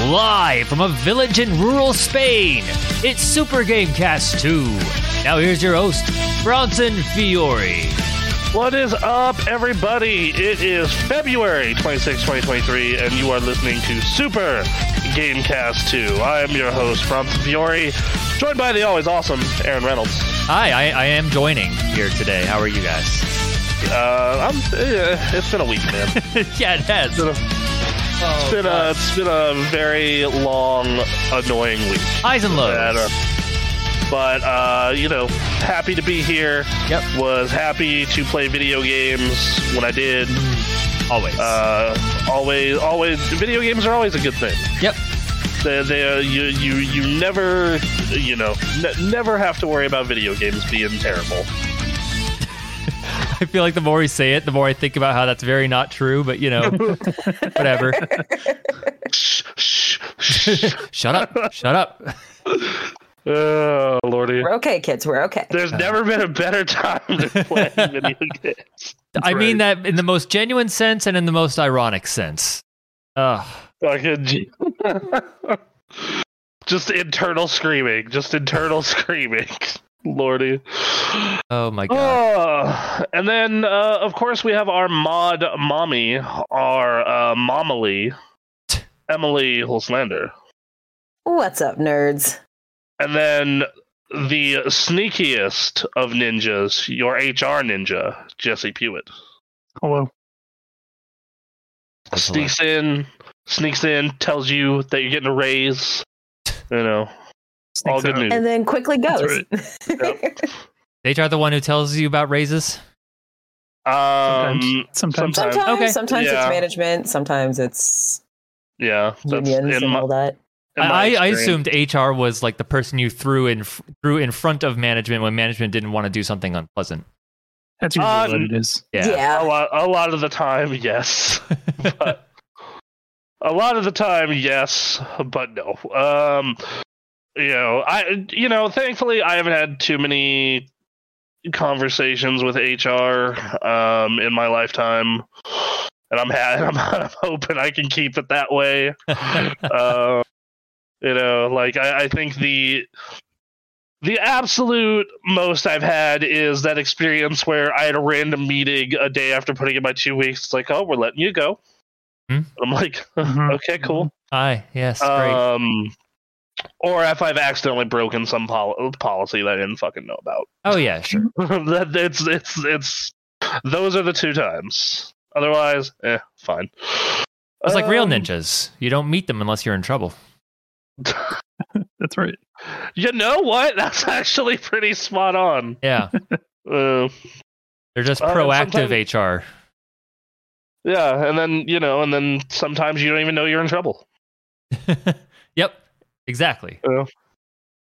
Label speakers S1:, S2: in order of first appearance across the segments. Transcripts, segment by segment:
S1: Live from a village in rural Spain, it's Super Gamecast 2. Now here's your host, Bronson Fiore.
S2: What is up, everybody? It is February 26, 2023, and you are listening to Super Gamecast 2. I am your host, Bronson Fiore, joined by the always awesome Aaron Reynolds.
S1: Hi, I, I am joining here today. How are you guys?
S2: Uh, I'm, eh, it's been a week, man. It's
S1: yeah, it has. Oh,
S2: been a, it's been a, it's been a very long, annoying week.
S1: Highs and lows.
S2: That, uh, but, uh, you know, happy to be here.
S1: Yep.
S2: Was happy to play video games when I did.
S1: Always.
S2: Uh, always, always, video games are always a good thing.
S1: yep.
S2: They, they are, you, you, you never, you know, ne- never have to worry about video games being terrible.
S1: I feel like the more we say it, the more I think about how that's very not true, but you know, whatever.
S2: Shh, shh.
S1: Shut up. Shut up.
S2: Oh, lordy.
S3: We're okay, kids. We're okay.
S2: There's never been a better time to play video games.
S1: I mean that in the most genuine sense and in the most ironic sense. Ugh.
S2: Fucking G- just internal screaming. Just internal screaming. Lordy.
S1: Oh my god.
S2: Oh, and then, uh, of course, we have our mod mommy, our uh, momily, Emily Holslander.
S3: What's up, nerds?
S2: And then the sneakiest of ninjas, your HR ninja, Jesse Pewitt.
S4: Hello.
S1: That's a lot.
S2: Sneaks in, sneaks in, tells you that you're getting a raise. You know, all good news.
S3: And then quickly
S4: That's
S3: goes.
S1: They are the one who tells you about raises.
S2: Um,
S4: Sometimes. Sometimes.
S2: sometimes.
S3: sometimes,
S1: Okay.
S3: sometimes
S2: Yeah.
S3: it's management. Sometimes it's
S2: Yeah, that's
S3: unions
S2: in
S3: and
S2: my,
S3: all that.
S2: in my
S1: I, I
S2: experience.
S1: assumed HR was like the person you threw in f- threw in front of management when management didn't want to do something unpleasant.
S4: That's usually
S2: Uh,
S4: what it is.
S1: Yeah.
S2: a lot, a lot of the time, yes. but a lot of the time, yes, but no. Um, you know, I, you know, thankfully, I haven't had too many conversations with HR um, in my lifetime, and I'm ha- I'm, I'm hoping I can keep it that way. uh, you know, like I, I think the the absolute most I've had is that experience where I had a random meeting a day after putting in my two weeks. It's like, oh, we're letting you go.
S1: Hmm.
S2: I'm like,
S4: Mhm.
S2: okay, cool.
S1: Hi. Yes. great.
S2: Um, or if I've accidentally broken some pol- policy that I didn't fucking know about.
S1: Oh yeah. Sure.
S2: that it's it's it's those are the two times. Otherwise, eh, fine.
S1: It's like real
S2: Um,
S1: ninjas. You don't meet them unless you're in trouble.
S4: That's right.
S2: You know what? That's actually pretty spot on.
S1: Yeah.
S2: Uh,
S1: They're just
S2: Uh,
S1: proactive
S2: sometimes-
S1: HR.
S2: yeah, and then you know, and then sometimes you don't even know you're in trouble.
S1: yep. Exactly.
S2: Yeah.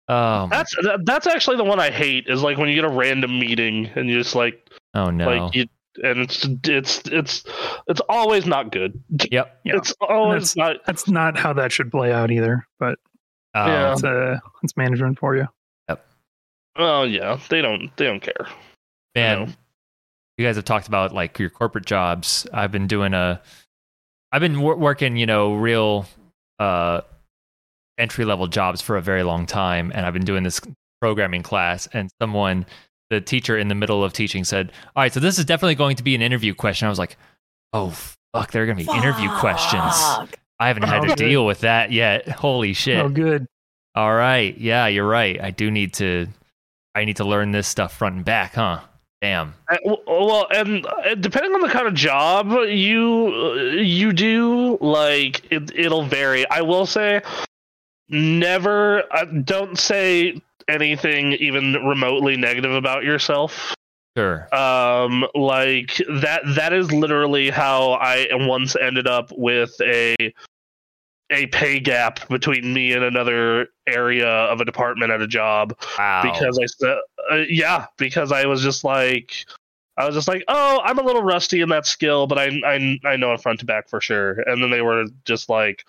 S1: Um,
S2: Uh, That's that, that's actually the one I hate is like when you get a random meeting and you're just like
S1: oh no.
S2: like you and it's it's it's it's always not good.
S1: yep.
S4: Yeah.
S2: It's always
S4: That's-
S2: not
S4: That's not how that should play out either, but
S1: Um,
S2: Yeah.
S4: it's, uh, it's management for you.
S2: Oh yeah, they don't they don't care.
S1: Man,
S2: know.
S1: you guys have talked about like your corporate jobs. I've been doing a, I've been wor- working, you know, real uh, entry level jobs for a very long time, and I've been doing this programming class. And someone, the teacher in the middle of teaching, said, "All right, so this is definitely going to be an interview question." I was like, "Oh fuck, there are going to be interview questions."
S3: Fuck.
S1: I haven't had
S4: Oh,
S1: to
S4: good.
S1: deal with that yet. Holy shit!
S4: Oh, good.
S1: All right, yeah, you're right. I do need to, I need to learn this stuff front and back, huh? Damn.
S2: Uh, w- Well, and uh, depending on the kind of job you uh, you do, like it, it'll vary. I will say, never uh, don't say anything even remotely negative about yourself.
S1: Sure.
S2: Um, like that that is literally how I once ended up with a a pay gap between me and another area of a department at a job
S1: Wow.
S2: because I said, uh, yeah, because I was just like, I was just like, oh, I'm a little rusty in that skill, but I, I, I know it front to back for sure. And then they were just like,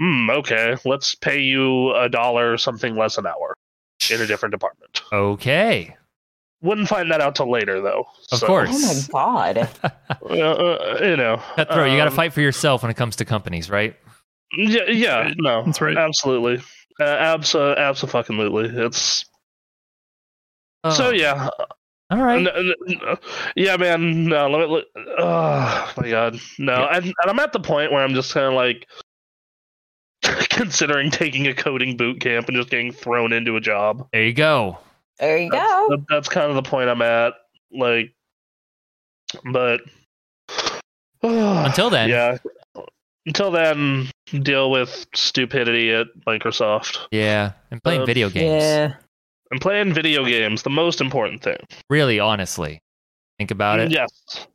S2: hmm, okay, let's pay you a dollar or something less an hour in a different department.
S1: okay.
S2: Wouldn't find that out till later, though.
S1: Of
S2: So,
S3: Oh
S1: course.
S3: my god.
S2: uh, uh, you know,
S1: Cutthroat, you got to
S2: um,
S1: fight for yourself when it comes to companies, right?
S2: Yeah, yeah, no,
S4: That's right.
S2: absolutely, uh, abs, uh, absolutely. It's so
S1: Oh,
S2: yeah, uh,
S1: All right.
S2: N- n- n- yeah, man. No, let me. Look. Oh my god, no.
S1: Yeah.
S2: And, and I'm at the point where I'm just kind of like considering taking a coding boot camp and just getting thrown into a job.
S1: There you go.
S3: There you
S2: That's,
S3: go.
S2: that- that's kind of the point I'm at. Like, but
S1: Until then.
S2: yeah. Until then, deal with stupidity at Microsoft.
S1: Yeah. And playing
S2: Um,
S1: video games.
S3: Yeah.
S2: And playing video games, the most important thing.
S1: Really, honestly. Think about it.
S2: Yes.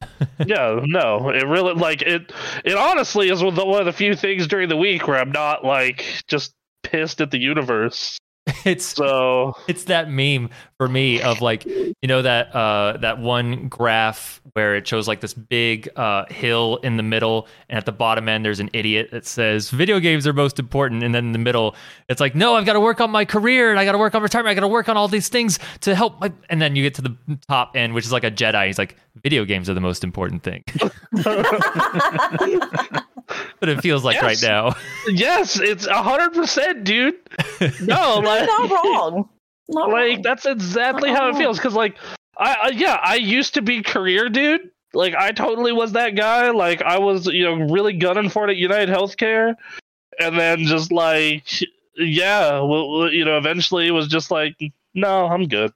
S2: yeah, no. It really like it it honestly is one of the- one of the few things during the week where I'm not like just pissed at the universe.
S1: It's
S2: So
S1: it's that meme for me of like you know that uh that one graph where it shows like this big uh hill in the middle and at the bottom end there's an idiot that says video games are most important and then in the middle it's like no I've got to work on my career and I got to work on retirement I got to work on all these things to help my and then you get to the top end which is like a Jedi he's like video games are the most important thing but it feels like right
S2: Yes.
S1: now
S2: yes, it's a hundred percent, dude. No, like
S3: Not wrong. Not
S2: like
S3: wrong.
S2: that's exactly how it feels because like I, I yeah i used to be career dude like i totally was that guy like i was you know really gunning for it at united healthcare and then just like yeah well, well, you know eventually it was just like no i'm good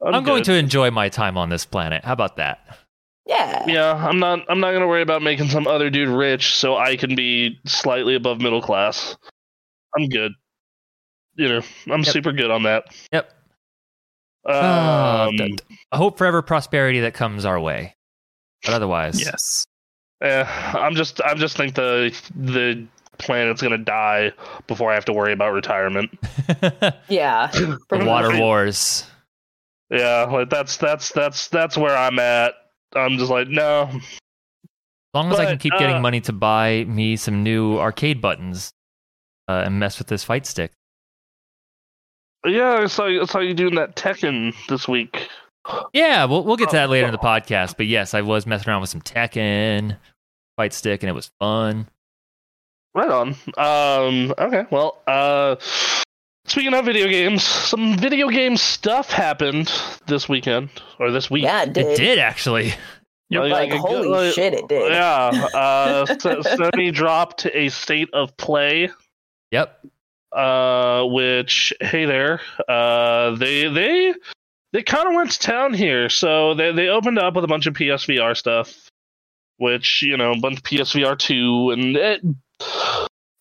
S1: I'm, going
S2: good.
S1: to enjoy my time on this planet how about that
S3: Yeah.
S2: yeah i'm not i'm not gonna worry about making some other dude rich so i can be slightly above middle class i'm good you know i'm
S1: Yep.
S2: super good on that
S1: Yep. Ah,
S2: um,
S1: d- d- I hope forever prosperity that comes our way. But otherwise,
S4: Yes.
S2: Eh, I'm just I'm just think the the planet's gonna die before I have to worry about retirement.
S1: the
S3: Yeah.
S1: water wars.
S2: Yeah, like that's that's that's that's where I'm at. I'm just like no.
S1: As long as I
S2: But,
S1: can keep
S2: uh,
S1: getting money to buy me some new arcade buttons uh, and mess with this fight stick.
S2: Yeah, it's like it's how you doing that Tekken this week.
S1: Yeah, we'll we'll get to that later in the podcast. But yes, I was messing around with some Tekken fight stick, and it was fun.
S2: Right on. Um. Okay. Well. Uh. Speaking of video games, some video game stuff happened this weekend or this week.
S3: Yeah, it did.
S1: It did actually.
S4: Yep.
S3: Like,
S2: a good-
S3: holy
S2: like-
S3: shit, it did.
S2: Yeah. Uh, so, Sony dropped a state of play
S1: Yep.
S2: uh, which hey there, uh, they they they kind of went to town here. So they they opened up with a bunch of PSVR stuff, which you know, a bunch of PSVR two, and it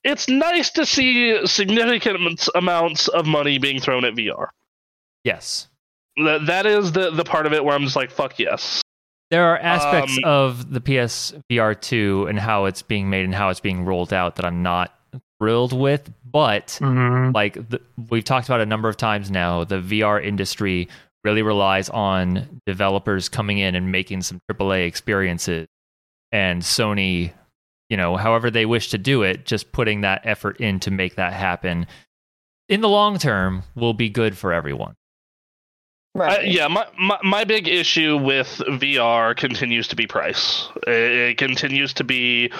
S2: it's nice to see significant amounts- amounts of money being thrown at VR.
S1: Yes.
S2: That that is the the part of it where I'm just like, fuck yes.
S1: There are aspects
S2: Um,
S1: of the PSVR 2 and how it's being made and how it's being rolled out that I'm not thrilled with, but
S4: Mhm.
S1: like the, we've talked about a number of times now the vr industry really relies on developers coming in and making some aaa experiences and sony you know however they wish to do it just putting that effort in to make that happen in the long term will be good for everyone
S2: I,
S3: Right.
S2: yeah, my, my my big issue with VR continues to be price. It, it continues to be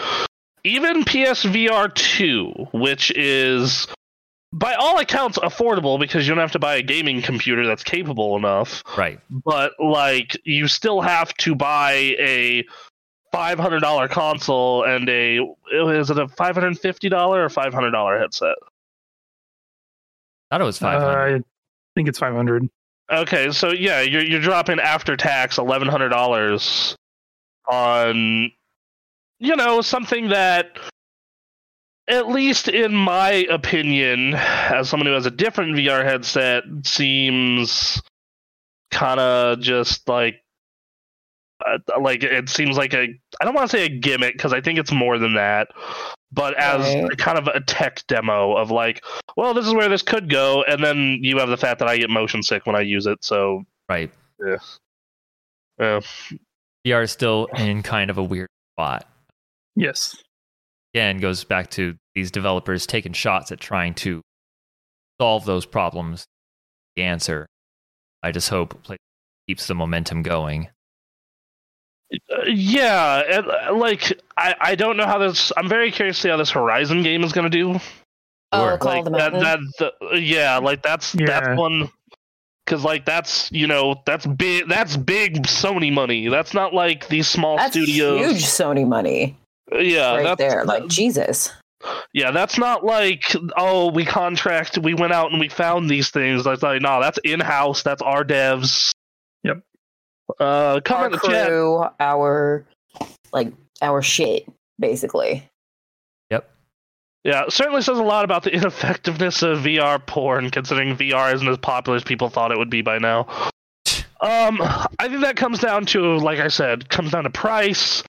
S2: even PSVR two, which is by all accounts affordable because you don't have to buy a gaming computer that's capable enough,
S1: right
S2: but like you still have to buy a five hundred dollar console and a is it a five hundred fifty dollar or five hundred dollar headset?
S1: thought it was
S4: Uh,
S1: 500
S4: I think it's 500.
S2: Okay, so yeah, you're you're dropping after tax eleven hundred dollars on you know, something that at least in my opinion, as someone who has a different VR headset, seems kinda just like uh, like it seems like a I don't want to say a gimmick because I think it's more than that, but as
S3: Right.
S2: kind of a tech demo of like, well, this is where this could go, and then you have the fact that I get motion sick when I use it, so
S1: right
S2: yeah, yeah,
S1: vr is still in kind of a weird spot
S4: Yes.
S1: again goes back to these developers taking shots at trying to solve those problems. The answer, I just hope, play- keeps the momentum going.
S2: Uh, yeah, and, uh, like I, I don't know how this. I'm very curious to see how this Horizon game is gonna do.
S3: Oh,
S1: Sure.
S3: call
S2: like
S3: the
S2: that,
S3: mountain.
S2: that, the- yeah, like that's
S4: Yeah.
S2: that's one. Because like that's you know that's big that's big Sony money. That's not like these small
S3: That's
S2: studios.
S3: huge Sony money
S2: Yeah,
S3: right
S2: that's,
S3: there. Like Jesus.
S2: yeah, that's not like oh we contract we went out and we found these things. That's like no, that's in house. That's our devs.
S4: Yep.
S2: Uh, come
S3: Our
S2: in the chat.
S3: crew, our like our shit, basically.
S2: Yeah, it certainly says a lot about the ineffectiveness of VR porn, considering VR isn't as popular as people thought it would be by now. Um, I think that comes down to, like I said, comes down to price,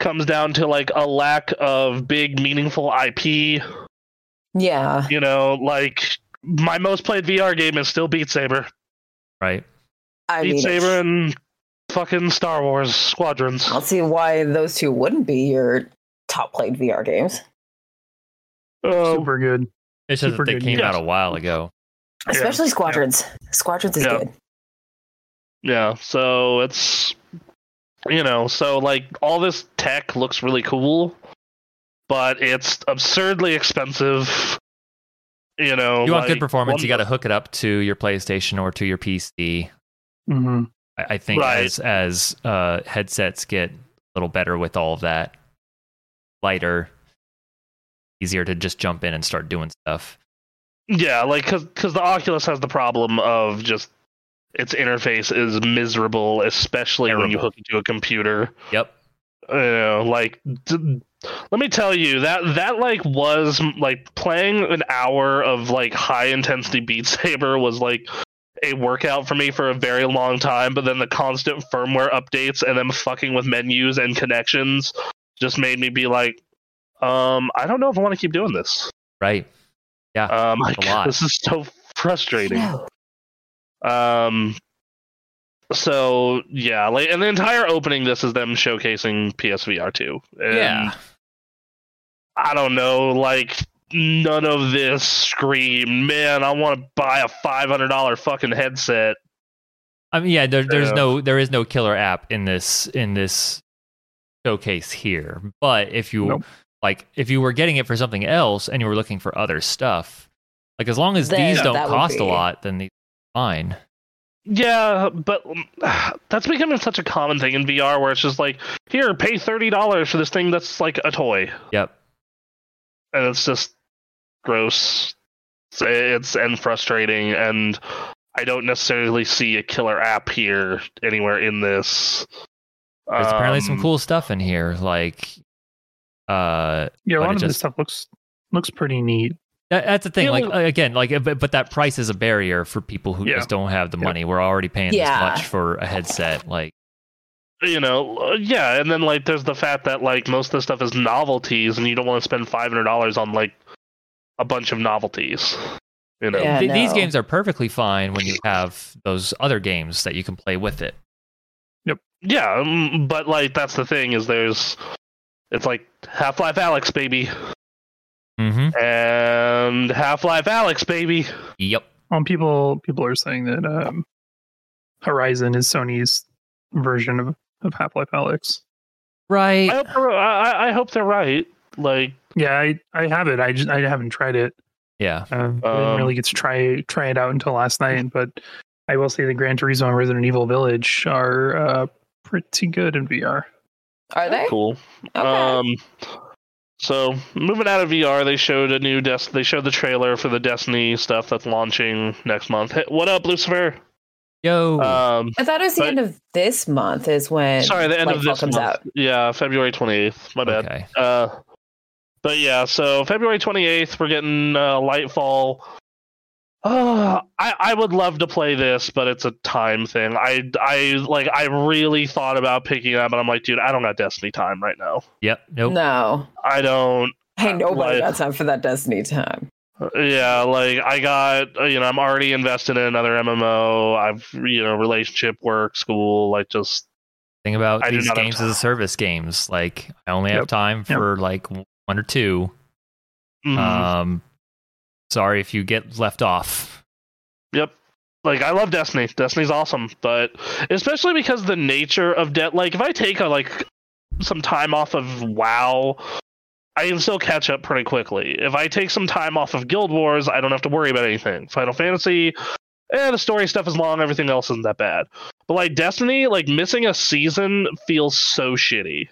S2: comes down to like a lack of big, meaningful IP. You
S3: Yeah.
S2: know, like my most played VR game is still Beat Saber,
S1: right?
S3: I
S2: Beat
S3: mean,
S2: Saber, and fucking Star Wars Squadrons.
S3: I'll see why those two wouldn't be your top played VR games,
S2: Uh,
S4: Super good.
S1: It's just
S4: Super
S1: that they
S4: good,
S1: came out
S2: yes.
S1: a while ago.
S4: Yeah.
S3: especially Squadrons. Squadrons is
S2: Yeah.
S3: good.
S2: Yeah, so it's you know, so like all this tech looks really cool, but it's absurdly expensive. You know,
S1: You want
S2: like,
S1: good performance,
S2: one-
S1: you got to hook it up to your PlayStation or to your PC.
S4: hmm
S1: I, I think
S2: Right.
S1: as as uh, headsets get a little better with all of that, lighter, easier to just jump in and start doing stuff.
S2: Yeah, like cuz cuz the Oculus has the problem of just its interface is miserable, especially when you
S1: Terrible.
S2: hook it to a computer.
S1: Yep.
S2: you know, Uh, like d- let me tell you that that like was like playing an hour of like high intensity Beat Saber was like a workout for me for a very long time. But then the constant firmware updates and them fucking with menus and connections just made me be like, um, I don't know if I want to keep doing this.
S1: Right.
S2: Um,
S1: a lot.
S2: this is so frustrating.
S3: No.
S2: Um. So yeah, like, and the entire opening, this is them showcasing PSVR two. And
S1: yeah.
S2: I don't know, like none of this screamed, man, I want to buy a five hundred dollar fucking headset.
S1: I mean, yeah. There, there's
S2: Yeah.
S1: no there is no killer app in this in this showcase here. But if you
S4: Nope.
S1: like, if you were getting it for something else and you were looking for other stuff, like as long as
S3: Then
S1: these don't
S3: that would
S1: cost a
S3: be-
S1: lot, then these are fine.
S2: Yeah, but mm, that's becoming such a common thing in VR where it's just like, here, pay thirty dollars for this thing that's like a toy,
S1: Yep.
S2: and it's just gross. It's, it's and frustrating, and I don't necessarily see a killer app here anywhere in this.
S1: There's apparently some
S2: Um,
S1: cool stuff in here, like uh
S4: Yeah,
S1: But
S4: a lot
S1: it
S4: of this
S1: just-
S4: stuff looks looks pretty neat.
S1: that, that's the thing.
S2: Yeah,
S1: Like
S2: well-
S1: again, like but, but that price is a barrier for people who
S4: Yeah.
S1: just don't have the
S4: Yeah.
S1: money. We're already paying
S3: Yeah.
S1: this much for a headset. Like
S2: you know, uh, yeah, and then like there's the fact that like most of the stuff is novelties, and you don't want to spend five hundred dollars on like a bunch of novelties. You know,
S3: Yeah,
S1: th- these
S3: no.
S1: games are perfectly fine when you have those other games that you can play with it.
S2: yeah, um, but like that's the thing is there's it's like Half Life Alex baby
S1: Mm-hmm.
S2: and Half Life Alex baby.
S1: Yep.
S4: Um, people people are saying that um, Horizon is Sony's version of, of Half Life Alex.
S1: Right.
S2: I hope they're- I, I- I hope they're right. Like
S4: Yeah, I, I have it. I just I haven't tried it.
S1: Yeah.
S4: Um, I
S2: Um,
S4: didn't really get to try try it out until last night, but I will say the Gran Turismo and Resident Evil Village are uh, pretty good in VR.
S3: Are they?
S2: cool.
S3: Okay.
S2: Um, so moving out of VR, they showed a new des- They showed the trailer for the Destiny stuff that's launching next month. Hey, what up, Lucifer?
S1: Yo.
S2: Um,
S3: I thought it was the
S2: but-
S3: end of this month is when
S2: sorry, the end of
S3: Lightfall
S2: this
S3: comes
S2: month.
S3: out.
S2: Yeah, February twenty eighth. My bad.
S1: okay.
S2: Uh, but yeah, so February twenty eighth, we're getting uh, Lightfall. Uh, I I would love to play this, but it's a time thing. I I like I really thought about picking it up, and I'm like, dude, I don't got Destiny time right now.
S1: Yep. Nope.
S3: No.
S2: I don't.
S3: Hey, nobody
S2: Life.
S3: got time for that Destiny time.
S2: Yeah, like I got, uh, you know, I'm already invested in another MMO. I've, you know, relationship, work, school, like just
S1: Thing about
S2: I do
S1: these
S2: not have
S1: games as a service games. Like I only have
S4: Yep.
S1: time for like one or two.
S2: mhm.
S3: Uh,
S1: Um, sorry if you get left off.
S2: yep. Like I love Destiny. Destiny's awesome, but especially because the nature of debt. Like if I take a, like some time off of WoW, I can still catch up pretty quickly. If I take some time off of Guild Wars, I don't have to worry about anything. Final Fantasy, eh, the story stuff is long. Everything else isn't that bad. But like Destiny, like missing a season feels so shitty.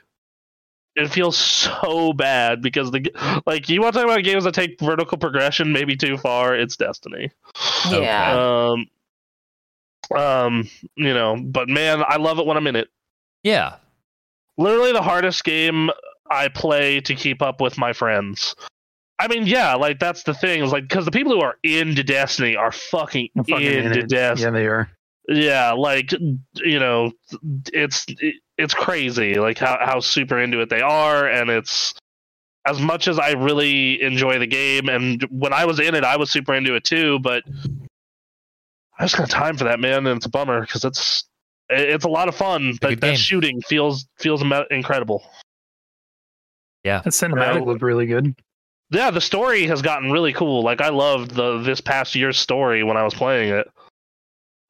S2: It feels so bad because the g- like you want to talk about games that take vertical progression maybe too far. It's Destiny.
S3: Yeah.
S2: Um, um, you know, but man, I love it when I'm in it.
S1: Yeah.
S2: Literally the hardest game I play to keep up with my friends. I mean, yeah, like that's the thing is like because the people who are into Destiny are fucking,
S4: I'm fucking in
S2: into
S4: it.
S2: Destiny.
S4: Yeah, they are.
S2: Yeah. like you know, it's it's crazy like how how super into it they are, and it's as much as I really enjoy the game, and when I was in it, I was super into it too, but I just got time for that, man, and it's a bummer because it's it- it's a lot of fun, but
S1: good
S2: that
S1: game.
S2: shooting feels feels ama- incredible.
S4: That
S2: Yeah.
S4: cinematic looked really good.
S2: yeah the story has gotten really cool like i loved the this past year's story when i was playing it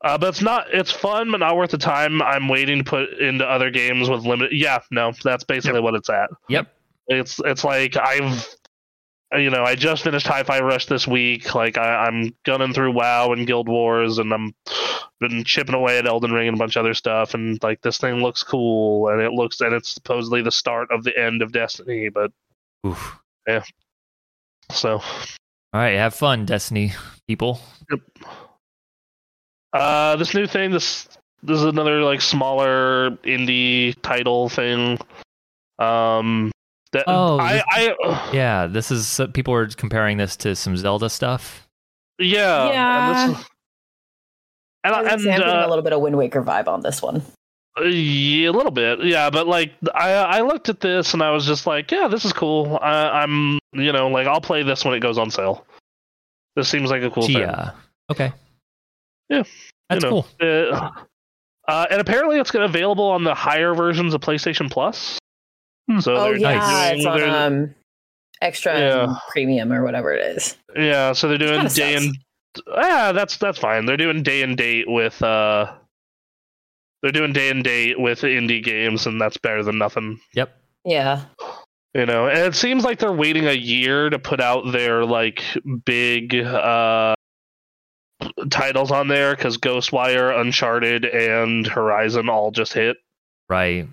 S2: uh, but it's not it's fun but not worth the time i'm waiting to put into other games with limited yeah no that's basically what it's at
S1: Yep.
S2: it's it's like i've you know i just finished hi-fi rush this week like I, i'm gunning through wow and guild wars and i'm been chipping away at elden ring and a bunch of other stuff and like this thing looks cool and it looks and it's supposedly the start of the end of destiny but
S1: Oof.
S2: so
S1: All right. Have fun, Destiny people.
S2: Uh, this new thing, this this is another like smaller indie title thing. Um, that
S1: Oh,
S2: I,
S1: this-
S2: I
S1: Yeah. This is uh, people are comparing this to some Zelda stuff.
S2: yeah
S3: Yeah.
S2: And, this, and,
S3: I was
S2: I-
S3: gonna say,
S2: and
S3: I'm getting a
S2: uh,
S3: little bit of Wind Waker vibe on this one.
S2: yeah, a little bit, yeah. But like, I I looked at this and I was just like, yeah, this is cool. I, I'm you know like I'll play this when it goes on sale. This seems like a cool thing.
S1: Chia. Okay.
S2: Yeah,
S1: That's
S2: you know.
S1: cool.
S2: Uh, uh, and apparently, it's gonna available on the higher versions of PlayStation Plus.
S4: Hmm.
S2: So
S3: oh
S2: they're
S3: yeah,
S2: doing-
S3: it's on
S2: they're-
S3: um, extra and
S2: Yeah.
S3: premium or whatever it is.
S2: yeah. So they're doing
S3: kinda
S2: day
S3: sucks.
S2: and ah, that's that's fine. They're doing day and date with uh, they're doing day and date with indie games, and that's better than nothing,
S1: Yep.
S3: Yeah,
S2: you know. And it seems like they're waiting a year to put out their like big uh titles on there because Ghostwire, Uncharted, and Horizon all just hit.
S1: Right.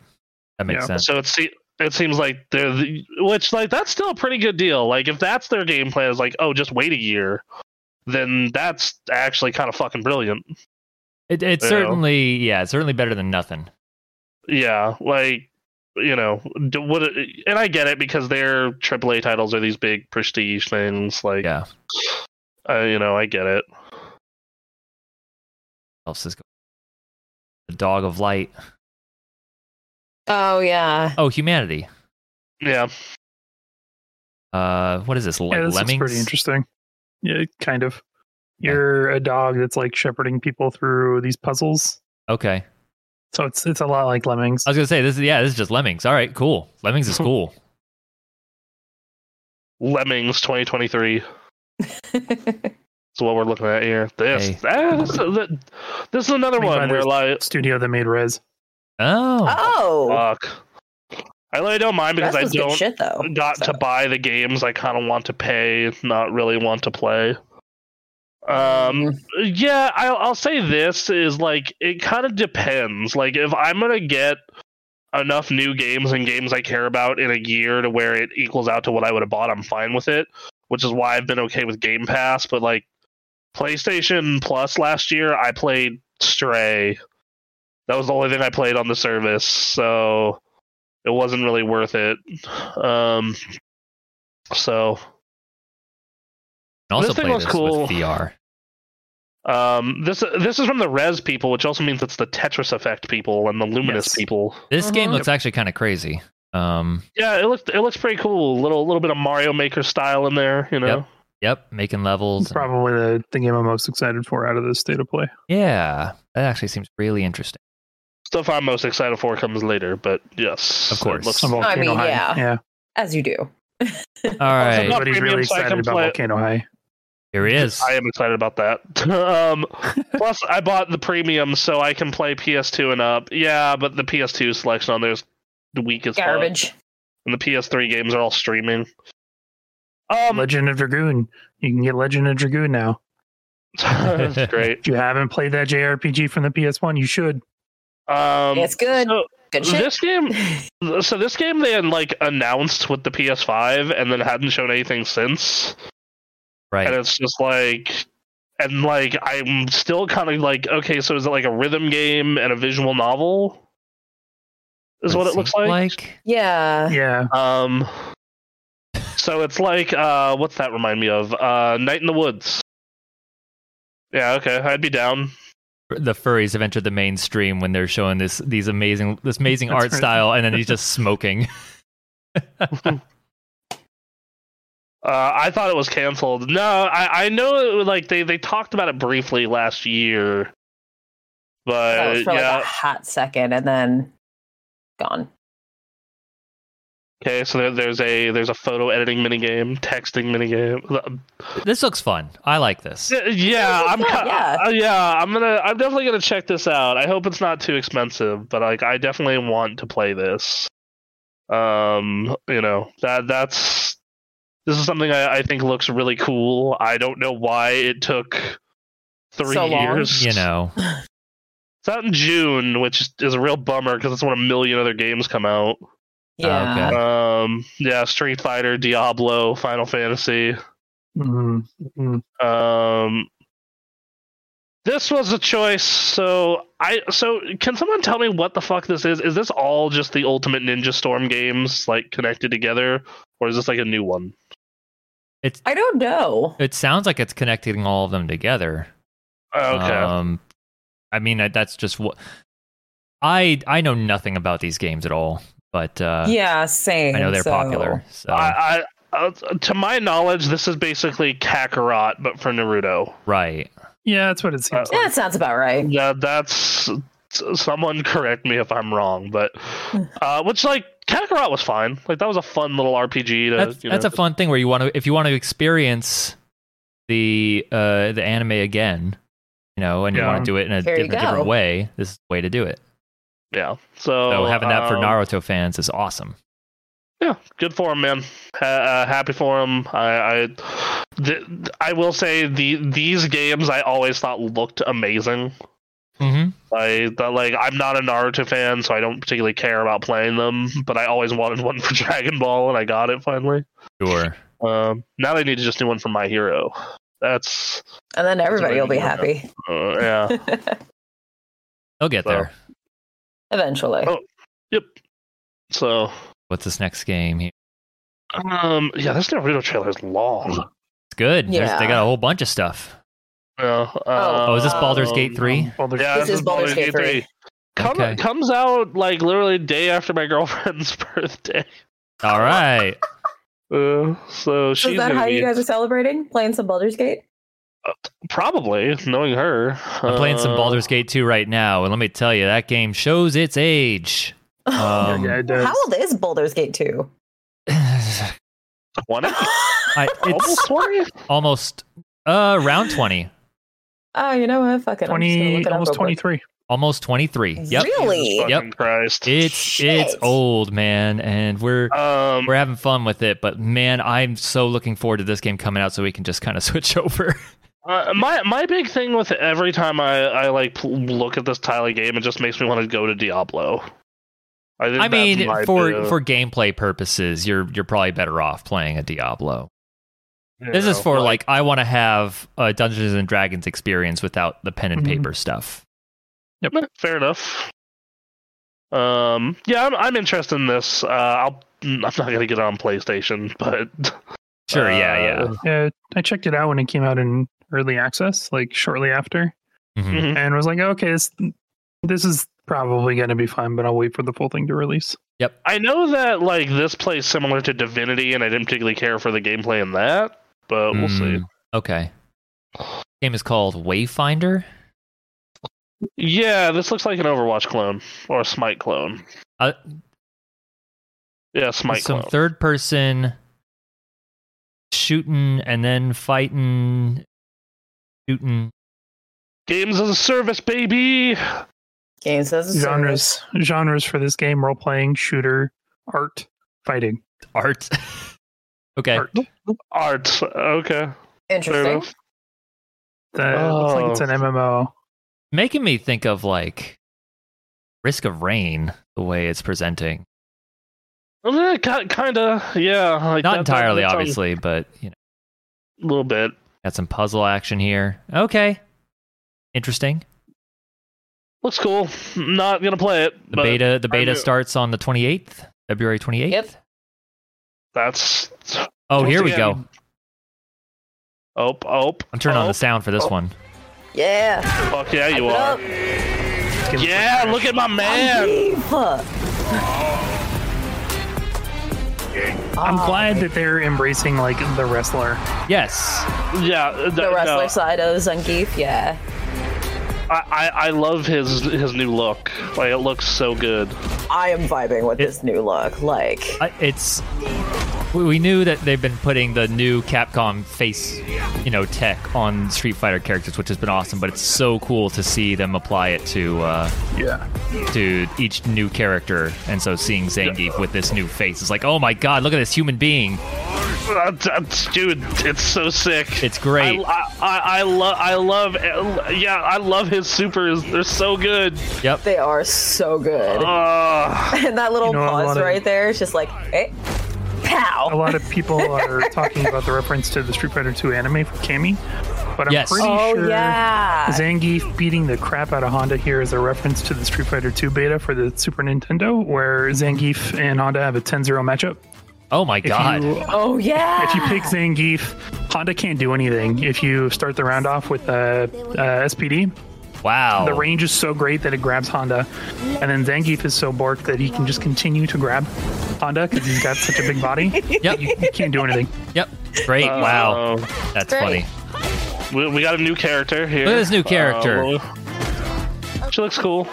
S1: That makes
S4: Yeah.
S1: sense.
S2: So it se- it seems like they're the, which like that's still a pretty good deal. Like if that's their game plan is like oh just wait a year, then that's actually kind of fucking brilliant.
S1: It, it's
S2: Yeah.
S1: certainly yeah. It's certainly better than nothing.
S2: Yeah, like you know d- what? it- And I get it because their AAA titles are these big prestige things. Like
S1: Yeah.
S2: uh, you know I get it.
S1: What else is going? The dog of light.
S3: Oh yeah.
S1: Oh, humanity.
S2: Yeah,
S1: Uh, what is this? Like
S4: yeah, this looks
S1: lemmings.
S4: pretty interesting. Yeah, kind of.
S1: Yeah.
S4: You're a dog that's like shepherding people through these puzzles.
S1: Okay.
S4: So it's it's a lot like lemmings.
S1: I was gonna say this is yeah. This is just lemmings. All right. Cool. Lemmings is cool.
S2: Lemmings 2023 is
S1: Oh.
S2: what we're looking at here. This
S1: Hey.
S2: ah, this, is- this is another
S4: Me
S2: one where
S4: neither.
S2: like
S4: Studio that made Res.
S1: Oh.
S3: oh,
S2: fuck. I really don't mind Uh, because
S3: that
S2: I
S3: was good
S2: don't
S3: shit though.
S2: got
S3: So-
S2: to buy the games I kind of want to pay, not really want to play. Um,
S1: Mm-hmm.
S2: yeah, I'll, I'll say this is like it kind of depends. Like if I'm gonna get enough new games and games I care about in a year to where it equals out to what I would have bought, I'm fine with it. Which is why I've been okay with Game Pass. But like PlayStation Plus last year, I played Stray. That was the only thing I played on the service, so it wasn't really worth it. Um, so
S1: You can also
S2: This thing
S1: play
S2: looks
S1: this
S2: cool.
S1: with VR.
S2: Um, this this is from the Res people, which also means it's the Tetris Effect people and the Luminous
S4: Yes.
S2: people.
S1: This game
S2: Uh-huh.
S3: Mhm.
S1: looks actually kind of crazy. Um,
S2: Yeah, it looks it looks pretty cool. Little little bit of Mario Maker style in there, you know.
S1: yep, making levels.
S4: It's
S1: and-
S4: probably the, the game I'm most excited for out of this state of play.
S1: yeah, that actually seems really interesting.
S2: Stuff I'm most excited for comes later, but yes,
S1: Of course.
S2: it looks-
S4: A
S2: I'm
S4: Volcano
S3: mean,
S4: High.
S3: yeah.
S4: Yeah.
S3: as you do.
S1: All right,
S2: not
S4: Everybody's
S2: premium,
S4: really
S2: so I
S4: excited
S2: can
S4: about
S2: play-
S4: Volcano High.
S1: Here he is.
S2: I am excited about that. um, plus, I bought the premium so I can play PS2 and up. Yeah, but the PS2 selection on there is weak as fuck,
S3: Garbage.
S2: and the PS3 games are all streaming. Um,
S4: Legend of Dragoon. You can get Legend of Dragoon now.
S2: that's great.
S4: If you haven't played that JRPG from the PS1, you should.
S2: Um,
S3: it's good.
S2: so
S3: good shit.
S2: this game, so this game they had, like announced with the PS5 and then hadn't shown anything since. and
S1: right.
S2: it's just like and like i'm still kind of like okay so is it like a rhythm game and a visual novel is what it looks
S1: seems
S2: like,
S3: yeah.
S4: Yeah.
S2: um so it's like uh what's that remind me of uh night in the woods yeah okay i'd be down
S1: the furries have entered the mainstream when they're showing this these amazing this amazing
S4: That's
S1: art
S4: right.
S1: style, and then he's just smoking.
S2: uh i thought it was canceled no i i know it, was, like they they talked about it briefly last year
S3: That
S2: but
S3: was for
S2: yeah
S3: like a hot second and then gone.
S2: okay so there, there's a there's a photo editing minigame texting minigame Uh,
S1: this looks fun. I like this.
S2: Yeah, yeah,
S3: Yeah,
S2: I'm
S3: yeah,
S2: ki-
S3: yeah.
S2: uh, yeah, I'm gonna, I'm definitely gonna check this out. I hope it's not too expensive, but like, I definitely want to play this. Um, you know that that's this is something I, I think looks really cool. I don't know why it took three
S3: So long.
S2: years.
S1: You know,
S2: it's out in June, which is a real bummer because that's when a million other games come out.
S3: Yeah.
S1: Oh, okay.
S2: Um, yeah, Street Fighter, Diablo, Final Fantasy.
S4: Mhm. Mhm.
S2: Um, this was a choice. So I so can someone tell me what the fuck this is? Is this all just the Ultimate Ninja Storm games like connected together, or is this like a new one?
S3: I don't know.
S1: it sounds like it's connecting all of them together.
S2: Okay,
S1: Um, I mean, I- that's just what I I know nothing about these games at all, but uh,
S3: yeah, same.
S1: I know they're
S3: so-
S1: popular. So
S2: I, I uh, to my knowledge, this is basically Kakarot, but for Naruto.
S1: right,
S4: Yeah, that's what it seems
S3: Yeah, that sounds about right.
S2: Yeah, that's someone correct me if I'm wrong, but uh, which like Kakarot was fine. Like that was a fun little RPG. To,
S1: that's
S2: you
S1: that's
S2: know,
S1: a fun thing where you want to if you want to experience the uh the anime again, you know, and you
S2: Yeah.
S1: want to do it in a,
S3: There you
S1: in a different
S3: go.
S1: way. This is the way to do it.
S2: yeah. So,
S1: So having that for
S2: um,
S1: Naruto fans is awesome.
S2: Yeah, good for him, man. Ha- uh, happy for him. I, I, th- I will say the these games I always thought looked amazing.
S1: Mm-hmm.
S2: I that like I'm not a Naruto fan, so I don't particularly care about playing them. But I always wanted one for Dragon Ball, and I got it finally.
S1: Sure.
S2: Um, now they need to just do one for My Hero. That's
S3: And then everybody will be
S2: That's what
S3: happy
S2: uh, yeah.
S1: They'll get
S2: So-
S1: there.
S3: eventually.
S2: Oh. So
S1: What's this next game? here?
S2: um, yeah, this Naruto trailer is long.
S1: It's good. There's- They
S3: Yeah.
S1: got a whole bunch of stuff.
S2: Yeah, uh,
S1: Oh, is this Baldur's Gate
S2: um,
S1: 3?
S4: Baldur's
S2: Yeah,
S3: This is Baldur's Gate 3.
S2: Come,
S1: Okay.
S2: Comes out like literally day after my girlfriend's birthday.
S1: All right.
S2: Uh, so
S3: So
S2: she's
S3: is that
S2: gonna
S3: how you
S2: be-
S3: guys are celebrating? Playing some Baldur's Gate?
S2: probably knowing her.
S1: I'm playing some
S2: uh,
S1: Baldur's Gate 2 right now, and let me tell you, that game shows its age.
S4: Yeah,
S1: Um,
S4: yeah, it does.
S3: how old is Baldur's Gate 2?
S1: I,
S2: One
S1: it's
S2: almost twenty.
S1: almost uh, around 20,
S3: Oh, you know what? Fuck it. I'm just gonna look
S4: 20,
S3: it up
S4: almost
S3: real quick.
S4: 23.
S1: almost 23. Yep.
S3: Really?
S1: Yep.
S2: Jesus fucking Christ.
S1: It's it's
S3: Shit.
S1: old, man, and we're
S2: Um.
S1: we're having fun with it, but man, I'm so looking forward to this game coming out so we can just kind of switch over.
S2: uh, my my big thing with every time I I like pl- look at this Tyler game, it just makes me want to go to Diablo. I, think
S1: I
S2: that's
S1: mean,
S2: my
S1: for
S2: big-
S1: for gameplay purposes, you're you're probably better off playing a Diablo.
S2: you
S1: This is
S2: know,
S1: for like I want to have a Dungeons and Dragons experience without the pen and
S4: Mhm.
S1: paper stuff.
S2: Eh, fair enough. Um. Yeah, I'm I'm interested in this. Uh, I'll. I'm not gonna get it on PlayStation, but
S1: Sure, yeah,
S2: Uh,
S4: Yeah, I checked it out when it came out in early access, like shortly after,
S1: yeah. Mhm.
S2: mhm.
S4: and was like, okay, this, this is probably going to be fun, but I'll wait for the full thing to release.
S2: I know that like this plays similar to Divinity, and I didn't particularly care for the gameplay in that, but we'll see.
S1: Mm, Okay. Game is called Wayfinder.
S2: Yeah, this looks like an Overwatch clone or a Smite clone.
S1: Uh,
S2: Yeah, Smite
S1: Some
S2: clone.
S1: third person shooting and then fighting, shooting.
S2: Games as a service, baby.
S3: Games as a service.
S4: genres genres for this game role playing shooter art fighting
S1: art. okay.
S4: art
S2: Art. Okay. Fair
S3: Interesting.
S2: enough.
S4: that looks like it's an mmo
S1: Making me think of like Risk of Rain, the way it's presenting.
S2: Well, yeah, kind of. Yeah. Like
S1: Not
S2: that- that-
S1: entirely,
S2: that's on-
S1: obviously, but you know,
S2: A little bit.
S1: got some puzzle action here. Okay. Interesting.
S2: Looks cool. Not gonna play it.
S1: The
S2: but
S1: beta the beta
S2: new.
S1: starts on the 28th, February 28th.
S3: Yep.
S2: That's.
S1: Oh,
S2: Once
S1: here we go.
S2: again- Oh, oh.
S1: I'm turning on
S2: oh.
S1: the sound for this one.
S3: Yeah.
S2: Fuck yeah, you
S3: Put
S2: are.
S3: up.
S2: Yeah, look at my man.
S3: Fuck.
S4: i'm
S3: Ah,
S4: glad that they're embracing like the wrestler
S1: Yes.
S2: Yeah, th-
S3: the
S2: no,
S3: wrestler
S4: uh,
S3: side of Zangief. Yeah.
S2: I, I I love his his new look. Like it looks so good.
S3: I am vibing with this new look. Like,
S1: I- It's we- we knew that they've been putting the new Capcom face, you know, tech on Street Fighter characters, which has been awesome, but it's so cool to see them apply it to uh
S4: yeah
S1: to each new character. And so seeing Zangief with this new face is like, "Oh my god, look at this human being."
S2: Uh, d- d- Dude, it's so sick.
S1: It's great.
S2: I I, I love I love uh, yeah I love his supers. They're so good.
S1: Yep.
S3: they are so good.
S2: Uh,
S3: and that little
S4: You know, a
S3: pause
S4: lot of-
S3: right there is just like, eh, pow.
S4: a lot of people are talking about the reference to the street fighter 2 anime for kami but i'm
S1: Yes.
S4: pretty
S3: oh,
S4: sure
S3: yeah.
S4: Zangief beating the crap out of Honda here is a reference to the Street Fighter 2 beta for the Super Nintendo, where Zangief and Honda have a 10 0 matchup.
S1: Oh my
S4: If
S1: god.
S4: you
S3: oh, yeah.
S4: If you pick Zangief, Honda can't do anything. If you start the round off with uh, uh, SPD,
S1: wow.
S4: the range is so great that it grabs Honda, and then Zangief is so borked that he can just continue to grab Honda because he's got such a big body.
S1: Yep.
S4: He can't do anything.
S1: Yep. Great. wow.
S2: uh,
S1: That's
S3: Great.
S1: funny.
S2: we, we got a new character here.
S1: Look at this new character.
S2: Uh, she looks cool.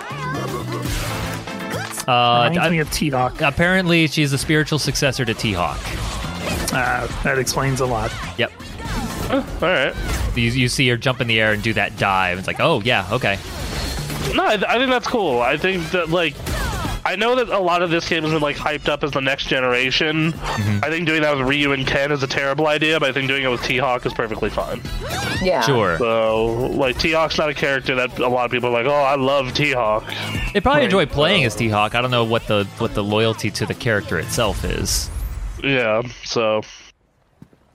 S1: Uh,
S4: Reminds me
S1: I-
S4: of T Hawk.
S1: apparently, she's the spiritual successor to T Hawk.
S4: Uh, that explains a lot.
S1: Yep.
S2: All right.
S1: You, you see her jump in the air and do that dive. It's like, oh yeah, okay.
S2: No, I, I think that's cool. I think that like. I know that a lot of this game has been like hyped up as the next generation.
S1: Mm-hmm.
S2: I think doing that with Ryu and Ken is a terrible idea, but I think doing it with T Hawk is perfectly fine.
S3: yeah.
S1: Sure.
S2: So, like, T Hawk's not a character that a lot of people are like, oh, I love T Hawk.
S1: They probably enjoy playing
S2: uh,
S1: as T Hawk. I don't know what the what the loyalty to the character itself is.
S2: Yeah, so.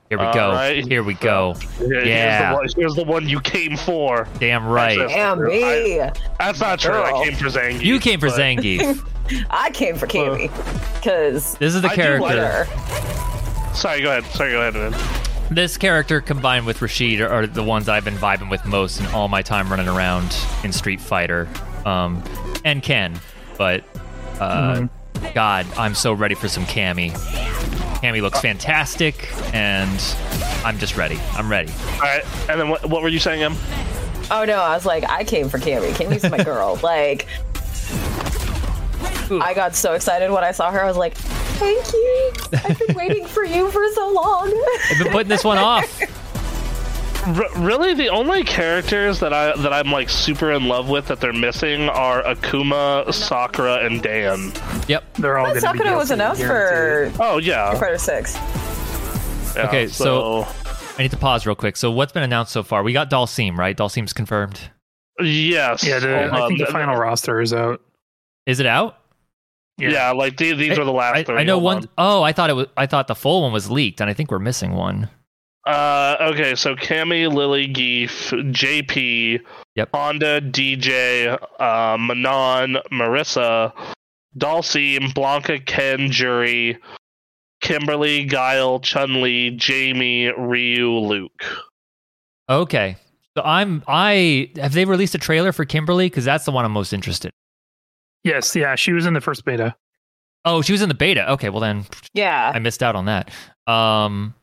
S1: Here we go.
S2: Alright.
S1: Here we go.
S2: here-
S1: Yeah.
S2: Here's the, one, here's the one you came for.
S1: Damn right.
S2: Access.
S3: And me. I,
S2: That's not true.
S3: Girl.
S2: I came for Zangief.
S1: You came for
S2: but-
S1: Zangief.
S3: came for Kami. Because.
S1: This is the
S2: I do like
S1: character.
S3: Sure.
S2: Sorry, go ahead. Sorry, go ahead, man.
S1: This character combined with Rashid are, are the ones I've been vibing with most in all my time running around in Street Fighter, um, and Ken. But uh, God, I'm so ready for some Cammy. Cammy looks fantastic, and I'm just ready. I'm ready.
S2: All right. And then what, what were you saying, Em?
S3: Oh, no. I was like, I came for Kami. Kami's my girl. Like, I got so excited when I saw her. I was like, thank you. I've been waiting for you for so long.
S1: I've been putting this one off.
S2: R- really, the only characters that I that I'm like super in love with that they're missing are Akuma, Sakura, and Dan.
S1: Yep.
S4: They're all
S3: But
S4: going to be
S3: Sakura was
S4: DLC
S3: enough
S4: guaranteed.
S3: for
S2: Oh yeah.
S3: Fighter Six.
S2: Yeah,
S1: Okay, so- I need to pause real quick. So, what's been announced so far? We got Dalsim, right? Dalsim's confirmed.
S2: yes. Uh,
S4: Yeah, the,
S2: Hold
S4: I
S2: on,
S4: think the
S2: th-
S4: final roster is out.
S1: Is it out?
S2: Yeah, like the- these are the last
S1: I,
S2: three.
S1: I know
S2: Hold
S1: one
S2: on.
S1: oh I thought it was. I thought the full one was leaked, and I think we're missing one.
S2: Uh, okay, so Cammy, Lily, Geef, JP,
S1: Yep.
S2: Honda, DJ, uh, Manon, Marissa, Dalseem, Blanca, Ken, Jury, Kimberly, Guile, Chun Li, Jamie, Ryu, Luke.
S1: Okay. So I'm I have they released a trailer for Kimberly because that's the one I'm most interested.
S4: Yes, yeah, she was in the first beta.
S1: Oh, she was in the beta. Okay, well then
S3: Yeah,
S1: I missed out on that. Um,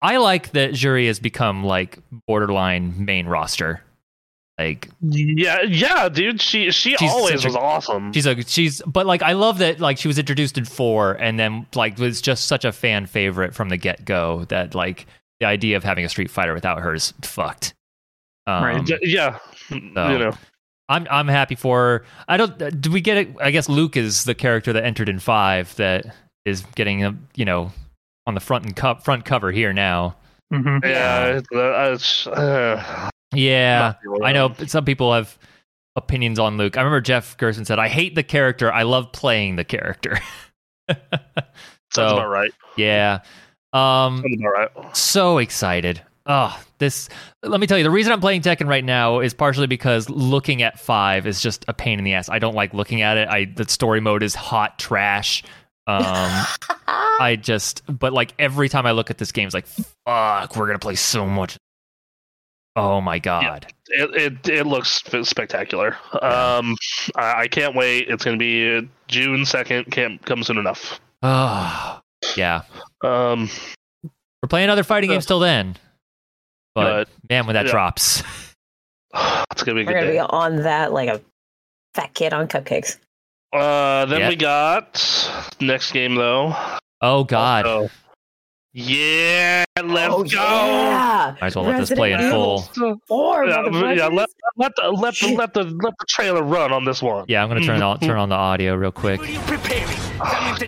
S1: I like that Jury has become like borderline main roster. Like
S2: Yeah, yeah, dude. She she
S1: She's
S2: always
S1: such a-
S2: was awesome.
S1: she's a she's but like I love that like she was introduced in four and then like was just such a fan favorite from the get go that like the idea of having a Street Fighter without her is fucked. Um,
S4: Right.
S2: D- yeah, you know.
S1: I'm I'm happy for her. I don't. uh, Do we get it? I guess Luke is the character that entered in five that is getting a you know on the front and co- front cover here now.
S4: hmm
S2: Yeah, it's, uh, it's, uh,
S1: Yeah,
S2: not really
S1: I know some people have opinions on Luke. I remember Jeff Gerson said, "I hate the character. I love playing the character."
S2: Sounds
S1: so-
S2: about right.
S1: yeah. Um,
S2: Sounds about right.
S1: so excited. Oh, this let me tell you, the reason I'm playing Tekken right now is partially because looking at five is just a pain in the ass. I don't like looking at it. I the story mode is hot trash. Um I just but like every time I look at this game, it's like fuck, we're gonna play so much. Oh my god.
S2: It, it it looks sp- spectacular. Um, I, I can't wait. It's gonna be uh, June second. Can't come soon enough.
S1: Oh yeah.
S2: Um,
S1: We're playing other fighting games till then. But man, when that
S2: yeah.
S1: drops.
S2: it's gonna be a
S3: We're
S2: good
S3: gonna be
S2: day.
S3: on that like a fat kid on cupcakes.
S2: Uh, then
S1: Yeah.
S2: we got next game though.
S1: Oh god.
S2: So- yeah, let's
S3: oh,
S2: go.
S3: Yeah.
S1: Might as well let this
S3: Resident
S1: play in
S3: Evil
S1: full.
S3: Four,
S2: Yeah,
S3: motherfuckers.
S2: yeah, let, let the let the let the let the trailer run on this one.
S1: Yeah, I'm gonna turn on turn on the audio real quick.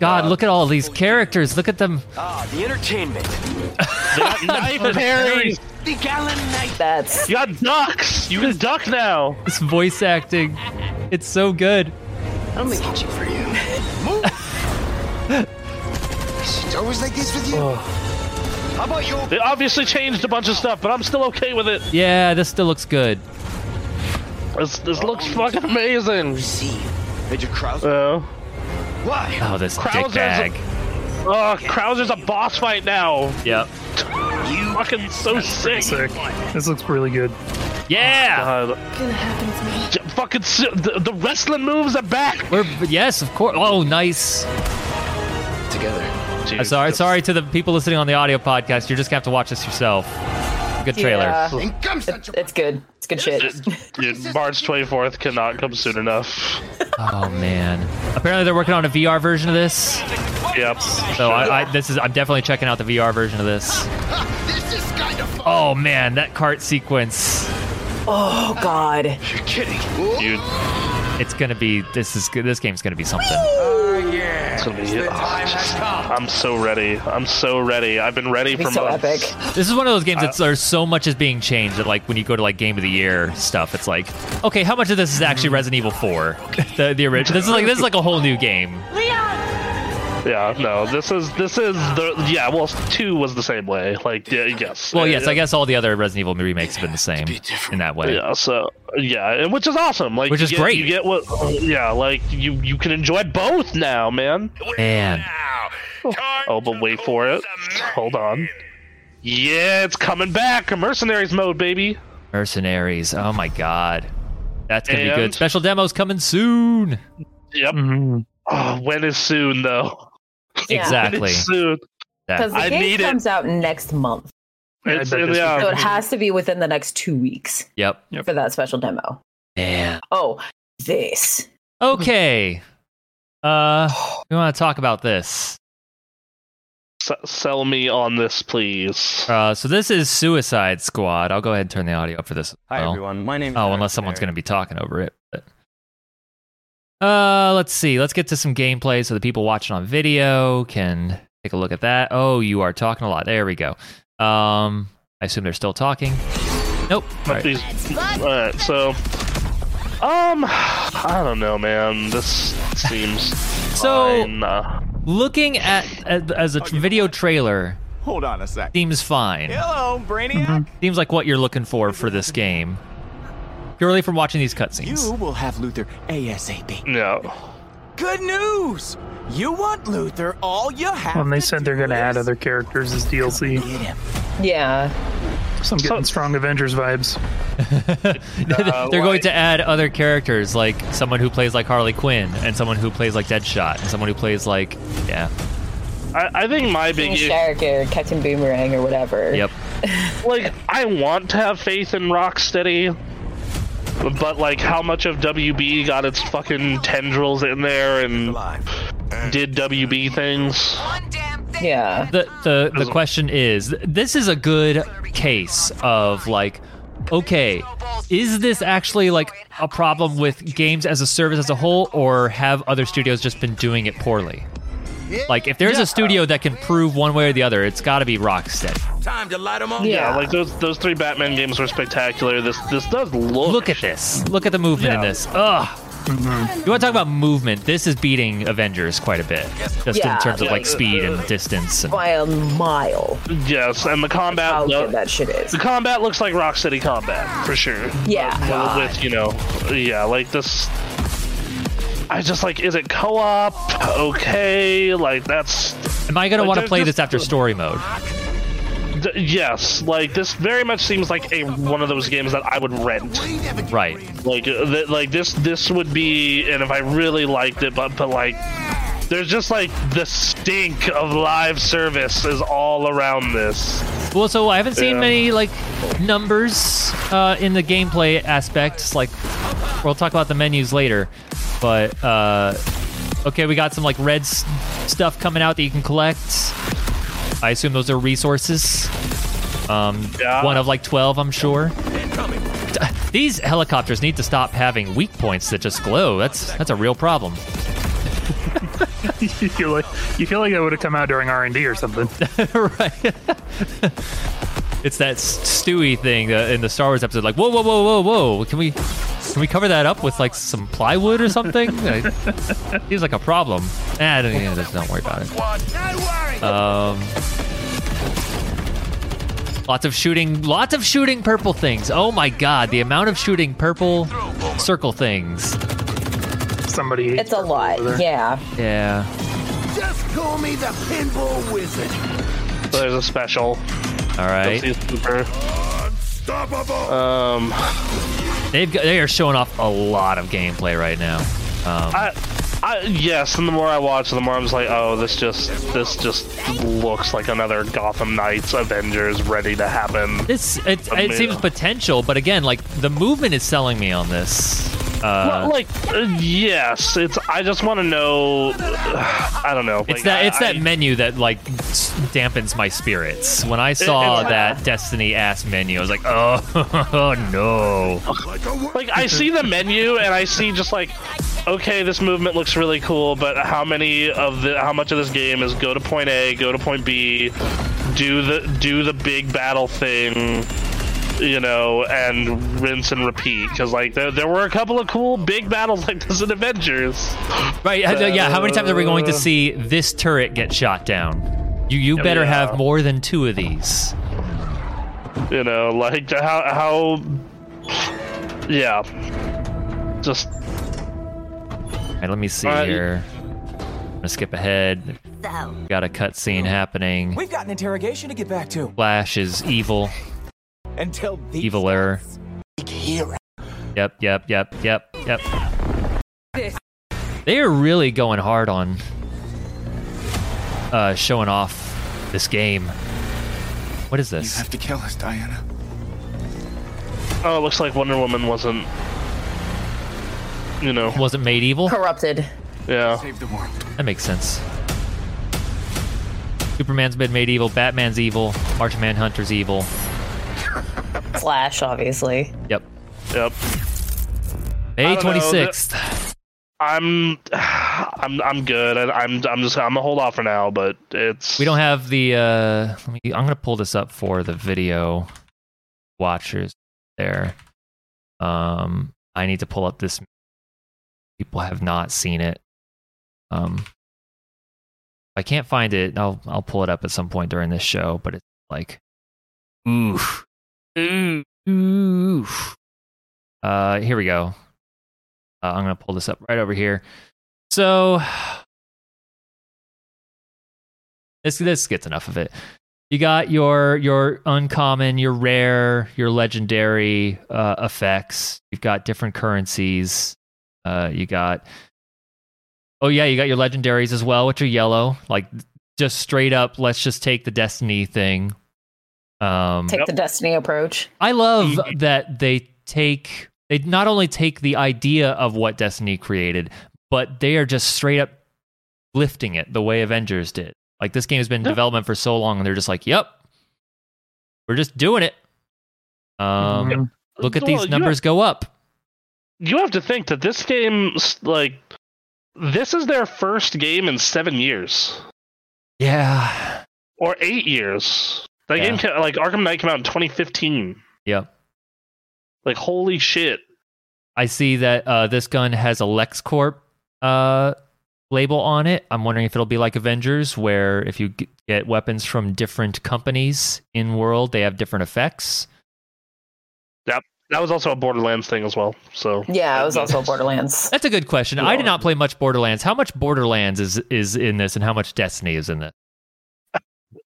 S1: God, look at all these characters. Look at them.
S5: Ah, the entertainment.
S2: That knife and Harry.
S5: The gallant knight.
S3: That's
S2: You got ducks. You can duck now.
S1: This voice acting. It's so good.
S5: I'm watching for you. Move. Is it always like this with you? How about you?
S2: They obviously changed a bunch of stuff, but I'm still okay with it.
S1: Yeah, this still looks good.
S2: This this looks fucking amazing.
S5: See, Major Krause.
S2: Uh,
S5: Why?
S1: Oh, this
S2: Krauser's
S1: dick bag.
S2: oh, Krauser's a boss fight now.
S1: Yep.
S5: You
S2: Fucking so sick.
S4: Sick. This looks really good.
S1: Yeah.
S2: God. J- Fucking si- the, the wrestling moves are back.
S1: We're yes, of course. Oh, nice.
S5: together.
S1: I'm sorry, sorry to the people listening on the audio podcast. You're just gonna have to watch this yourself. Good trailer.
S3: Yeah,
S5: And come Sancho.
S3: it's good. It's good shit.
S2: Dude, March 24th cannot come soon enough.
S1: Oh man. Apparently they're working on a VR version of this.
S2: Yep.
S1: So I, I this is I'm definitely checking out the VR version of this.
S5: Ha, this is kind of fun.
S1: Oh man, that cart sequence.
S3: Oh God.
S5: You're kidding.
S2: Dude,
S1: It's gonna be this is good. this game's gonna be something.
S2: it's gonna be. oh, just- I'm so ready. I'm so ready. I've been ready
S3: It'd
S2: for
S3: be so
S2: months.
S3: epic.
S1: This is one of those games that there's so much is being changed that like when you go to like game of the year stuff, it's like, okay, how much of this is actually
S2: Hmm.
S1: Resident Evil 4? The the original. This is like this is like a whole new game.
S2: Yeah, no, this is this is the yeah. Well, two was the same way. Like, yeah, yes.
S1: Well, yes,
S2: yeah,
S1: I guess all the other Resident Evil remakes have been the same in that way.
S2: Yeah, so yeah, and which is awesome. Like,
S1: Which
S2: you
S1: is
S2: get-
S1: great.
S2: You get what? Yeah, like you you can enjoy both now, man.
S1: Man.
S2: Oh, but wait for it. Hold on. Yeah, it's coming back. Mercenaries mode, baby.
S1: Mercenaries. Oh my god. That's gonna be
S2: And-
S1: good. Special demos coming soon.
S2: Yep.
S4: Mhm.
S2: Oh, when is soon though?
S3: Yeah.
S2: When
S1: Exactly.
S2: is soon?
S3: Because the
S2: I
S3: game
S2: need it.
S3: comes out next month,
S4: Yeah, I
S2: It's,
S4: bet this is
S2: yeah.
S3: so it has to be within the next two weeks
S1: Yep.
S4: Yep.
S3: for that special demo.
S1: Man.
S3: Oh, this.
S1: Okay. Uh we wanna talk about this.
S2: S- sell me on this, please.
S1: Uh so this is Suicide Squad. I'll go ahead and turn the audio up for this. as
S6: Hi
S1: well.
S6: everyone, my name. is
S1: Oh,
S6: Aaron
S1: unless someone's going
S6: Perry.
S1: to be talking over it. But. Uh, let's see. Let's get to some gameplay so the people watching on video can take a look at that. Oh, you are talking a lot. There we go. Um, I assume they're still talking. Nope. All right.
S2: These- Alright, so um I don't know man. This seems
S1: So-
S2: fine. Uh,
S1: Looking at at- as a video trailer
S7: Hold on a sec.
S1: seems fine.
S7: Hello, Brainiac.
S1: Seems like what you're looking for for this game. Purely from watching these
S7: You
S1: cutscenes.
S7: will have Luther ASAP.
S2: no.
S7: Good news! You want Luther, all you have
S4: When they
S7: to
S4: said they're
S7: do
S4: going to add
S7: is
S4: other characters as DLC,
S7: Get him.
S3: Yeah.
S4: so I'm getting
S2: So-
S4: strong Avengers vibes.
S1: They're going to add other characters, like someone who plays like Harley Quinn, and someone who plays like Deadshot, and someone who plays like yeah,
S2: I, I think my big
S3: King
S2: issue,
S3: Shark or Captain Boomerang or whatever.
S1: yep.
S2: like I want to have faith in Rocksteady. But like, how much of WB got its fucking tendrils in there and
S7: Alive.
S2: did WB things?
S3: Yeah.
S1: the the, the question is this is a good case of like okay is this actually like a problem with games as a service as a whole or have other studios just been doing it poorly like if there's a studio that can prove one way or the other it's got to be rocksteady
S7: Time to light 'em on.
S2: Yeah, like those those three Batman games were spectacular. This this does look.
S1: look at this look at the movement in this ugh
S2: Mm-hmm.
S1: you want to talk about movement this is beating avengers quite a bit just
S3: Yeah,
S1: in terms of like
S3: like-
S1: speed and distance and,
S3: by a mile.
S2: yes, and the
S3: How
S2: combat.
S3: good
S2: The,
S3: that shit is.
S2: the combat looks like Rock City combat for sure.
S3: Yeah.
S2: Well, with you know, yeah, like this. I just like, is it co-op? Okay, like that's
S1: am i going to
S2: Like,
S1: want to
S2: there's
S1: play
S2: just-
S1: this after story mode
S2: d- yes, like this very much seems like a one of those games that I would rent.
S1: right
S2: Like uh, th- like this this would be, and if I really liked it, but but like. There's just like the stink of live service is all around this.
S1: Well, so I haven't seen
S2: Yeah.
S1: many like numbers uh, in the gameplay aspects. Like, we'll talk about the menus later, but uh, okay, we got some like red s- stuff coming out that you can collect. I assume those are resources. Um,
S2: Yeah.
S1: one of like twelve, I'm sure. These helicopters need to stop having weak points that just glow. That's that's a real problem.
S4: you feel like you feel like that would have come out during R and D or something.
S1: right. it's that S- Stewie thing uh, in the Star Wars episode. Like, whoa, whoa, whoa, whoa, whoa. Can we can we cover that up with like some plywood or something? like, he's like a problem. Nah, I don't, yeah, just don't worry about it. Um, lots of shooting, lots of shooting purple things. Oh my god, the amount of shooting purple circle things.
S4: Somebody
S3: It's a lot. Yeah.
S1: Yeah.
S7: Just call me the pinball wizard.
S2: There's a special.
S1: All right.
S2: You'll see Super. Um,
S1: They've got, they are showing off a lot of gameplay right now. Um,
S2: I, I yes, and the more I watch, the more I'm just like, oh, this just this just looks like another Gotham Knights Avengers ready to happen.
S1: This it, it
S2: Amazing.
S1: seems potential, but again, like the movement is selling me on this.
S2: Well,
S1: Uh,
S2: like uh, yes, it's. I just want to know. I don't know.
S1: it's
S2: like,
S1: that
S2: I-
S1: it's that
S2: I-
S1: menu that like dampens my spirits. When I saw
S2: it's-
S1: that Destiny ass menu, I was like, oh, oh no.
S2: like I see the menu and I see just like, okay, this movement looks really cool, but how many of the how much of this game is go to point A, go to point B, do the do the big battle thing, you know, and rinse and repeat? Because like there, there were a couple of cool big battles like this in Avengers.
S1: Right? uh, yeah. How many times are we going to see this turret get shot down? You you better
S2: yeah.
S1: have more than two of these.
S2: You know, like how how, yeah, just
S1: All right, let me see
S2: All right.
S1: here. I'm gonna skip ahead. Got a cutscene happening.
S7: We've got an interrogation to get back to.
S1: Flash is evil.
S7: Until these
S1: Evil error. Yep, yep, yep, yep, yep. They are really going hard on uh, showing off this game. What is this?
S5: to kill us, Diana.
S2: oh, it looks like Wonder Woman wasn't. You know,
S1: Wasn't made evil?
S3: Corrupted.
S2: yeah.
S5: Save the world.
S1: That makes sense. Superman's been made evil. Batman's evil. Martian Manhunter's evil.
S3: Flash, obviously.
S1: Yep.
S2: Yep.
S1: May
S2: don't know,
S1: twenty
S2: the-
S1: sixth.
S2: I'm, I'm, I'm good. I, I'm, I'm just, I'm gonna hold off for now. But it's
S1: We don't have the. Uh, let me, I'm gonna pull this up for the video watchers there. Um, I need to pull up this. People have not seen it. Um, if I can't find it. I'll I'll pull it up at some point during this show. But it's like, oof, oof, oof. Uh, here we go. Uh, I'm gonna pull this up right over here. So this this gets enough of it. You got your your uncommon, your rare, your legendary uh, effects. You've got different currencies. Uh, you got oh yeah, you got your legendaries as well, which are yellow. Like just straight up, let's just take the destiny thing. Um,
S3: Take the Destiny approach.
S1: I love that they take They not only take the idea of what Destiny created, but they are just straight up lifting it the way Avengers did. Like this game has been in
S2: Yeah.
S1: development for so long, and they're just like, "Yep, we're just doing it." Um,
S4: Mhm.
S1: look at
S2: Well,
S1: these
S2: you have-
S1: numbers go up.
S2: you have to think that this game, s- like, this is their first game in seven years
S1: Yeah,
S2: or eight years. That
S1: Yeah.
S2: game, ca like Arkham Knight, came out in 2015.
S1: Yep.
S2: Like, holy shit!
S1: I see that uh, this gun has a LexCorp uh, label on it. I'm wondering if it'll be like Avengers, where if you g- get weapons from different companies in world, they have different effects.
S2: That was also a Borderlands thing as well. So
S3: Yeah, it was also Borderlands.
S1: That's a good question. I did not play much Borderlands. How much Borderlands is is in this, and how much Destiny is in this?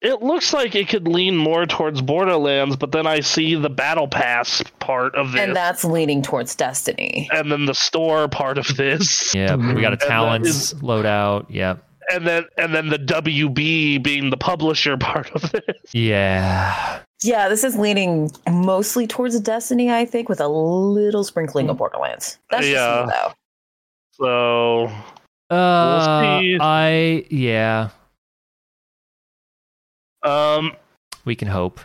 S2: it looks like it could lean more towards Borderlands, but then I see the Battle Pass part of this,
S3: And
S2: and,
S3: that's leaning towards Destiny.
S2: then the store part of this,
S1: Yeah, we got a
S2: Mm-hmm. And that
S1: talents
S2: is-
S1: loadout. Yeah,
S2: and then and then the WB being the publisher part of this.
S1: yeah.
S3: Yeah, this is leaning mostly towards Destiny, I think, with a little sprinkling of Borderlands. That's
S2: Mm. Yeah.
S3: just me, though.
S2: So
S1: Uh,
S2: see.
S1: I yeah.
S2: um,
S1: We can hope.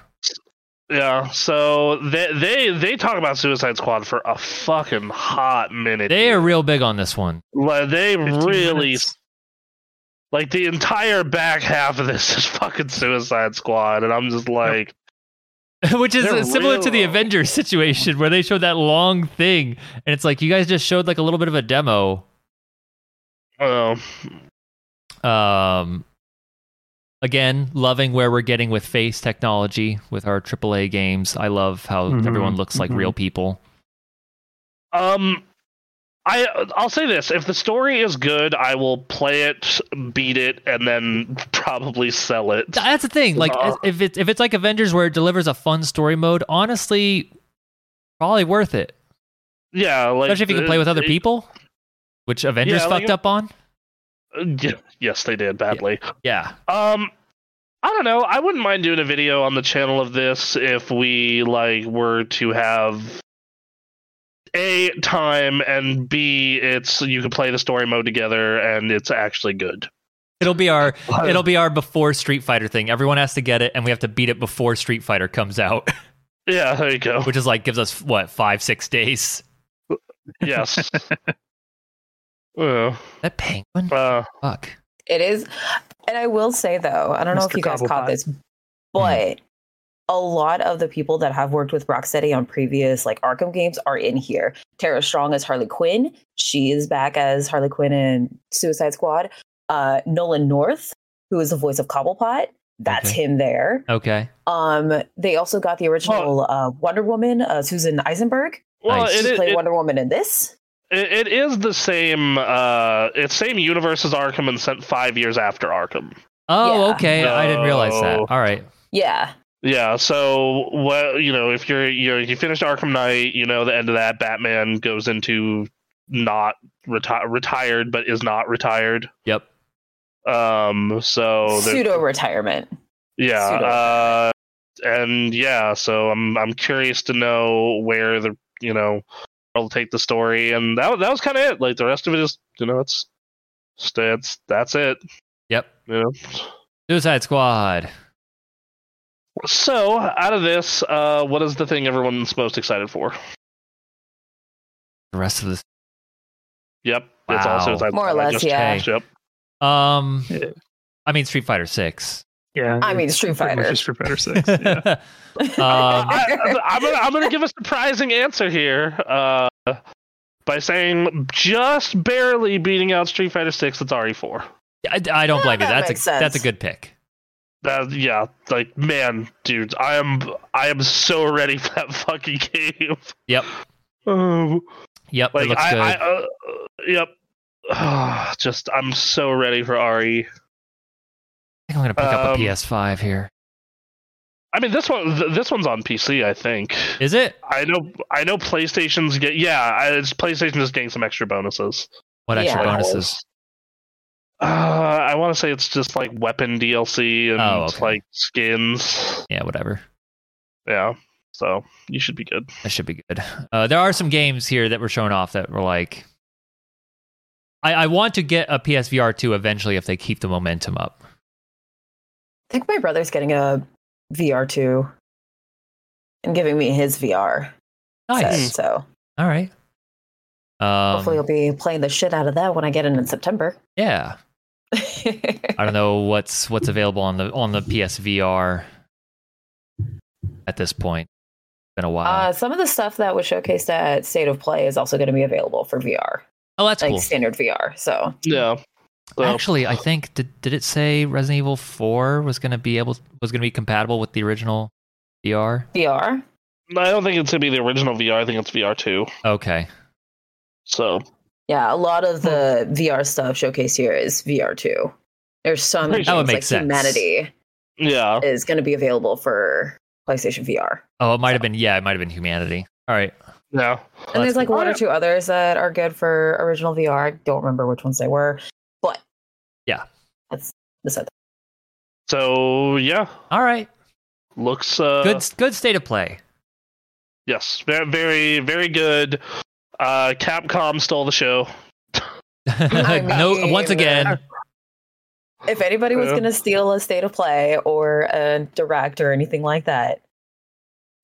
S2: Yeah, so they they they talk about Suicide Squad for a fucking hot minute.
S1: They are
S2: dude.
S1: real big on this one.
S2: like they
S4: 15
S2: really
S4: minutes.
S2: like the entire back half of this is fucking Suicide Squad, and I'm just like,
S1: Which is
S2: They're
S1: similar to the
S2: real.
S1: Avengers situation where they showed that long thing and it's like you guys just showed like a little bit of a demo.
S2: oh,
S1: Um again, loving where we're getting with face technology with our AAA games. I love how
S2: Mm-hmm.
S4: Mhm,
S1: everyone looks like
S4: mhm.
S1: real people.
S2: um, I I'll say this: if the story is good, I will play it, beat it, and then probably sell it.
S1: Th- That's the thing. Like
S2: Uh.
S1: if it's if it's like Avengers where it delivers a fun story mode, honestly probably worth it.
S2: Yeah, like
S1: Especially if you can play with other
S2: it-
S1: people, which Avengers
S2: Yeah, like
S1: fucked
S2: it-
S1: up on.
S2: Yeah, yes, they did badly.
S1: Yeah.
S2: Um, I don't know. I wouldn't mind doing a video on the channel of this if we like were to have a time and b it's you can play the story mode together and it's actually good.
S1: It'll be our it'll be our before Street Fighter thing. Everyone has to get it and we have to beat it before Street Fighter comes out,
S2: Yeah, there you go.
S1: which is like gives us what, 5 6 days.
S2: yes. Uh,
S1: That penguin?
S2: uh,
S1: Fuck.
S3: It is. And I will say, though, I don't know if
S4: Mr.
S3: you guys
S4: Cobblepot.
S3: caught this, but a lot of the people that have worked with Rocksteady on previous like Arkham games are in here. Tara Strong as Harley Quinn. She is back as Harley Quinn in Suicide Squad. Uh, Nolan North, who is the voice of Cobblepot. That's
S1: Okay.
S3: him there.
S1: Okay.
S3: Um, they also got the original uh, Wonder Woman, uh, Susan Eisenberg.
S2: well,
S1: Nice.
S2: it,
S3: She
S2: it,
S3: played
S2: it,
S3: Wonder Woman in this.
S2: it is the same. Uh, it's same universe as Arkham and sent five years after Arkham.
S1: Oh,
S3: Yeah.
S1: okay. I didn't realize that.
S2: No.
S1: All right.
S3: Yeah,
S2: Yeah, so well, you know, if you're you know, you finished Arkham Knight, you know, the end of that Batman goes into not reti- retired but is not retired.
S1: Yep.
S2: Um
S4: Oh,
S2: so there-
S3: pseudo retirement.
S2: yeah,
S3: pseudo.
S2: uh and yeah, so I'm I'm curious to know where the you know, I'll take the story and that that was kind of it. Like the rest of it is, you know, it's it's that's it,
S1: Yep.
S2: you know.
S1: Suicide Squad.
S2: So, out of this, uh what is the thing everyone's most excited for?
S1: The rest of this.
S2: Yep. It's
S1: Wow.
S2: also
S3: More or less, yeah.
S1: Okay.
S2: Yep.
S1: Um
S4: Yeah.
S1: I mean Street Fighter 6.
S4: Yeah,
S3: I mean,
S4: it's
S3: Street
S4: pretty much uh,
S3: Fighter.
S4: just Street Fighter Six. Yeah.
S1: um,
S2: I, am gonna I'm gonna give a surprising answer here uh, by saying just barely beating out Street Fighter Six. E That's RE4.
S1: I, I don't blame you.
S3: that
S1: That's a
S3: makes sense.
S1: that's a good pick.
S2: That yeah, like man, dude, I am I am so ready for that fucking game.
S1: Yep.
S2: Um,
S1: Yep. it
S2: like
S1: looks
S2: I,
S1: good.
S2: I uh, yep. just I'm so ready for E. RE.
S1: I think I'm gonna pick up
S2: um,
S1: a PS5 here.
S2: I mean, this one th- this one's on PC, I think.
S1: Is it?
S2: I know I know PlayStation's get yeah, I- it's PlayStation is getting some extra bonuses.
S1: What extra
S3: Yeah.
S1: bonuses?
S2: Uh, I want to say it's just like weapon DLC and
S1: Oh, okay.
S2: like skins.
S1: Yeah, whatever.
S2: Yeah. So you should be good.
S1: That should be good. Uh, there are some games here that were showing off that were like, I, I want to get a PSVR 2 eventually if they keep the momentum up.
S3: I think my brother's getting a VR2 and giving me his VR.
S1: Nice.
S3: set, so
S1: All right. Um,
S3: hopefully I'll be playing the shit out of that when I get in in September.
S1: yeah. I don't know what's what's available on the on the PSVR at this point. Been a while.
S3: uh, some of the stuff that was showcased at State of Play is also going to be available for VR,
S1: oh, that's
S3: like
S1: cool.
S3: standard VR. So
S2: Yeah. So,
S1: Actually, I think did did it say Resident Evil Four was going to be able was going to be compatible with the original E VR?
S3: VR,
S2: I don't think it's gonna be the original VR. I think it's VR two.
S1: Okay,
S2: So
S3: yeah, a lot of the
S1: Hmm.
S3: VR stuff showcased here is VR two. There's some
S2: That
S3: games,
S1: would make
S3: like
S1: sense.
S3: Humanity
S2: yeah,
S3: is going to be available for PlayStation VR,
S1: oh, it might have been yeah, it might have been Humanity. All right,
S2: yeah.
S3: and
S1: that's
S3: there's like
S2: cool.
S3: one or two others that are good for original VR. I don't remember which ones they were, but
S1: Yeah.
S3: that's that's it.
S2: So yeah,
S1: all right,
S2: looks uh,
S1: good good state of play.
S2: Yes, very, very, very good. Uh, Capcom stole the show.
S1: no,
S3: mean, uh,
S1: once again,
S3: If anybody was
S2: Yeah.
S3: going to steal a state of play or a direct or anything like that,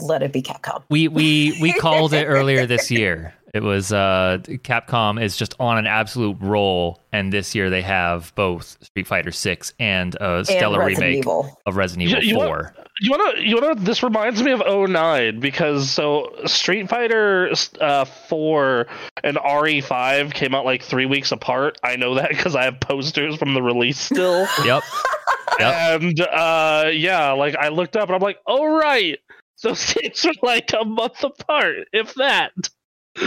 S3: let it be Capcom.
S1: we we we called it earlier this year. It was uh, Capcom is just on an absolute roll, and this year they have both Street Fighter Six and a stellar
S3: and Resident
S1: remake
S3: Evil.
S1: of Resident
S2: You-
S1: Evil
S2: you want-
S1: Four.
S2: You wanna, you wanna. This reminds me of 09 because so Street Fighter uh, four and RE five came out like three weeks apart. I know that because I have posters from the release still.
S1: Yep. Yep.
S2: And uh, yeah, like I looked up and I'm like, oh right, those games are like a month apart, if that.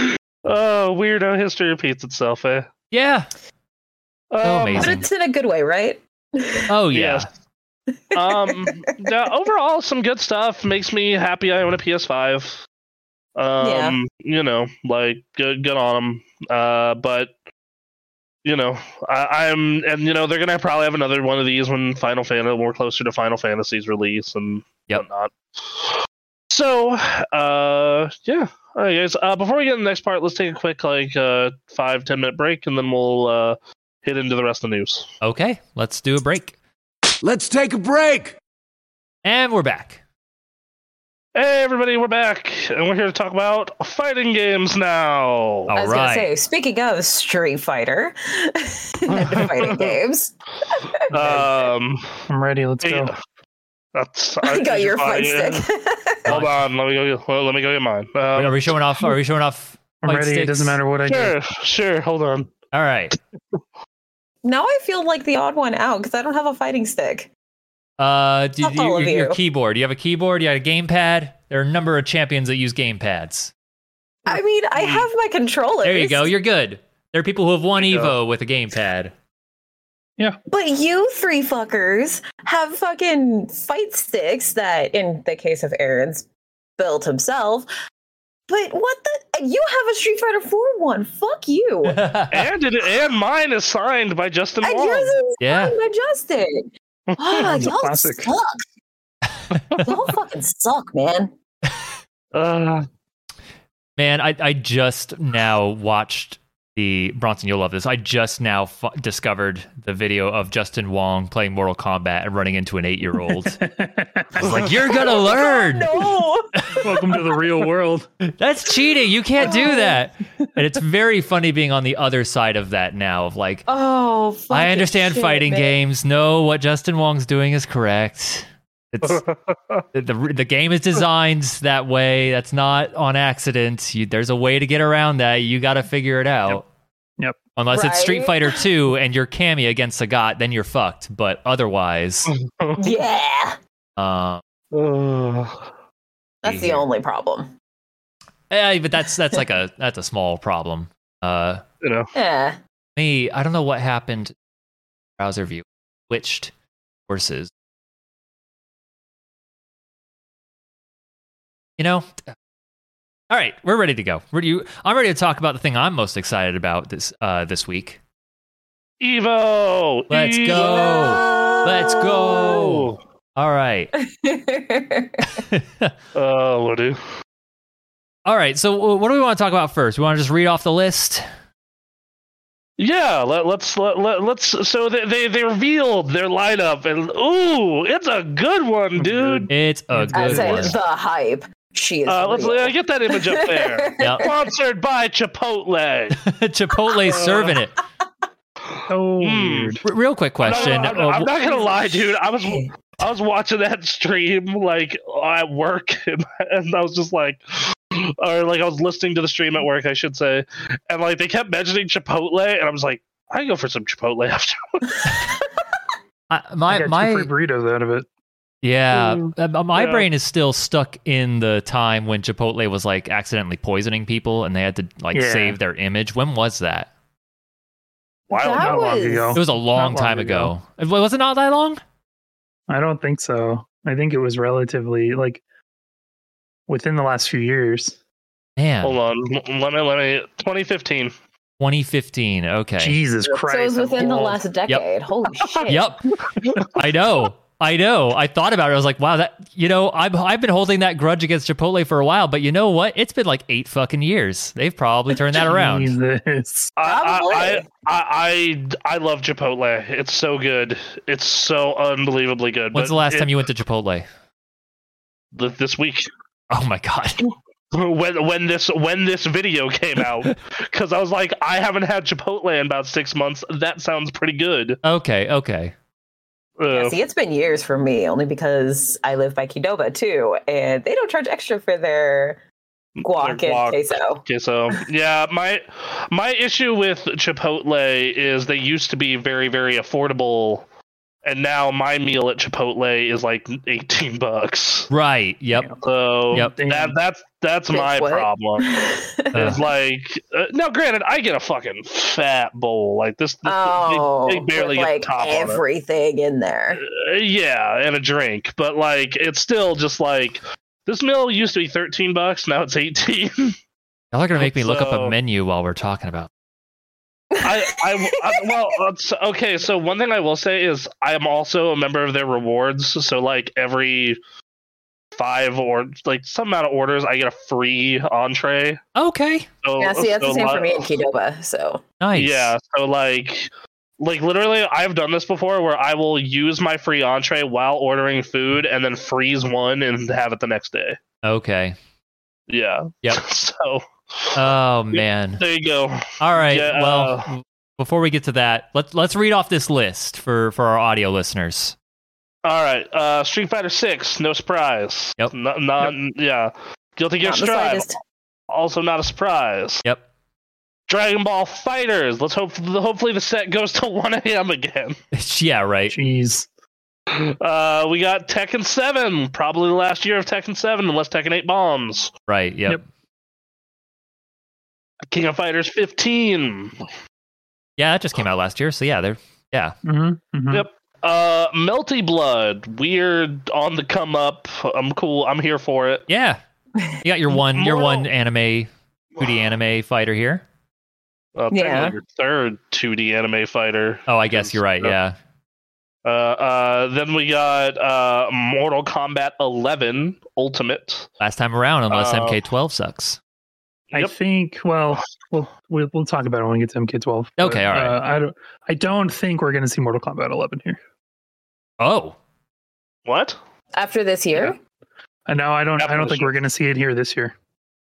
S2: Oh, weirdo history repeats itself, eh?
S1: Yeah.
S2: Um,
S1: amazing.
S3: But it's in a good way, right?
S1: Oh yeah.
S2: um yeah, overall some good stuff makes me happy i own a ps5 um
S3: Yeah.
S2: you know like good good on them uh but you know I, i'm and you know they're gonna probably have another one of these when final fantasy we're closer to final fantasy's release and
S1: Yep.
S2: whatnot so uh yeah all right guys uh before we get in the next part let's take a quick like uh five ten minute break and then we'll uh hit into the rest of the news
S1: Okay, let's do a break,
S7: Let's take a break!
S1: and we're back.
S2: Hey everybody, we're back, and we're here to talk about fighting games now.
S4: Oh.
S1: All
S3: I was going
S1: right.
S3: to say, speaking of Street Fighter and fighting games,
S2: um,
S4: I'm ready. Let's
S2: hey,
S4: go.
S2: that's
S3: I got your fight
S2: yeah.
S3: stick.
S2: Hold on, let me go. Get, well, let me go get mine.
S1: are
S2: Um,
S1: we showing off? Are we showing off?
S4: I'm
S1: fight
S4: ready. It doesn't
S1: sticks?
S4: matter what I do.
S2: sure, sure. Hold on.
S1: All right.
S3: now I feel like the odd one out because I don't have a fighting stick.
S1: Uh, do,
S3: Fuck
S1: you,
S3: all of
S1: your, your
S3: you.
S1: keyboard. You have a keyboard. You have a gamepad. There are a number of champions that use gamepads.
S3: I mean, I have my controllers.
S1: Hmm. There you go. You're good. There are people who have won
S2: you go.
S1: Evo with a gamepad.
S3: But you three fuckers have fucking fight sticks that, in the case of Aaron's, built himself. But what the? You have a Street Fighter 4 one. Fuck you. and
S2: And it, and mine is signed by Justin
S3: yours
S2: Wong.
S3: is
S1: yeah.
S3: signed by Justin. Oh,
S4: That's a
S3: y'all
S4: classic.
S3: suck. y'all fucking suck, man.
S2: Uh,
S1: Man, I, I just now watched the Bronson. You'll love this. I just now fu- discovered the video of Justin Wong playing Mortal Kombat and running into an eight-year-old. I was like, "You're gonna learn.
S3: Oh, No.
S4: Welcome to the real world.
S1: That's cheating. You can't
S3: Oh.
S1: do that." And it's very funny being on the other side of that now. Of like,
S3: Oh,
S1: I
S3: fucking
S1: understand
S3: shit,
S1: fighting
S3: man.
S1: games. No, what Justin Wong's doing is correct. It's the, the the game is designed that way. That's not on accident. You, there's a way to get around that. You got to figure it out.
S4: Yep.
S1: Unless it's Street
S3: Right?
S1: Fighter 2 and you're Cammy against Sagat, then you're fucked. But otherwise,
S3: Yeah.
S1: uh,
S2: uh,
S3: That's the only problem.
S1: eh, but that's that's like a that's a small problem. Uh,
S2: you know.
S3: Yeah.
S1: me, I don't know what happened. Browser view switched horses. You know. All right, we're ready to go. Where do you? I'm ready to talk about the thing I'm most excited about this uh, this week.
S2: Evo. Oh.
S1: Let's Oh, go. Let's go. All right.
S2: Uh, what do?
S1: All right. So, wh- what do we want to talk about first? We want to just read off the list.
S2: Yeah, let, let's let, let, let's. So they, they they revealed their lineup, and ooh, it's a good one, dude.
S1: It's a
S3: I
S1: good
S3: said
S1: one.
S3: the hype. She is.
S2: Uh, let's
S3: real.
S2: uh, get that image up there.
S1: Yep.
S2: Sponsored by Chipotle.
S1: Chipotle serving it. Hmm.
S4: So
S2: Mm.
S4: weird.
S1: R- real quick question.
S2: No, no, I'm, not- I'm
S1: Uh,
S2: not gonna lie, dude. I was I was watching that stream like at work, and, and I was just like, or like I was listening to the stream at work, I should say, and like they kept mentioning Chipotle, and I was like, I can go for some Chipotle after.
S1: I-
S4: I
S1: my
S4: got
S1: my
S4: two free burritos out of it.
S1: yeah, uh, my
S2: Yeah.
S1: brain is still stuck in the time when Chipotle was like accidentally poisoning people and they had to like
S4: Yeah.
S1: save their image. When was that?
S2: Wow,
S3: That
S4: not long
S3: was-
S4: ago.
S1: It was a long
S4: long
S1: time ago. It- Was it not that long?
S4: I don't think so. I think it was relatively like within the last few years.
S1: Man,
S2: Hold on, let me let me. 2015.
S1: 2015. Okay.
S4: Jesus Christ.
S3: So it was
S4: I'm
S3: within the
S4: old.
S3: last decade. Holy shit.
S1: Yep. I know. I know. I thought about it. I was like, wow, that you know, I've I've been holding that grudge against Chipotle for a while, but you know what? It's been like eight fucking years. They've probably turned that around.
S4: Jesus.
S3: Probably.
S2: I, I, I I I love Chipotle. It's so good. It's so unbelievably good.
S1: When's
S2: But
S1: the last
S2: it-
S1: time you went to Chipotle?
S2: th- this week?
S1: Oh my god.
S2: when when this when this video came out because I was like, I haven't had Chipotle in about six months. That sounds pretty good.
S1: Okay, okay.
S2: Uh,
S3: Yeah, see, it's been years for me, only because I live by Qdoba too, and they don't charge extra for their guac
S2: Their guac.
S3: and queso.
S2: okay, so yeah, my my issue with Chipotle is they used to be very very affordable, and now my meal at Chipotle is like eighteen bucks.
S1: Right. Yep.
S2: So
S1: Yep.
S2: that
S4: Damn.
S2: that's that's
S3: Bitch,
S2: my
S3: what?
S2: problem.
S1: Uh,
S2: It's like uh, now, granted, I get a fucking fat bowl like this. this
S3: oh,
S2: they, they barely
S3: with,
S2: get
S3: like
S2: the top on it.
S3: everything in there.
S2: Uh, yeah, and a drink, but like it's still just like this meal used to be 13 bucks, now it's 18.
S1: y'all are gonna make me look up a
S2: So-
S1: menu while we're talking about.
S2: I, I, I well, it's- okay, so one thing I will say is I am also a member of their rewards, so like every five or like some amount of orders, I get a free entree.
S1: Okay.
S2: So,
S3: yeah, see, that's
S2: so
S3: the same
S2: like-
S3: for me in Qdoba. So
S1: Nice.
S2: Yeah, so like like literally I've done this before where I will use my free entree while ordering food and then freeze one and have it the next day.
S1: Okay.
S2: Yeah.
S1: Yep.
S2: so
S1: Oh man.
S2: there you go.
S1: All right.
S2: Yeah,
S1: well,
S2: uh,
S1: w- before we get to that, let's let's read off this list for for our audio listeners.
S2: All right. Uh, Street Fighter Six, no surprise.
S1: Yep.
S2: No, not, Yeah. Guilty Gear
S3: not the
S2: Strive,
S3: slightest.
S2: also not a surprise.
S1: Yep.
S2: Dragon Ball Fighters. Let's hope hopefully the set goes to 1 a.m. again.
S1: yeah. Right.
S4: Jeez.
S1: Hmm.
S2: Uh, we got Tekken 7, probably the last year of Tekken 7, unless Tekken 8 bombs.
S1: Right. Yep.
S4: Yep.
S2: King of Fighters 15.
S1: Yeah. That just came out last year. So yeah, they're
S4: Mm-hmm.
S2: Yep. Uh, Melty Blood, weird on the come up. I'm cool. I'm here for it.
S1: Yeah. You got your one your
S2: Mortal-
S1: one anime 2D anime fighter here.
S2: Uh,
S3: Yeah.
S2: technically Your third 2D anime fighter.
S1: Oh, I guess you're right. Yeah.
S2: Uh, uh, then we got uh, Mortal Kombat 11 Ultimate.
S1: Last time around unless
S2: Uh,
S1: MK12 sucks.
S4: I
S2: Yep.
S4: think. Well, we'll we'll we'll talk about it when we get to MK12. but,
S1: Okay, all right.
S4: Uh, I don't. I don't think we're going to see Mortal Kombat 11 here.
S1: Oh.
S2: What?
S3: After this year,
S4: Uh, no, I don't. I don't think
S2: Absolution.
S4: we're going to see it here this year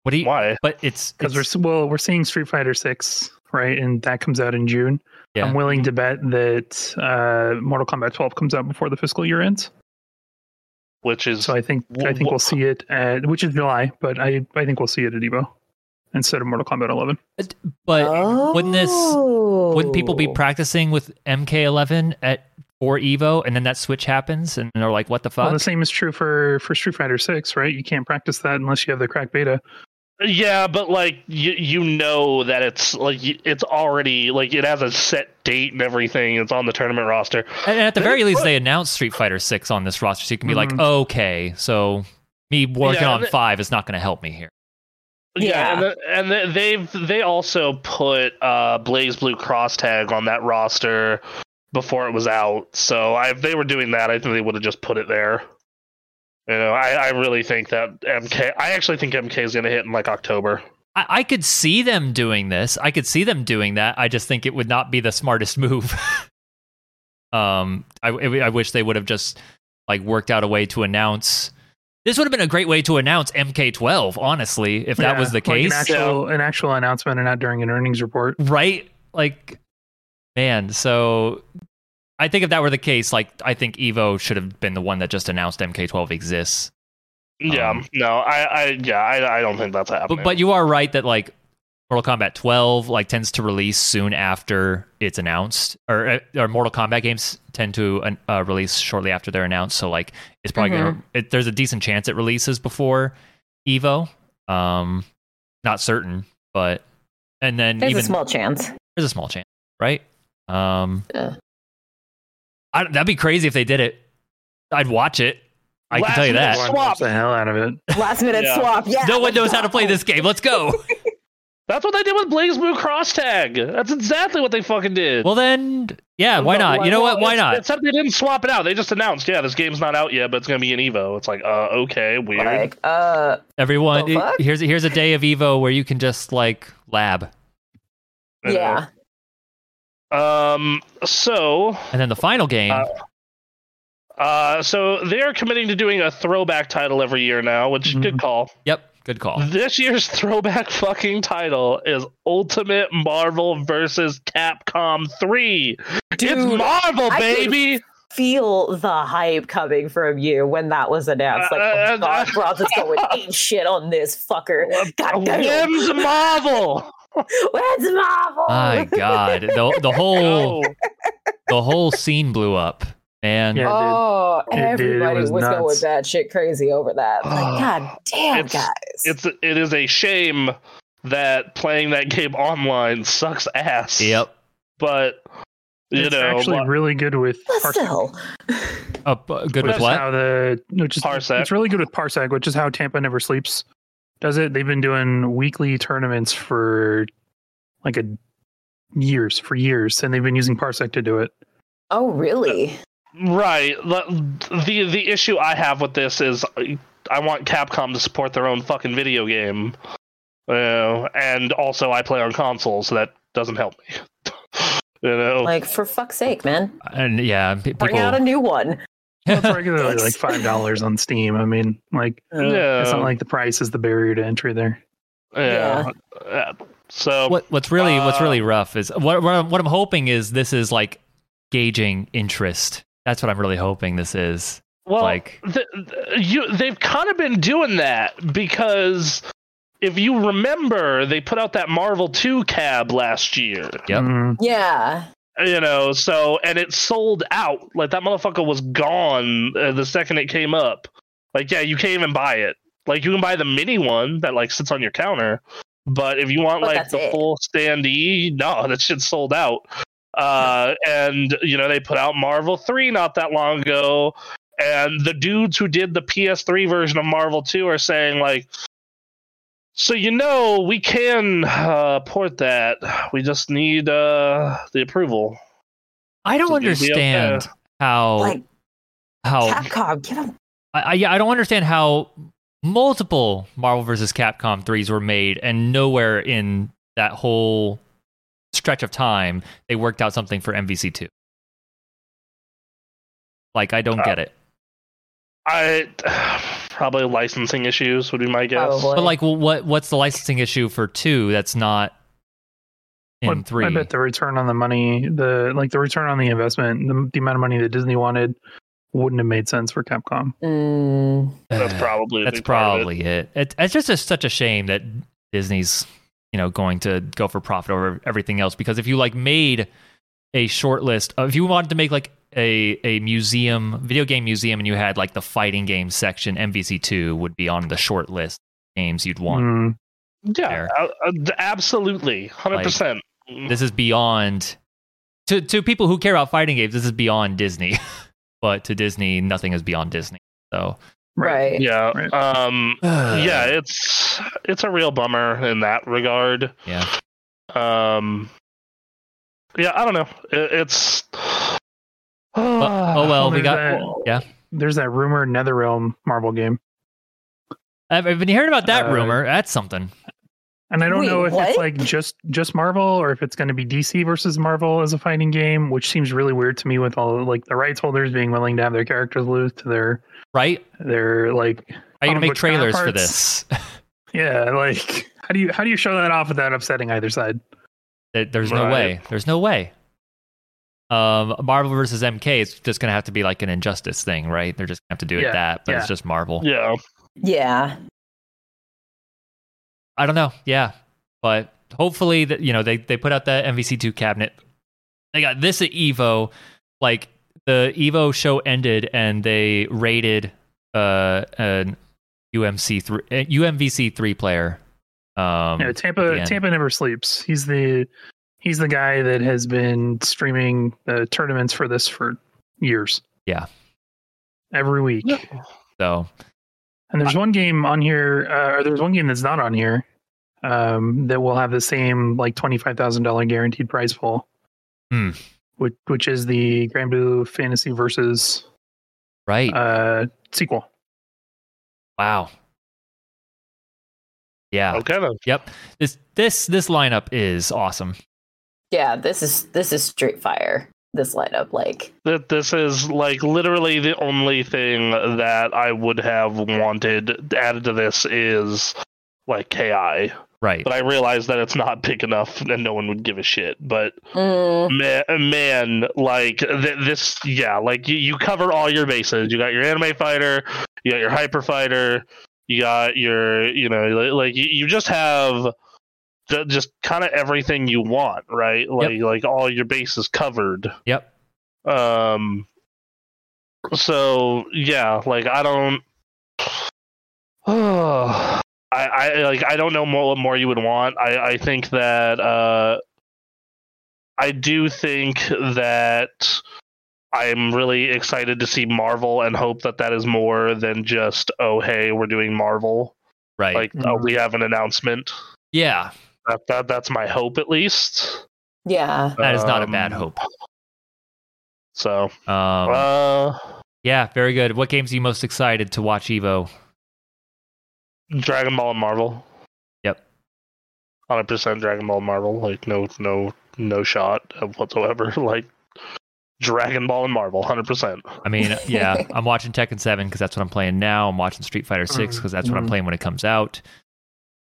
S1: What do you
S2: Why?
S1: But it's
S4: because we're
S1: it's-
S4: s- well, we're seeing Street Fighter 6, right? And that comes out in June.
S1: Yeah.
S4: I'm willing to bet that uh, Mortal Kombat 12 comes out before the fiscal year ends.
S2: Which is
S4: So I think I think
S2: Wha-
S4: we'll see it at which is July, but I I think we'll see it at Evo instead of Mortal Kombat 11.
S1: but wouldn't this-
S2: Oh.
S1: wouldn't people be
S3: Oh.
S1: practicing with MK11 at or Evo and then that switch happens and they're like what the fuck?
S4: Well, the same is true for for Street Fighter 6, right? You can't practice that unless you have the crack beta.
S2: yeah, but like you you know that it's like y- it's already like it has a set date and everything. It's on the tournament roster.
S1: and at the
S2: They-
S1: very least they announced Street Fighter 6 on this roster so you can be like
S4: Mhm.
S1: okay, so me working
S2: Yeah,
S1: on
S2: and it-
S1: 5 is not going to help me here.
S2: Yeah, and, the, and the, they've they also put uh, Blaze Blue Cross tag on that roster, before it was out. So I, if they were doing that, I think they would have just put it there. You know, I, I really think that MK. I actually think MK is going to hit in like October.
S1: I, I could see them doing this. I could see them doing that. I just think it would not be the smartest move. um, I, I wish they would have just like worked out a way to announce. This would have been a great way to announce MK12, honestly, if that
S4: Yeah,
S1: was the
S4: like an
S1: case.
S4: actual, an actual announcement and not during an earnings report.
S1: right like man so i think if that were the case like i think evo should have been the one that just announced mk12 exists
S2: Yeah,
S1: Um,
S2: no, I, I, yeah, I, I don't think that's happening.
S1: but but you are right that like mortal kombat 12 like tends to release soon after it's announced or uh, or mortal kombat games tend to uh, release shortly after they're announced so like it's probably
S3: Mm-hmm.
S1: gonna it, there's a decent chance it releases before evo um not certain but and then
S3: There's
S1: even
S3: a small chance.
S1: there's a small chance, right? Um,
S3: Yeah.
S1: I, that'd be crazy if they did it. I'd watch it. I can
S2: Last
S1: tell you
S2: minute
S1: that.
S2: swap.
S4: Watch the hell out of it.
S3: Last minute
S2: Yeah.
S3: swap. Yeah.
S1: No one knows how to play this game. Let's go.
S2: that's what they did with Blaze Blue Cross Tag. That's exactly what they fucking did.
S1: well, then, yeah, why not? You know what? Why not?
S2: Except they didn't swap it out. They just announced, yeah, this game's not out yet, but it's gonna be an Evo. It's like, uh, okay, weird.
S3: Like, uh,
S1: Everyone,
S3: The fuck?
S1: here's here's a day of Evo where you can just like lab,
S2: You know?
S3: yeah.
S2: Um. So,
S1: and then the final game.
S2: Uh, uh, so they are committing to doing a throwback title every year now, which
S4: Mhm.
S2: good call.
S1: yep, good call.
S2: This year's throwback fucking title is Ultimate Marvel versus Capcom 3. it's
S3: Dude,
S2: Marvel,
S3: I can-
S2: baby!
S3: Feel the hype coming from you when that was announced. Like,
S2: Uh,
S3: oh
S2: uh,
S3: god,
S2: uh,
S3: Rob is going ape shit on this fucker. God damn.
S2: Whims Marvel!
S3: Where's Marvel?
S1: My God, the the
S4: Oh.
S1: whole the whole scene blew up, man.
S4: Yeah.
S3: Oh,
S4: It did. It
S3: everybody
S4: was
S3: was, going
S4: nuts.
S3: bad shit crazy over that. Like, God damn,
S2: Ah, It's-
S3: guys.
S2: It's it is a shame that playing that game online sucks ass.
S1: Yep.
S2: But you
S4: it's
S2: know,
S4: actually
S2: like-
S4: really good with
S3: but
S4: Parsec,
S3: still,
S1: Up, uh, good
S4: which
S1: with
S4: is
S1: what?
S4: How the which is,
S2: Parsec.
S4: It's really good with Parsec, which is how Tampa never sleeps. Does it? They've been doing weekly tournaments for like a years for years, and they've been using Parsec to do it.
S3: oh
S2: Uh,
S3: really?
S2: right. The the- the issue I have with this is I want Capcom to support their own fucking video game. You know, and also I play on console, so that doesn't help me. you know,
S3: Like, for fuck's sake, man,
S1: And yeah, pe-
S3: bring out a
S1: people.
S3: new one.
S4: Well, it's regularly like
S3: Thanks.
S4: five dollars on Steam. I mean, like
S2: yeah,
S4: it's not like the price is the barrier to entry there.
S2: yeah. Uh, So
S1: what what's really what's
S2: Uh,
S1: really rough is what what I'm, what I'm hoping is this is like gauging interest. That's what I'm really hoping this is.
S2: well,
S1: like
S2: th- th- you they've kind of been doing that because if you remember they put out that marvel 2 cab last year
S1: Yep.
S4: Mm,
S3: Yeah,
S2: you know so and it sold out like that motherfucker was gone uh, the second it came up like yeah you can't even buy it like you can buy the mini one that like sits on your counter but if you want
S3: But
S2: like
S3: that's
S2: the
S3: it.
S2: full standee no that shit's sold out uh and you know they put out marvel 3 not that long ago and the dudes who did the ps3 version of marvel 2 are saying like so you know we can uh, port that we just need uh the approval
S1: I don't
S2: So it'd be okay.
S1: understand how
S3: like
S1: how
S2: Oh.
S3: Capcom, give him.
S1: I, I yeah, I don't understand how multiple Marvel vs. Capcom threes were made and nowhere in that whole stretch of time they worked out something for MVC two. Like I don't
S2: Uh,
S1: get it.
S2: I probably licensing issues would be my guess.
S3: Probably.
S1: But like, well, what what's the licensing issue for two that's not in
S4: well,
S1: three?
S4: I bet the return on the money, the like the return on the investment, the, the amount of money that Disney wanted, wouldn't have made sense for Capcom.
S3: Mm,
S2: That's probably a
S1: Eh, that's
S2: big part of it.
S1: probably it. It- It's just a, such a shame that Disney's you know going to go for profit over everything else because if you like made a short list, of, if you wanted to make like a a museum video game museum and you had like the fighting game section, MVC two would be on the short list of games you'd want.
S4: Mm,
S2: Yeah,
S1: there.
S2: uh, uh, d- absolutely, hundred percent.
S1: This is beyond to to people who care about fighting games. This is beyond Disney, but to Disney, nothing is beyond Disney. So
S3: right.
S2: Yeah,
S4: Right.
S2: um, yeah,
S1: yeah,
S2: it's it's a real bummer in that regard.
S1: yeah.
S2: Um, yeah, I don't know. It, it's
S1: oh well, we
S4: there's
S1: got.
S4: that,
S1: yeah.
S4: There's that rumor NetherRealm Marvel game,
S1: I've, I've been hearing about that
S4: Uh,
S1: rumor. That's something.
S4: and I don't
S3: Wait,
S4: know if
S3: what?
S4: it's like just just Marvel or if it's going to be DC versus Marvel as a fighting game, which seems really weird to me with all like the rights holders being willing to have their characters lose to their
S1: Right?
S4: their like
S1: Are you gonna
S4: Comic
S1: make
S4: book
S1: trailers for
S4: counterparts.
S1: this?
S4: yeah like how do you how do you show that off without upsetting either side?
S1: There- There's no
S2: Right.
S1: way. There's no way. Um, Marvel versus MK is just gonna have to be like an injustice thing, right? They're just gonna have to do it
S4: Yeah,
S1: that, but it's
S4: yeah.
S1: just Marvel.
S2: Yeah.
S3: Yeah.
S1: I don't know. Yeah, but hopefully that you know they they put out that MVC2 cabinet. They got this at Evo. Like the Evo show ended and they rated uh an UMC three UMVC three player. Um,
S4: Yeah,
S1: at the
S4: Tampa
S1: end.
S4: Tampa never sleeps. He's the he's the guy that has been streaming uh, tournaments for this for years.
S1: Yeah.
S4: Every week.
S1: So
S4: And there's one game on here uh, or there's one game that's not on here um that will have the same like $25,000 guaranteed prize pool.
S1: Hmm.
S4: Which which is the Grand Blue Fantasy versus
S1: right,
S4: uh sequel.
S1: wow, yeah,
S2: Okay then.
S1: yep. This this this lineup is awesome.
S3: Yeah, this is this is straight fire. This lineup, like,
S2: That this is like literally the only thing that I would have wanted added to this is like KI.
S1: Right,
S2: But I realize that it's not big enough and no one would give a shit. But
S3: mm,
S2: man, man like th- this yeah like you, you cover all your bases you got your anime fighter you got your hyper fighter you got your you know li- like you, you just have ju- just kind of everything you want right like like all your bases covered
S1: yep.
S2: um so yeah like i don't I, I like I don't know more what more you would want. I, I think that uh I do think that I'm really excited to see Marvel and hope that that is more than just oh hey we're doing Marvel
S1: Right,
S2: like oh,
S1: Mm-hmm.
S2: we have an announcement.
S1: yeah.
S2: That, that that's my hope at least.
S3: yeah.
S1: That is not a
S2: Um,
S1: bad hope.
S2: So
S1: Um,
S2: uh
S1: yeah, very good. What games are you most excited to watch Evo?
S2: Dragon Ball and Marvel.
S1: Yep.
S2: Hundred percent Dragon Ball and Marvel. Like no no no shot of whatsoever. Like Dragon Ball and Marvel. Hundred percent.
S1: I mean, yeah, I'm watching Tekken 7 because that's what I'm playing now. I'm watching Street Fighter 6 because that's what I'm
S4: Mhm.
S1: playing when it comes out.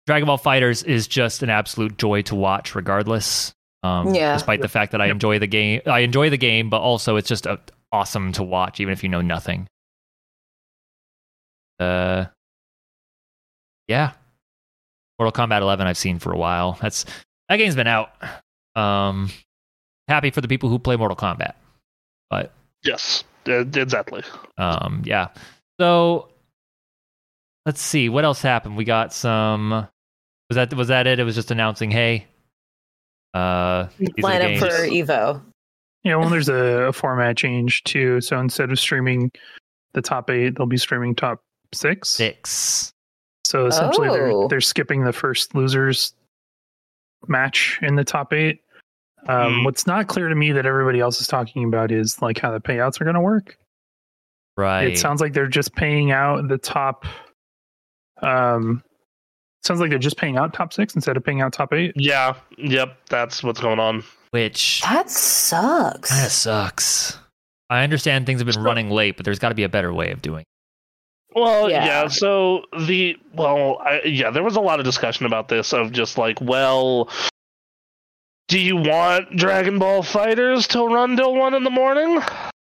S1: Dragon Ball Fighters is just an absolute joy to watch, regardless. Um,
S3: Yeah.
S1: Despite the fact that I
S4: Yep.
S1: enjoy the game, I enjoy the game, but also it's just a, awesome to watch, even if you know nothing. Uh, yeah, Mortal Kombat 11 I've seen for a while. That's that game's been out. Um, happy for the people who play Mortal Kombat.
S2: Yes. e- Exactly.
S1: Um, yeah. So let's see what else happened. We got some. Was that was that it? It was just announcing, hey, uh, these are the
S3: Lineup
S1: games.
S3: for Evo.
S4: Yeah, well, there's a, a format change too. So instead of streaming the top eight, they'll be streaming top six.
S1: six.
S4: So essentially,
S3: Oh.
S4: they're they're skipping the first losers match in the top eight. Um,
S2: Hmm.
S4: What's not clear to me that everybody else is talking about is like how the payouts are going to work.
S1: Right.
S4: It sounds like they're just paying out the top. Um, sounds like they're just paying out top six instead of paying out top eight.
S2: Yeah. Yep. That's what's going on.
S1: which
S3: That
S1: kind of
S3: sucks.
S1: sucks. I understand things have been running late, but there's got to be a better way of doing.
S2: Well,
S3: Yeah.
S2: yeah. So the well, I, yeah, there was a lot of discussion about this of just like, well, do you want Dragon Ball Fighters to run till one in the morning?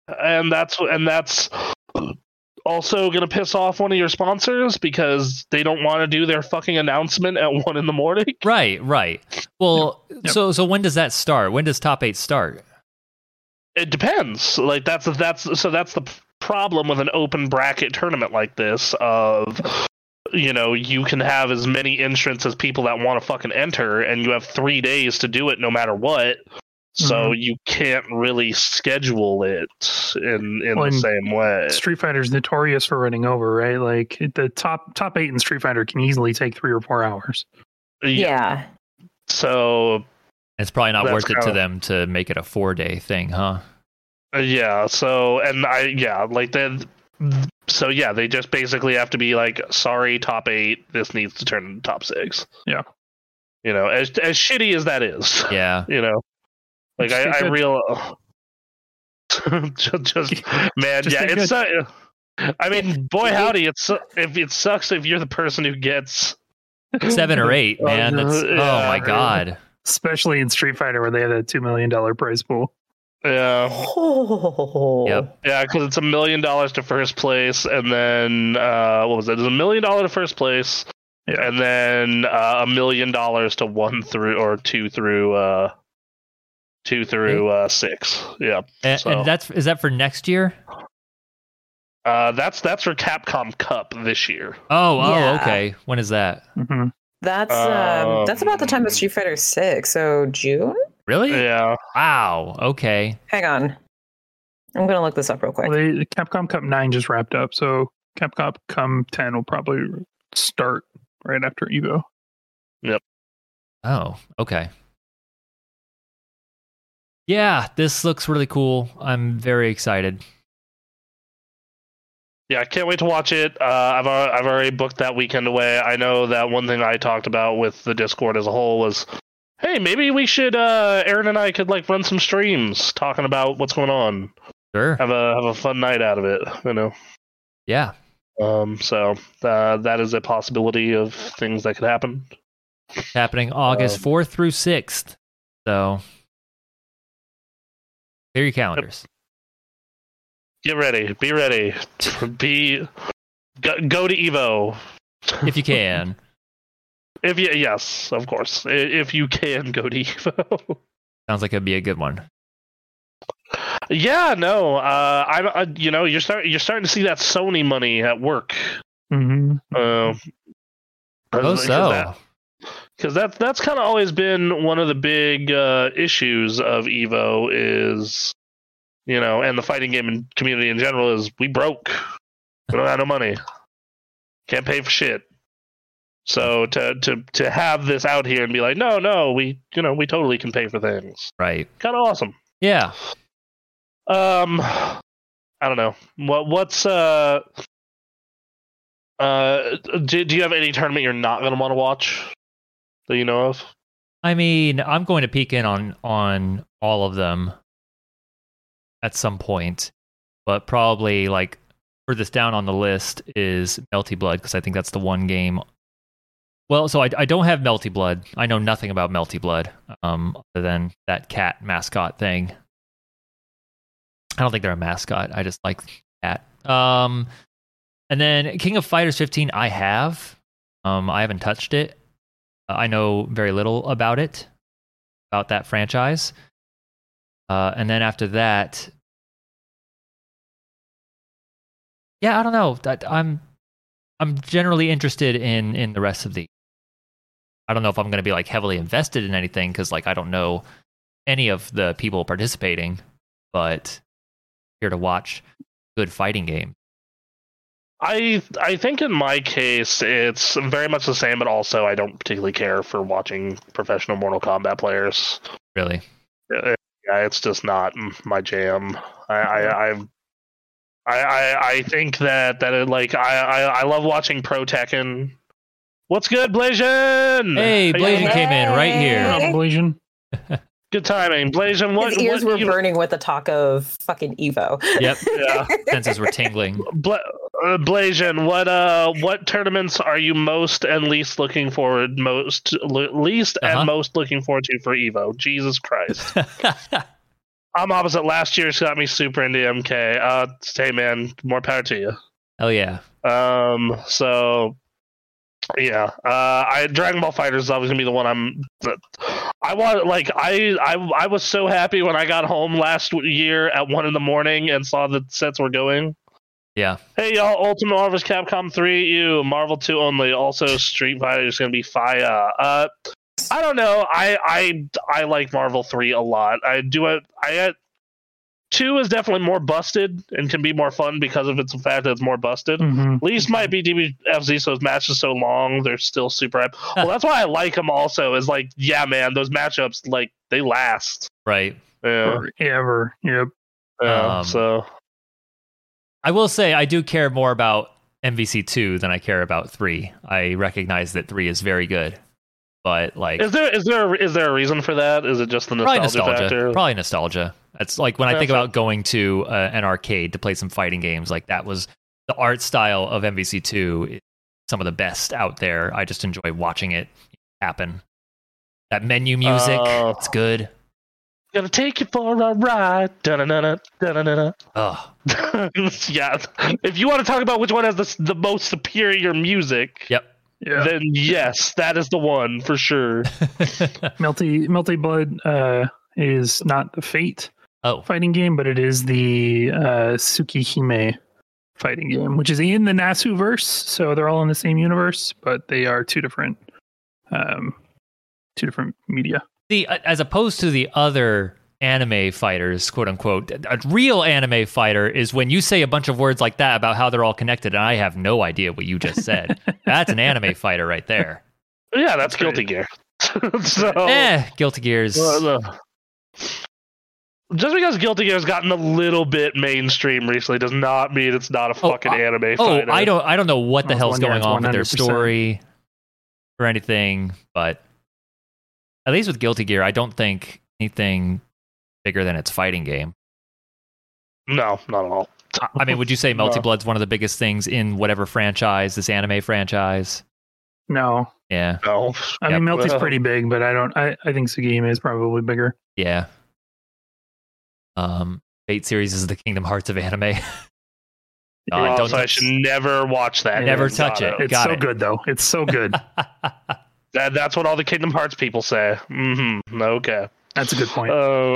S2: And that's and that's also gonna piss off one of your sponsors because they don't want to do their fucking announcement at one in the morning.
S1: it. Right. Right. Well,
S4: Yep.
S1: so so when does that start? When does top eight start?
S2: It depends. Like that's that's so that's the problem with an open bracket tournament like this of you know, you can have as many entrants as people that want to fucking enter and you have 3 days to do it no matter what. So you can't really schedule it in in
S4: Well,
S2: the
S4: and
S2: same way.
S4: Street Fighter's notorious for running over, right? Like the top top eight in Street Fighter can easily take three or four hours.
S3: Yeah.
S2: So
S1: It's probably not
S2: That's
S1: worth it to
S2: kinda-
S1: them to make it a four day thing, huh?
S2: Uh, yeah. So and I yeah like then. So yeah, they just basically have to be like, sorry, top eight. This needs to turn into top six.
S4: Yeah.
S2: You know, as as shitty as that is,
S1: Yeah.
S2: you know, like
S4: Just
S2: I,
S4: think
S2: I
S4: that-
S2: real. just, just man,
S4: Just
S2: yeah,
S4: think
S2: it's. so- I mean, boy howdy, it's so- if it sucks if you're the person who gets
S1: Seven or eight,
S2: Oh,
S1: man. That's, oh
S2: yeah.
S1: my god.
S4: especially in Street Fighter where they had a two million dollar prize pool.
S2: yeah
S3: Oh.
S1: Yep.
S2: Yeah, because it's a million dollars to first place, and then uh, what was it? It's a million dollar to first place,
S4: Yeah.
S2: and then uh, a million dollars to one through or two through uh, two through uh, six. Yeah,
S1: And,
S2: So-
S1: and that's is that for next year?
S2: uh, that's that's for Capcom Cup this year.
S1: Oh, oh,
S3: Yeah.
S1: okay. When is that?
S4: hmm
S3: That's um, that's about the time
S2: Um,
S3: of Street Fighter Six. So June.
S1: Really?
S2: Yeah,
S1: Wow. Okay.
S3: Hang on, I'm gonna look this up real
S4: Well,
S3: quick.
S4: they, Capcom Cup nine just wrapped up, so Capcom Cup ten will probably start right after Evo.
S1: Oh, okay. Yeah, this looks really cool. I'm very excited.
S2: yeah, I can't wait to watch it. Uh, I've al- I've already booked that weekend away. I know that one thing I talked about with the Discord as a whole was. Hey, maybe we should. Uh, Aaron and I could like run some streams talking about what's going on.
S1: Sure.
S2: have a have a fun night out of it, you know.
S1: Yeah.
S2: Um, so uh, that is a possibility of things that could happen.
S1: It's happening August
S2: Um,
S1: 4th through 6th. So clear your calendars.
S2: Get ready, be ready, be go, go to Evo
S1: If you can.
S2: if you yes, of course, I- if you can go to Evo.
S1: Sounds like it'd be a good one.
S2: yeah, no, uh, I'm uh, you know you're start you're starting to see that Sony money at work.
S4: Mm-hmm.
S2: Um,
S1: Oh, so.
S2: because that's that's kind of always been one of the big uh, issues of Evo is, you know, and the fighting game and community in general is we broke, we don't have no money, can't pay for shit. So to to to have this out here and be like, no, no, we you know we totally can pay for things,
S1: Right.
S2: kind of awesome.
S1: Yeah.
S2: Um, I don't know what what's uh. Uh, do, do you have any tournament you're not gonna want to watch that you know of?
S1: I mean, I'm going to peek in on on all of them at some point, but probably like furthest down on the list is Melty Blood because I think that's the one game. Well, so I, I don't have Melty Blood. I know nothing about Melty Blood um, other than that cat mascot thing. I don't think they're a mascot. I just like the cat. Um, and then King of Fighters 15, I have. Um, I haven't touched it. Uh, I know very little about it, about that franchise. Uh, and then after that, yeah, I don't know. That- I'm I'm generally interested in in the rest of the. I don't know if I'm going to be like heavily invested in anything because like I don't know any of the people participating, but here to watch good fighting game.
S2: I I think in my case it's very much the same, but also I don't particularly care for watching professional Mortal Kombat players.
S1: Really,
S2: Uh, Yeah, it's just not m- my jam. I I I've, I I I think that that it, like I, I I love watching Pro Tekken. What's good, Blasian?
S1: hey, Blazing
S3: Hey.
S1: came in right here.
S3: Hey.
S4: Blasian.
S2: Good timing, Blasian. What
S3: His ears
S2: what
S3: were
S2: you-
S3: burning with the talk of fucking Evo.
S1: Yep,
S2: Yeah.
S1: senses were tingling.
S2: Bla- uh, Blasian, what uh, what tournaments are you most and least looking forward most le- least
S1: Uh-huh.
S2: and most looking forward to for Evo? Jesus Christ, I'm opposite. Last year's got me super into MK. Uh, hey man, more power to you.
S1: Oh yeah,
S2: Um, so yeah, uh, I Dragon Ball Fighters is always gonna be the one I'm. that- I want like I I I was so happy when I got home last w- year at one in the morning and saw the sets were going.
S1: Yeah.
S2: Hey y'all, Ultimate Marvel's Capcom 3, you Marvel 2 only. Also, Street Fighter is gonna be fire. Uh, I don't know. I I I like Marvel 3 a lot. I do it. I uh, two is definitely more busted and can be more fun because of its fact that it's more busted.
S4: Mm-hmm.
S2: At least might be DBFZ, so his matches so long, they're still super hype. Well, that's why I like him also, is like, yeah, man, those matchups, like, they last.
S1: right.
S2: Yeah.
S4: Forever. Yep.
S2: Yeah,
S1: Um,
S2: so
S1: I will say I do care more about MVC two than I care about three. I recognize that three is very good, but like
S2: is there is there is there a reason for that? Is it just the
S1: probably
S2: nostalgia,
S1: nostalgia.
S2: factor?
S1: Probably nostalgia. That's like when I
S2: Yeah,
S1: think
S2: so-
S1: about going to uh, an arcade to play some fighting games. Like that was the art style of MVC two. is Some of the best out there. I just enjoy watching it happen. That menu music,
S2: Oh.
S1: it's good.
S2: Gonna take you for a ride. Dun-dun-dun-dun, dun-dun-dun-dun.
S1: Ugh.
S2: yeah. If you want to talk about which one has the, s- the most superior music,
S1: Yep.
S4: Yeah.
S2: then yes, that is the one for sure.
S4: Melty Melty Blood uh, is not the Fate
S1: oh,
S4: fighting game, but it is the uh, Tsukihime fighting game, which is in the Nasu verse. So they're all in the same universe, but they are two different, um, two different media.
S1: the uh, as opposed to the other anime fighters, quote unquote, a real anime fighter is when you say a bunch of words like that about how they're all connected, and I have no idea what you just said. That's an anime fighter right there.
S2: Yeah, that's
S4: That's right.
S2: Guilty Gear. so
S1: Eh, Guilty Gears.
S2: Oh. well, uh, just because Guilty Gear's gotten a little bit mainstream recently does not mean it's not a
S1: Oh,
S2: fucking
S1: uh,
S2: anime
S1: oh,
S2: fighter.
S1: I don't, I don't know what the
S4: I was
S1: hell's
S4: wondering
S1: going on with their
S4: 100%.
S1: story or anything, but at least with Guilty Gear, I don't think anything bigger than its fighting game.
S2: No, not at all.
S1: I- I mean, would you say
S2: No.
S1: Melty Blood's one of the biggest things in whatever franchise, this anime franchise?
S4: No,
S1: Yeah,
S2: No.
S4: I
S1: Yep.
S4: mean Melty's
S2: Well-
S4: pretty big, but I don't. I, I think Tsukihime is probably bigger.
S1: yeah. Um, Fate series is the Kingdom Hearts of anime. God,
S2: Ross,
S1: don't
S2: I
S1: touch-
S2: should never watch that.
S1: Never
S2: Got
S1: touch it.
S4: It's
S1: Got
S4: so
S1: it.
S4: good though. It's so good.
S2: That, that's what all the Kingdom Hearts people say. Mm-hmm. Okay.
S4: That's a good point.
S2: Oh.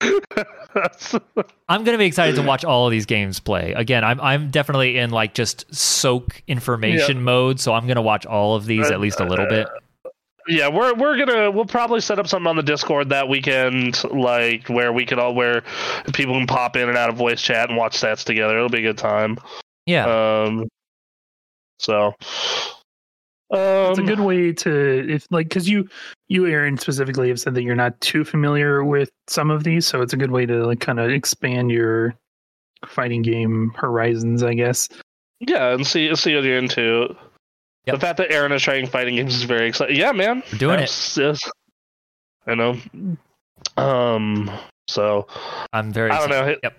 S1: I'm gonna be excited to watch all of these games play. Again, I'm I'm definitely in like just soak information mode, so I'm gonna watch all of these at least a little bit.
S2: yeah, we're we're gonna we'll probably set up something on the Discord that weekend, like where we could all where people can pop in and out of voice chat and watch stats together. It'll be a good time.
S1: Yeah,
S2: Um. So. Um,
S4: it's a good way to if like because you you aaron specifically have said that you're not too familiar with some of these so it's a good way to like kind of expand your fighting game horizons i guess
S2: yeah, and see see what you're into.
S1: Yep.
S2: The fact that Aaron is trying fighting games is very exciting. Yeah, man.
S1: we're doing it.
S2: Yes, yes. I know. Um. So
S1: I'm very.
S2: I don't
S1: excited.
S2: know. It-
S1: Yep.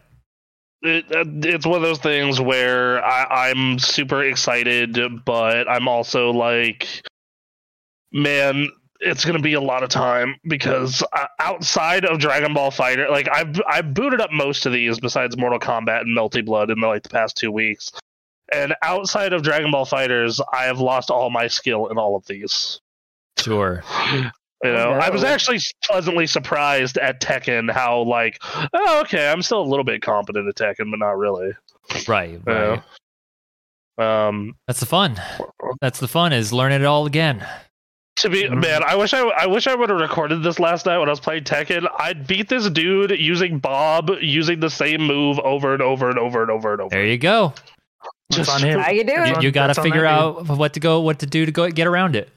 S2: It, uh, it's one of those things where I, I'm super excited, but I'm also like, man, it's gonna be a lot of time because uh, outside of Dragon Ball Fighter, like I've I've booted up most of these besides Mortal Kombat and Melty Blood in like the past two weeks, and outside of Dragon Ball Fighters, I have lost all my skill in all of these.
S1: Sure.
S2: You
S3: Oh,
S2: know, I
S3: no.
S2: was actually pleasantly surprised at Tekken how like, oh okay, I'm still a little bit competent at Tekken, but not really.
S1: Right. Right.
S2: Yeah. Um,
S1: That's the fun. That's the fun is learning it all again.
S2: to be
S4: Mhm.
S2: man, I wish I I wish I would have recorded this last night when I was playing Tekken. I beat this dude using Bob using the same move over and over and over and over and over.
S1: There you go.
S2: Just-
S4: That's on him.
S3: How you doing?
S1: You,
S4: on-
S1: you got
S4: that's
S1: to
S4: on
S1: figure
S4: that
S1: out what to go, what to do to go get around it.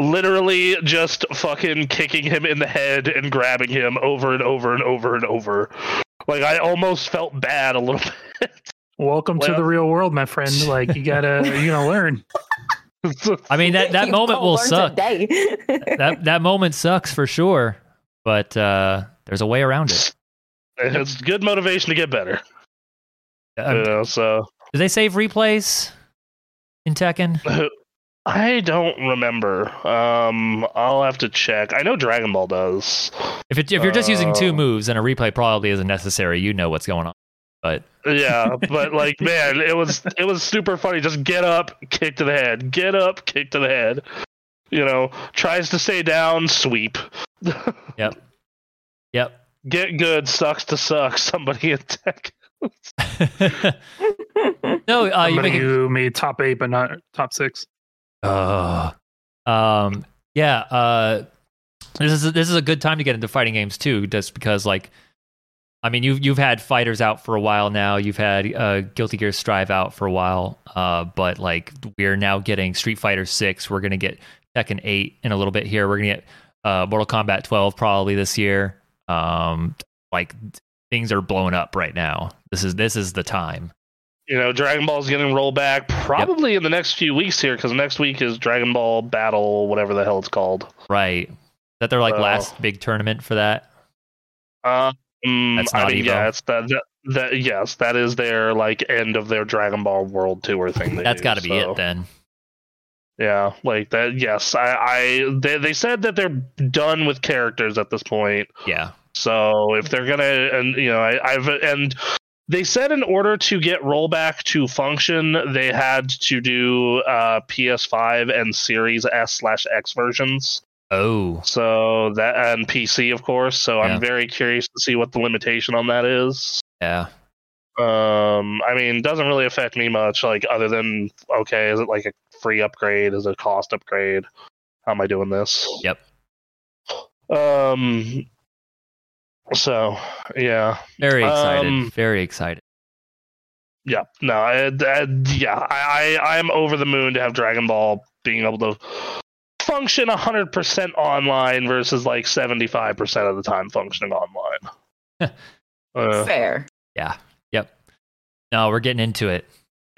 S2: Literally just fucking kicking him in the head and grabbing him over and over and over and over. Like I almost felt bad a little
S4: welcome to
S2: Well-
S4: the real world my friend like you gotta you know learn
S2: bit.
S1: I mean that that
S3: You
S1: moment
S3: gonna
S1: will
S3: learn
S1: suck.
S3: Today.
S1: That that moment sucks for sure, but uh, there's a way around it.
S2: it's good motivation to get better.
S1: Um,
S2: you know, so
S1: do they save replays in Tekken?
S2: I don't remember. Um, I'll have to check. I know Dragon Ball does.
S1: If it, if you're just using two
S2: Uh,
S1: moves, then a replay probably isn't necessary. You know what's going on. But
S2: Yeah, but like, man, it was it was super funny. Just get up, kick to the head. Get up, kick to the head. You know, tries to stay down, sweep.
S1: yep.
S2: Get good, sucks to suck. Somebody in tech.
S1: no,
S2: Oh,
S1: uh, you
S4: somebody
S1: make a,
S4: who made top eight but not top six
S1: Oh. Um yeah, uh this is this is a good time to get into fighting games too just because like I mean you've you've had fighters out for a while now. You've had uh Guilty Gear Strive out for a while. Uh but like we're now getting Street Fighter 6. We're going to get Tekken 8 in a little bit here. We're going to get uh Mortal Kombat 12 probably this year. Um like things are blown up right now. This is this is the time.
S2: You know, Dragon Ball's getting rolled back probably in the next few weeks here because next week is Dragon Ball Battle, whatever the hell it's called.
S1: Right. Is that their like
S2: Well.
S1: last big tournament for that?
S2: Um,
S1: That's
S2: I
S1: not
S2: mean,
S1: Evo.
S2: yeah, it's that, that, that. Yes, that is their like end of their Dragon Ball World Tour thing. They
S1: That's
S2: got to
S1: be it then.
S2: Yeah, like that. Yes, I. I they, they said that they're done with characters at this point.
S1: Yeah.
S2: So if they're gonna, and you know, I, I've and they said in order to get rollback to function, they had to do uh, PS5 and Series S slash X versions.
S1: Oh.
S2: So that and PC, of course. So
S1: Yeah.
S2: I'm very curious to see what the limitation on that is.
S1: Yeah.
S2: Um, I mean, doesn't really affect me much, like other than okay, is it like a free upgrade? Is it a cost upgrade? How am I doing this?
S1: Yep.
S2: Um. So yeah.
S1: Very excited.
S2: Um,
S1: Very excited.
S2: Yeah, no, I, I, yeah, I, I, I'm over the moon to have Dragon Ball being able to function 100% online versus like 75% of the time functioning online. Uh,
S3: Fair.
S1: No, we're getting into it.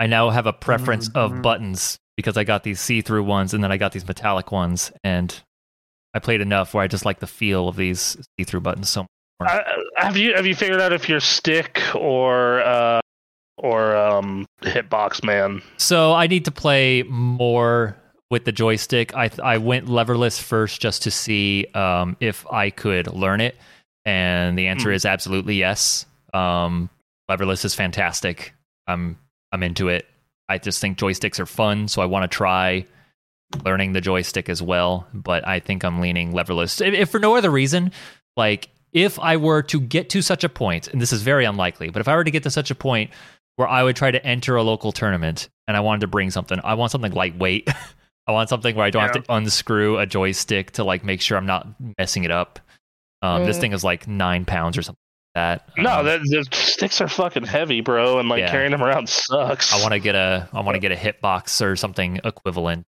S1: I now have a preference of buttons because I got these see-through ones and then I got these metallic ones and I played enough where I just like the feel of these see-through buttons so much.
S2: I, Uh, have you have you figured out if you're stick or uh, or um, hitbox man?
S1: So I need to play more with the joystick. I I went leverless first just to see um, if I could learn it, and the answer is absolutely yes. Um, leverless is fantastic. I'm I'm into it. I just think joysticks are fun, so I want to try learning the joystick as well. But I think I'm leaning leverless, if, if for no other reason. Like if I were to get to such a point, and this is very unlikely, but if I were to get to such a point where I would try to enter a local tournament and I wanted to bring something. I want something lightweight. I want something where I don't have to unscrew a joystick to like make sure I'm not messing it up. Um, This
S3: Mm.
S1: thing is like nine pounds or something like that.
S2: No,
S1: Um,
S2: that, the sticks are fucking heavy, bro, and like
S1: Yeah.
S2: carrying them around sucks.
S1: I want to get a I want to get a hitbox or something equivalent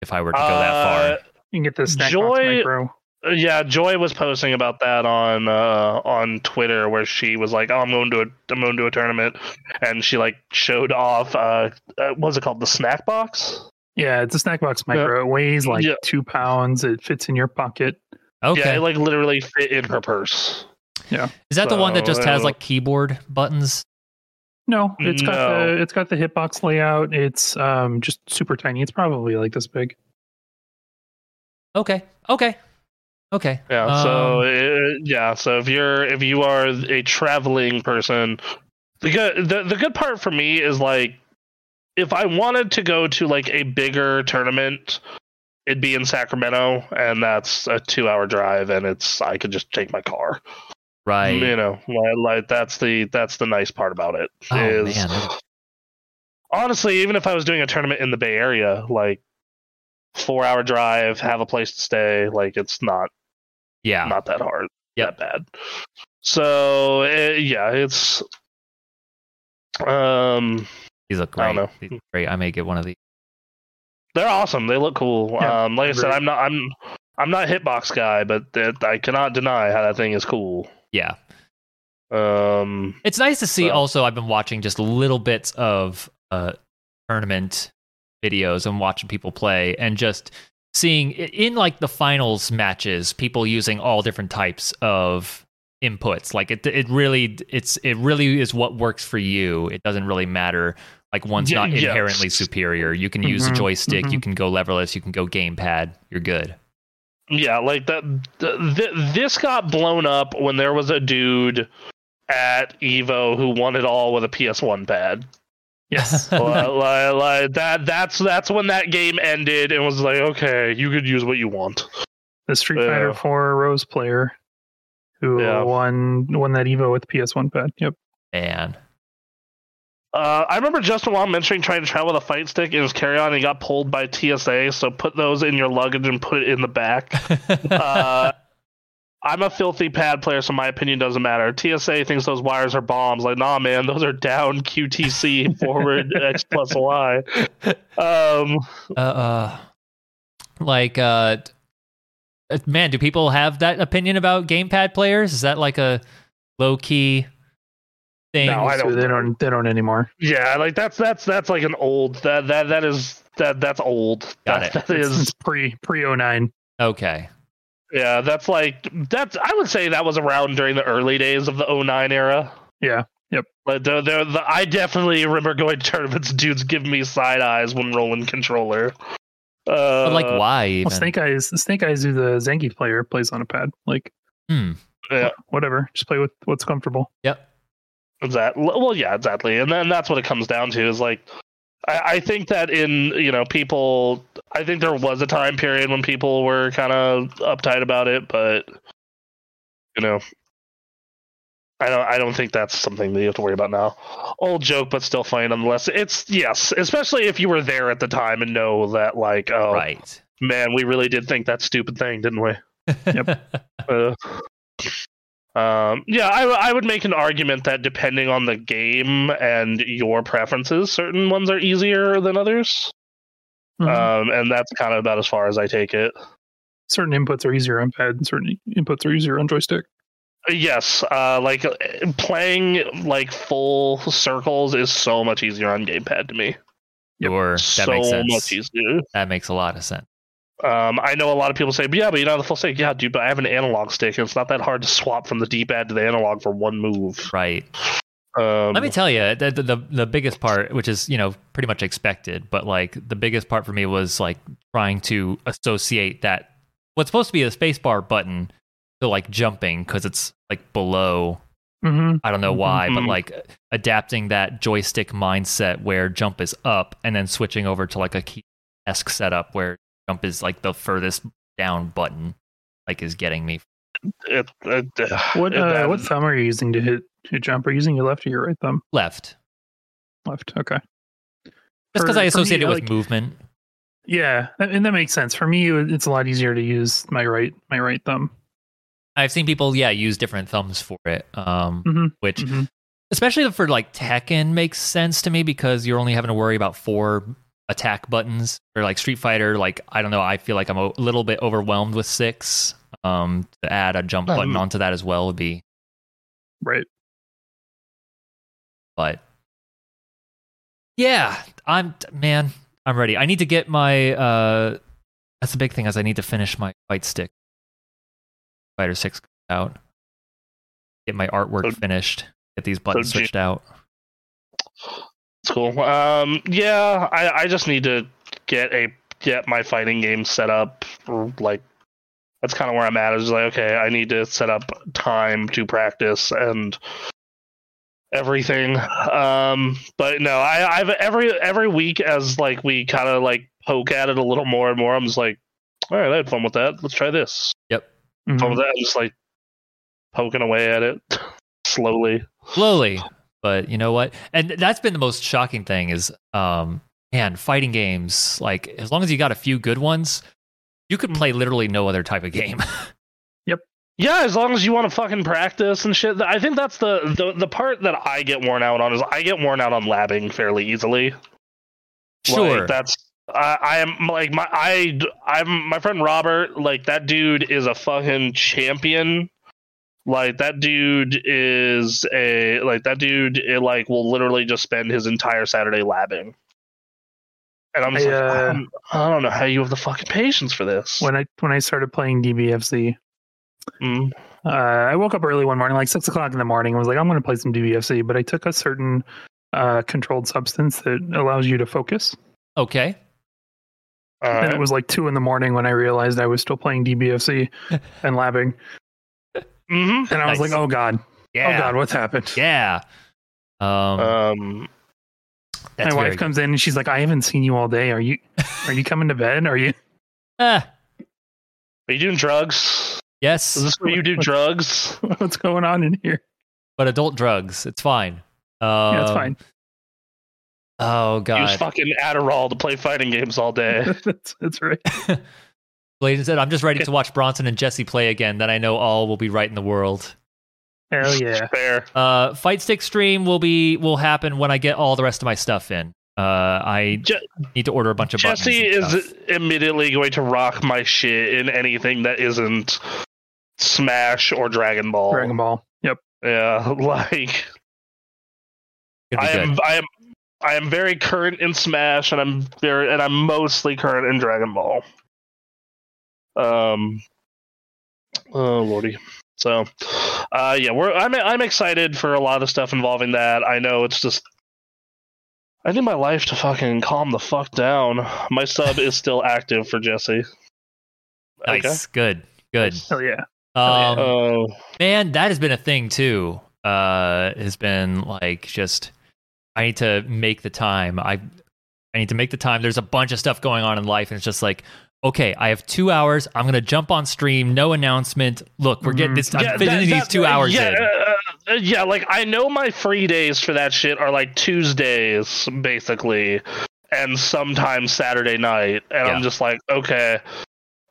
S1: if I were to go
S2: Uh,
S1: that far.
S4: You can get the snack box
S2: Joy-
S4: micro.
S2: Uh, Yeah, Joy was posting about that on uh, on Twitter, where she was like, "Oh, I'm going to a I'm going to a tournament," and she like showed off uh, uh what's it called, the snack box.
S4: Yeah, it's a snack box micro. It weighs like
S2: Yeah.
S4: two pounds. It fits in your pocket.
S1: Okay,
S2: Yeah, it like literally fit in her purse.
S1: is that the one that
S2: so-
S1: just has like keyboard buttons?
S4: No, it's got
S2: No.
S4: the it's got the hitbox layout. It's um just super tiny. It's probably like this big.
S1: Okay, okay, okay.
S2: Yeah, so
S1: Um,
S2: uh yeah, so if you're if you are a traveling person, the good the, the good part for me is like if I wanted to go to like a bigger tournament, it'd be in Sacramento, and that's a two hour drive, and it's I could just take my car.
S1: right.
S2: you know like, like that's the that's the nice part about it
S1: oh
S2: is-
S1: man, that-
S2: honestly even if i was doing a tournament in the bay area like four hour drive have a place to stay like it's not
S1: yeah.
S2: not that hard
S1: Yep.
S2: that bad so eh, yeah it's um
S1: These look great.
S2: I don't know.
S1: These look great. I may get one of these.
S2: they're awesome they look cool
S4: Yeah,
S2: um like i said
S4: agreed.
S2: i'm not i'm i'm not a hitbox guy but that i cannot deny how that thing is cool
S1: Yeah.
S2: um
S1: It's nice to see.
S2: So-
S1: Also, I've been watching just little bits of uh, tournament videos and watching people play, and just seeing i- in like the finals matches, people using all different types of inputs. Like it, it really, it's it really is what works for you. It doesn't really matter. Like one's
S2: Ye-
S1: not
S2: yes. Mm-hmm,
S1: inherently superior. You can use a
S4: Mhm,
S1: joystick. You
S4: mhm.
S1: can go leverless. You can go gamepad. You're good.
S2: Yeah, like that. Th- th- this got blown up when there was a dude at Evo who won it all with a PS1 pad.
S4: Yes.
S2: like, like, like that. That's that's when that game ended and was like, okay, you could use what you want.
S4: the Street
S2: Yeah.
S4: Fighter Four Rose player, who
S2: Yeah.
S4: won won that Evo with PS1 pad. Yep.
S1: Man,
S2: Uh, I remember Justin Wong mentioning trying to travel with a fight stick in his carry-on and he got pulled by TSA. So put those in your luggage and put it in the back. Uh, I'm a filthy pad player, so my opinion doesn't matter. TSA thinks those wires are bombs. Like, nah, man, those are down QTC forward X plus Y. Um,
S1: uh, uh like uh t- uh, man do people have that opinion about gamepad players is that like a low key thing.
S2: No, Oh, I don't-
S4: They don't. They don't anymore.
S2: Yeah, like that's that's that's like an old that that that is that that's old.
S1: Got
S2: that,
S1: it.
S2: That is
S4: It's pre pre 09.
S1: okay.
S2: yeah, that's like that's I would say that was around during the early days of the 09 era.
S4: Yeah, yep.
S2: But the, the, the I definitely remember going to tournaments. Dudes give me side eyes when rolling controller. Uh,
S1: But like why even?
S4: Well, Snake Eyes. Snake Eyes, who the Zangief player plays on a pad. Like
S1: Hmm.
S4: whatever, just play with what's comfortable.
S2: That well, yeah, exactly, and then that's what it comes down to is like, I, I think that in you know people, I think there was a time period when people were kind of uptight about it, but you know, I don't, I don't think that's something that you have to worry about now. Old joke, but still funny nonetheless. It's yes, especially if you were there at the time and know that like, oh
S1: Right.
S2: man, we really did think that stupid thing, didn't we? Uh, um, yeah, I, I would make an argument that depending on the game and your preferences, certain ones are easier than others.
S4: Mhm.
S1: Mm-hmm.
S2: Um, and that's kind of about as far as I take it.
S4: certain inputs are easier on pad, and certain inputs are easier on joystick.
S2: Yes, uh, like uh, playing like full circles is so much easier on gamepad to me.
S1: Or that
S2: so
S1: makes
S2: much
S1: sense.
S2: easier.
S1: That makes a lot of sense.
S2: Um, I know a lot of people say, but yeah, but you know the full stick. Yeah, dude, but I have an analog stick, and it's not that hard to swap from the D-pad to the analog for one move.
S1: Right.
S2: Um,
S1: Let me tell you, the, the- the the biggest part, which is you know pretty much expected, but like the biggest part for me was like trying to associate that what's supposed to be a spacebar button to like jumping because it's like below.
S4: Mm-hmm.
S1: I don't know why, but
S2: Mhm.
S1: like adapting that joystick mindset where jump is up and then switching over to like a key esque setup where jump is like the furthest down button, like is getting me.
S2: it, it,
S4: What
S2: it-
S4: uh,
S2: that-
S4: what thumb are you using to hit hit jump? Are you using your left or your right thumb?
S1: Left.
S4: Left. Okay.
S1: Just because
S4: For-
S1: I
S4: for me,
S1: associate it with
S4: like-
S1: movement.
S4: Yeah, that- and that makes sense. For me, it- it's a lot easier to use my right my right thumb.
S1: I've seen people, yeah, use different thumbs for it, um,
S4: Mhm.
S1: which
S2: Mm.
S4: Mhm.
S1: especially for like Tekken makes sense to me because you're only having to worry about four attack buttons or like Street Fighter. Like I don't know, I feel like I'm a little bit overwhelmed with six. Um, to add a jump button
S2: Um,
S1: onto that as well would be,
S4: Right.
S1: but yeah, I'm man, I'm ready. I need to get my. uh That's the big thing is I need to finish my fight stick. Fighter six out. Get my artwork
S2: So-
S1: finished. Get these buttons
S2: G-
S1: switched out.
S2: It's cool. Um, yeah, I, I just need to get a get my fighting game set up. or, Like that's kind of where I'm at. Is like, okay, I need to set up time to practice and everything. Um, but no, I, I've every every week as like we kind of like poke at it a little more and more. I'm just like, all right, I had fun with that. Let's try this.
S4: Mhm.
S2: Fun with that. I'm just like poking away at it slowly.
S1: slowly but you know what and that's been the most shocking thing is um man fighting games like as long as you got a few good ones you
S4: Mm.
S1: could play literally no other type of game
S2: Yeah, as long as you want to fucking practice and shit. I think that's the, the the part that I get worn out on is I get worn out on labbing fairly easily.
S1: sure
S2: Like, that's I, I am like my I I'm my friend Robert. Like that dude is a fucking champion. Like that dude is a like that dude it, like will literally just spend his entire Saturday labbing. And I'm just
S4: I,
S2: like, I
S4: uh,
S2: don't, I don't know how you have the fucking patience for this.
S4: When I when I started playing DBFC,
S2: Mm.
S4: uh, I woke up early one morning, like six o'clock in the morning. I was like, I'm going to play some DBFC, but I took a certain uh, controlled substance that allows you to focus.
S1: okay
S4: Oh, and
S2: Alright.
S4: it was like two in the morning when I realized I was still playing DBFC and labbing,
S2: Mhm.
S4: and I was
S1: Nice.
S4: like, oh god,
S1: yeah
S4: oh god, what's happened?
S1: yeah um
S2: Um,
S1: that's
S4: My
S1: very
S4: wife comes in and she's like, I haven't seen you all day. Are you are you coming to bed? Are you?
S1: good. Ah,
S2: Are you doing drugs? Is
S1: yes
S2: this where you do drugs?
S4: What's going on in here?
S1: but adult drugs it's fine um,
S4: yeah, it's fine.
S1: oh
S2: Use
S1: god
S2: fucking Adderall to play fighting games all day.
S4: that's that's right.
S1: Bladen said i'm just ready to watch bronson and jesse play again then i know all will be right in the world
S4: Hell yeah.
S2: Fair.
S1: Uh, fight stick stream will be will happen when I get all the rest of my stuff in. Uh, I
S2: Je-
S1: need to order a bunch of buttons
S2: Jesse
S1: and
S2: is
S1: stuff.
S2: immediately going to rock my shit in anything that isn't Smash or Dragon Ball.
S4: Dragon Ball. Yep.
S2: Yeah, like
S1: Could be
S2: I
S1: good.
S2: am I am I am very current in Smash and I'm very and I'm mostly current in Dragon Ball. Um Oh lordy. So uh yeah, we're I'm I'm excited for a lot of stuff involving that. I know it's just I need my life to fucking calm the fuck down. My sub is still active for Jesse.
S1: Nice. Good. Good.
S4: Hell yeah.
S1: Um,
S2: Oh,
S1: man that has been a thing too uh has been like just i need to make the time i i need to make the time there's a bunch of stuff going on in life and it's just like okay i have two hours i'm gonna jump on stream no announcement look we're getting
S4: Mhm.
S1: this i'm
S2: Mm-hmm. that-
S1: fitting these
S2: that-
S1: two hours
S2: yeah,
S1: in
S2: uh, uh, yeah, like I know my free days for that shit are like Tuesdays, basically, and sometimes Saturday night. And
S1: Yeah.
S2: I'm just like, okay,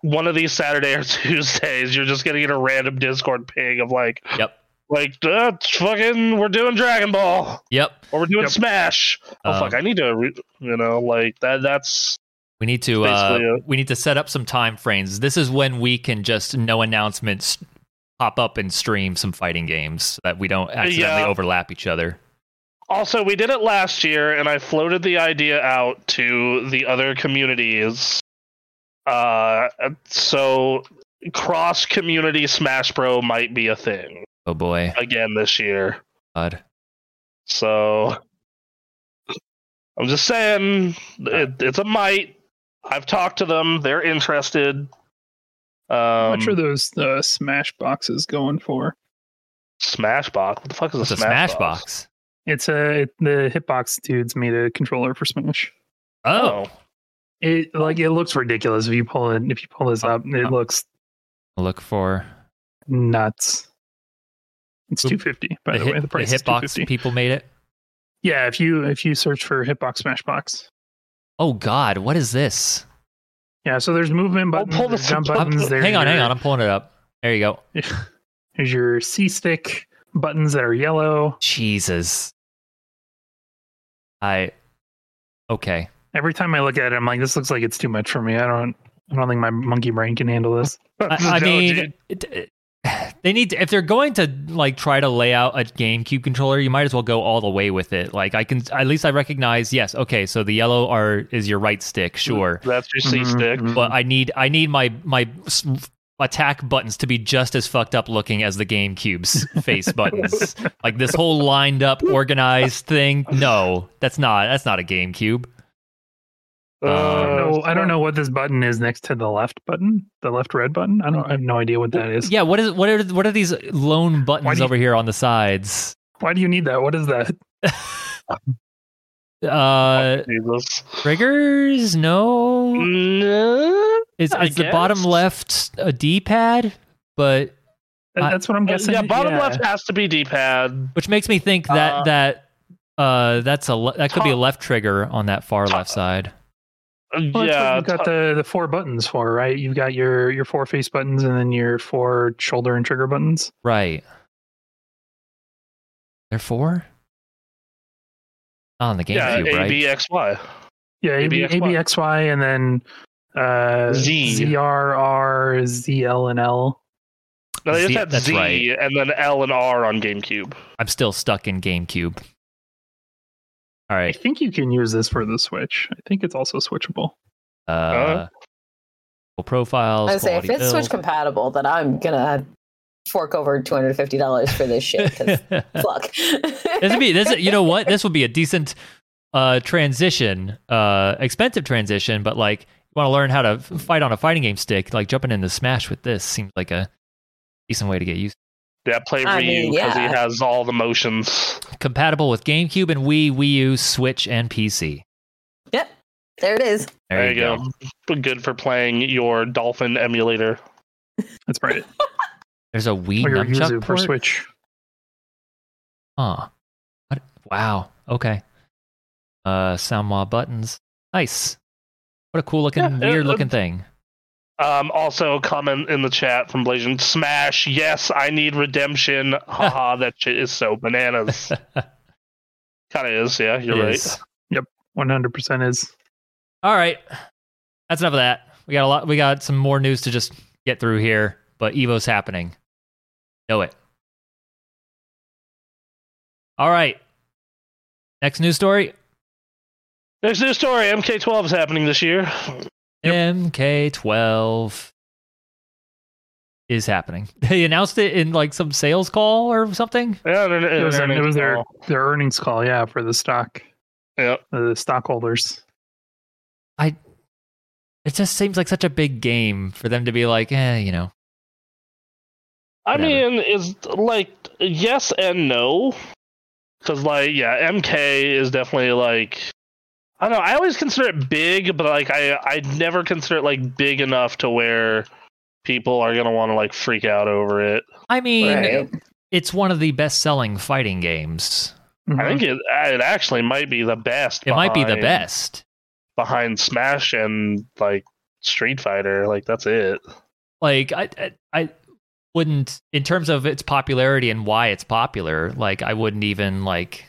S2: one of these Saturday or Tuesdays, you're just gonna get a random Discord ping of like,
S1: Yep.
S2: like that's fucking, we're doing Dragon Ball
S1: yep
S2: or we're doing
S4: Yep.
S2: Smash. oh
S1: Um,
S2: fuck, I need to, re- you know, like that. That's
S1: we need to uh,
S2: Basically, uh,
S1: we need to set up some time frames this is when we can just no announcements pop up and stream some fighting games so that we don't accidentally
S2: Yeah.
S1: overlap each other
S2: Also, we did it last year, and I floated the idea out to the other communities. Uh, so cross community Smash Bro might be a thing
S1: oh boy
S2: again this year.
S1: god
S2: So I'm just saying, it, it's a might. I've talked to them; they're interested. Um,
S4: How
S1: Um,
S4: much are those uh, Smash boxes going for?
S2: Smash box? What the fuck is
S1: it's
S2: a
S1: a smash,
S2: Smash, box?
S1: box
S4: It's a the hitbox dudes made a controller for Smash.
S1: oh.
S4: It like it looks ridiculous if you pull it if you pull this up. It
S1: Uh,
S4: looks
S1: look for
S4: nuts. It's
S1: Oop.
S4: two fifty. By the,
S1: hit-
S4: way, the price is
S1: hitbox
S4: 250.
S1: people made it.
S4: Yeah, if you if you search for hitbox Smash box.
S1: Oh God, what is this?
S4: Yeah, so there's movement
S2: Oh,
S4: buttons,
S2: pull
S4: there's
S2: this-
S4: jump
S2: pull-
S4: buttons.
S2: pull-
S4: there's
S1: hang on, hang
S4: your-
S1: on, I'm pulling it up. There you go.
S4: There's your C stick buttons that are yellow.
S1: Jesus. I. Okay.
S4: Every time I look at it, I'm like, this looks like it's too much for me. I don't I don't think my monkey brain can handle this.
S1: I, I mean, it, it- they need to, if they're going to like try to lay out a GameCube controller, you might as well go all the way with it. Like I can at least I recognize. Yes. Okay. So the yellow are is your right stick.
S4: Mm-hmm.
S1: Sure.
S2: that's your C stick.
S4: Mhm, mhm.
S1: But I need I need my my s- attack buttons to be just as fucked up looking as the GameCube's face buttons. Like this whole lined up, organized thing. No, that's not that's not a GameCube.
S4: I
S1: Uh,
S4: don't know- I don't know what this button is next to the left button, the left red button. I don't I have no idea what that is.
S1: Yeah, what is what are what are these lone
S4: Why
S1: buttons
S4: do you-
S1: over here on the sides?
S4: Why do you need that? What is that?
S1: Uh
S2: Jesus.
S1: triggers? No.
S2: No.
S1: Is
S2: Mm, I
S1: is the bottom
S2: guess.
S1: left a D-pad? But
S4: That-
S1: I-
S4: That's what I'm
S2: Uh,
S4: guessing.
S2: yeah, bottom
S4: yeah.
S2: left has to be D-pad.
S1: which makes me think that
S2: Uh,
S1: that uh that's a le- that could be a
S2: top-
S1: left trigger on that far
S2: top-
S1: left side.
S2: Uh,
S4: Well, that's what
S2: yeah,
S4: you've got
S2: t-
S4: the, the four buttons for right. You've got your your four face buttons and then your four shoulder and trigger buttons.
S1: Right. There are four? Not on the
S2: yeah,
S1: GameCube,
S2: A,
S1: right?
S2: B, X, Y.
S4: Yeah, A B
S2: ABXY.
S4: A B X Y and then uh,
S2: Z.
S4: Z R R Z L and L.
S2: No, they
S1: Z-
S2: just had
S1: that's
S2: Z
S1: right.
S2: and then L and R on GameCube.
S1: I'm still stuck in GameCube. All
S4: I
S1: right.
S4: think you can use this for the Switch. I think it's also switchable.
S1: Uh,
S2: Uh.
S1: full profiles.
S3: I say if
S1: uh, quality
S3: it's Switch
S1: build.
S3: compatible, then I'm gonna fork over two hundred fifty dollars for this shit. 'cause fuck.
S1: this would be this. You know what? This would be a decent uh, transition, uh, expensive transition, but like you want to learn how to f- fight on a fighting game stick. Like jumping into Smash with this seems like a decent way to get used.
S2: Yeah, play
S3: I
S2: Ryu
S3: mean,
S2: because
S3: yeah.
S2: he has all the motions.
S1: compatible with GameCube and Wii, Wii U, Switch, and PC.
S3: Yep. There it is.
S1: There, you go.
S2: Good for playing your Dolphin emulator.
S4: That's right.
S1: There's a Wii
S4: Or Oh, your
S1: nunchuck
S4: Yuzu for
S1: port.
S4: Switch.
S1: Huh. What? Wow. Okay. Uh, Soundwa buttons. Nice. What a cool looking,
S2: Yeah, it-
S1: weird looking
S2: it-
S1: thing.
S2: Um, also, comment in the chat from Blazing Smash. Yes, I need redemption. Haha, that shit is so bananas. kind of is. Yeah, you're
S1: It
S2: right.
S1: is.
S4: One hundred percent is.
S1: All right. That's enough of that. We got a lot. We got some more news to just get through here. But Evo's happening. Know it. All right. Next news story.
S2: There's this story. MK12 is happening this year.
S1: MK12 is happening. They announced it in like some sales call or something.
S2: Yeah, they're-
S4: It
S2: they're-
S4: was, it
S2: they're-
S4: was their, their earnings call, yeah, for the stock,
S2: Yeah.
S4: uh, the stockholders.
S1: It just seems like such a big game for them to be like, eh, you know.
S2: I
S1: Whatever.
S2: mean, is like yes and no, because like yeah, MK is definitely like I don't know. I always consider it big, but like I I never consider it like big enough to where people are gonna want to like freak out over it.
S1: I mean,
S3: Right.
S1: it's one of the best-selling fighting games.
S4: Mm-hmm.
S2: I think it it actually might be the best.
S1: Mm-hmm. It might be the
S2: behind-
S1: best.
S2: behind Smash and like Street Fighter. Like that's it.
S1: Like I, I, I wouldn't, in terms of its popularity and why it's popular. Like I wouldn't even like.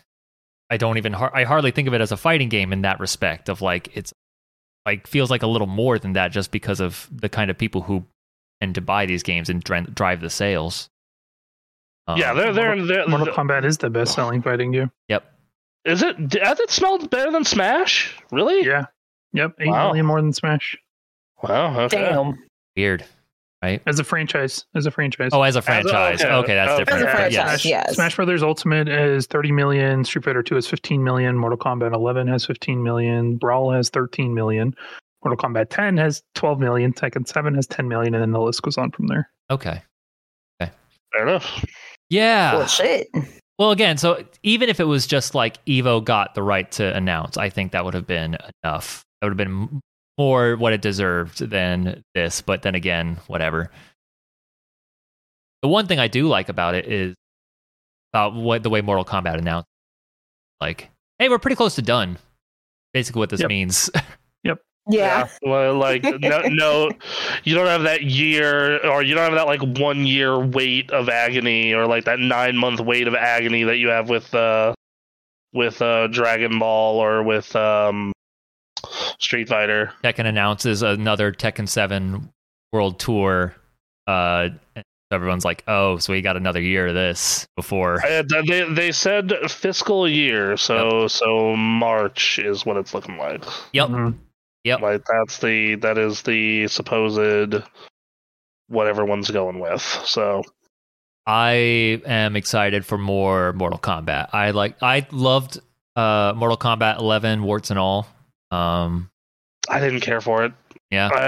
S1: I don't even. har- I hardly think of it as a fighting game in that respect. Of like it's, like feels like a little more than that just because of the kind of people who tend to buy these games and dri- drive the sales. Um,
S2: yeah, they're they're, they're,
S4: Mortal Kombat is the best selling fighting game.
S2: is it has it smelled better than Smash? Really?
S4: Yeah. Yep. eight million
S2: Wow.
S4: more than Smash.
S2: Wow. Okay.
S3: Damn.
S1: weird.
S4: As a franchise. As a franchise.
S1: Oh, as a franchise.
S2: okay.
S1: okay. that's
S2: Oh,
S1: different.
S3: As a
S1: But
S3: franchise,
S1: yes.
S4: Smash,
S3: yes.
S4: Smash Brothers Ultimate is 30 million. Street Fighter 2 is 15 million. Mortal Kombat 11 has 15 million. Brawl has 13 million. Mortal Kombat 10 has 12 million. Tekken 7 has 10 million. And then the list goes on from there.
S1: Okay.
S2: Fair enough.
S1: Yeah.
S3: Well, shit.
S1: Well, again, so even if it was just like Evo got the right to announce, I think that would have been enough. That would have been m- more what it deserved than this. But then again, whatever. The one thing I do like about it is about what the way Mortal Kombat announced, like, "Hey, we're pretty close to done." Basically, what this
S4: Yep.
S1: means.
S3: Yeah.
S2: Well, like no, no, you don't have that year, or you don't have that like one year wait of agony, or like that nine month wait of agony that you have with uh with uh Dragon Ball or with um Street Fighter.
S1: Tekken announces another Tekken 7 World Tour. Uh, and everyone's like, oh, so we got another year of this before.
S2: Uh, th- they they said fiscal year, so so March is what it's looking like.
S1: Yep.
S4: Mhm.
S1: Yep.
S2: Like that's the that is the supposed what everyone's going with. So
S1: I am excited for more Mortal Kombat. I like, I loved uh, Mortal Kombat 11, warts and all. Um,
S2: I didn't care for it.
S1: Yeah.
S2: I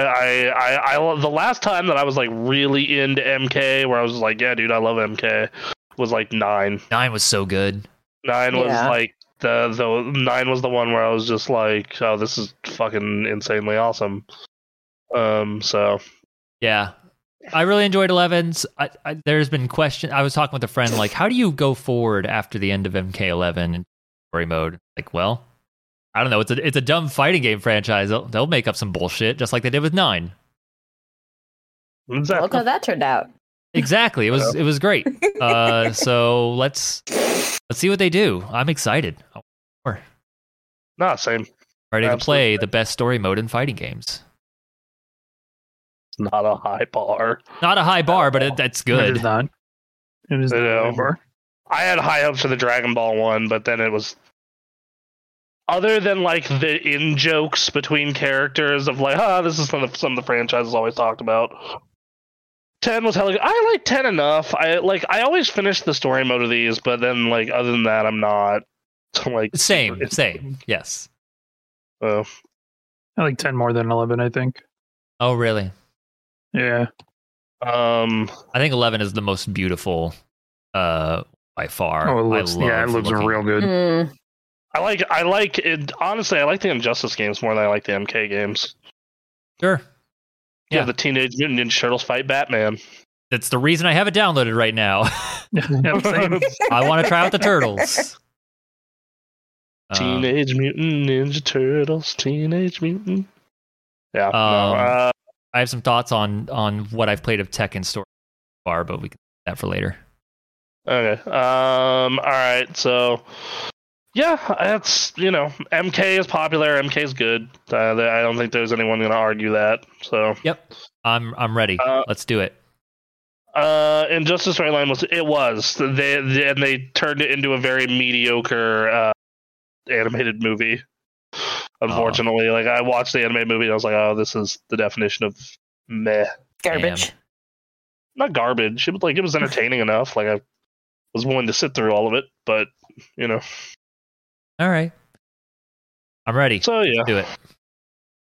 S2: I, I, I lo- the last time that I was like really into MK, where I was like, yeah, dude, I love MK, was like nine.
S1: nine was so good.
S2: Nine was
S3: Yeah.
S2: like the the nine was the one where I was just like, oh, this is fucking insanely awesome. Um. So
S1: Yeah. I really enjoyed 11s. I, I, there's been question. I was talking with a friend, like, how do you go forward after the end of MK11 in story mode? Like, well, I don't know. It's a it's a dumb fighting game franchise. They'll, they'll make up some bullshit, just like they did with Nine.
S2: exactly.
S3: Look how that turned out.
S1: Exactly. It was it was great. Uh, so let's let's see what they do. I'm excited. I'm
S2: Nah, same.
S1: ready to play
S2: Absolutely.
S1: the best story mode in fighting games.
S2: It's Not a high bar.
S1: Not a high bar, but it, that's
S4: It
S1: good.
S4: is not. It is
S2: I know.
S4: not.
S2: I had high hopes for the Dragon Ball one, but then it was. Other than like the in jokes between characters of like, ah, this is some of the, some of the franchises always talked about. Ten was hella. I like ten enough. I like. I always finish the story mode of these, but then like other than that, I'm not. Like
S1: Same,
S2: super-
S1: same. Yes.
S2: Oh,
S4: I like 10 more than 11, I think.
S1: Oh, really?
S4: Yeah.
S2: um,
S1: I think 11 is the most beautiful uh by far.
S4: Oh, it
S1: I
S4: looks,
S1: love
S4: yeah, it looks
S1: looking-
S4: real good.
S3: Mm.
S2: I like. I like it. Honestly, I like the Injustice games more than I like the MK games.
S1: Sure.
S2: Yeah,
S1: Yeah.
S2: the Teenage Mutant Ninja Turtles fight Batman.
S1: That's the reason I have it downloaded right now.
S4: Yep, same.
S1: I want to try out the turtles. Um,
S2: Teenage Mutant Ninja Turtles. Teenage Mutant. Yeah. no,
S1: Um,
S2: uh,
S1: I have some thoughts on on what I've played of Tekken story so far, but we can do that for later.
S2: uh, okay. Um. All right. So. Yeah, that's you know, MK is popular. MK is good. Uh, th- I don't think there's anyone going to argue that. So
S1: I'm I'm ready.
S2: Uh,
S1: Let's do it.
S2: Uh, and Justice Red Line was it was they, they and they turned it into a very mediocre uh, animated movie. Unfortunately, like I watched the anime movie and I was like, oh, this is the definition of meh.
S3: Garbage.
S2: Not garbage. It was like it was entertaining enough. Like I was willing to sit through all of it, but you know.
S1: All right. I'm ready.
S2: So yeah.
S1: Do it.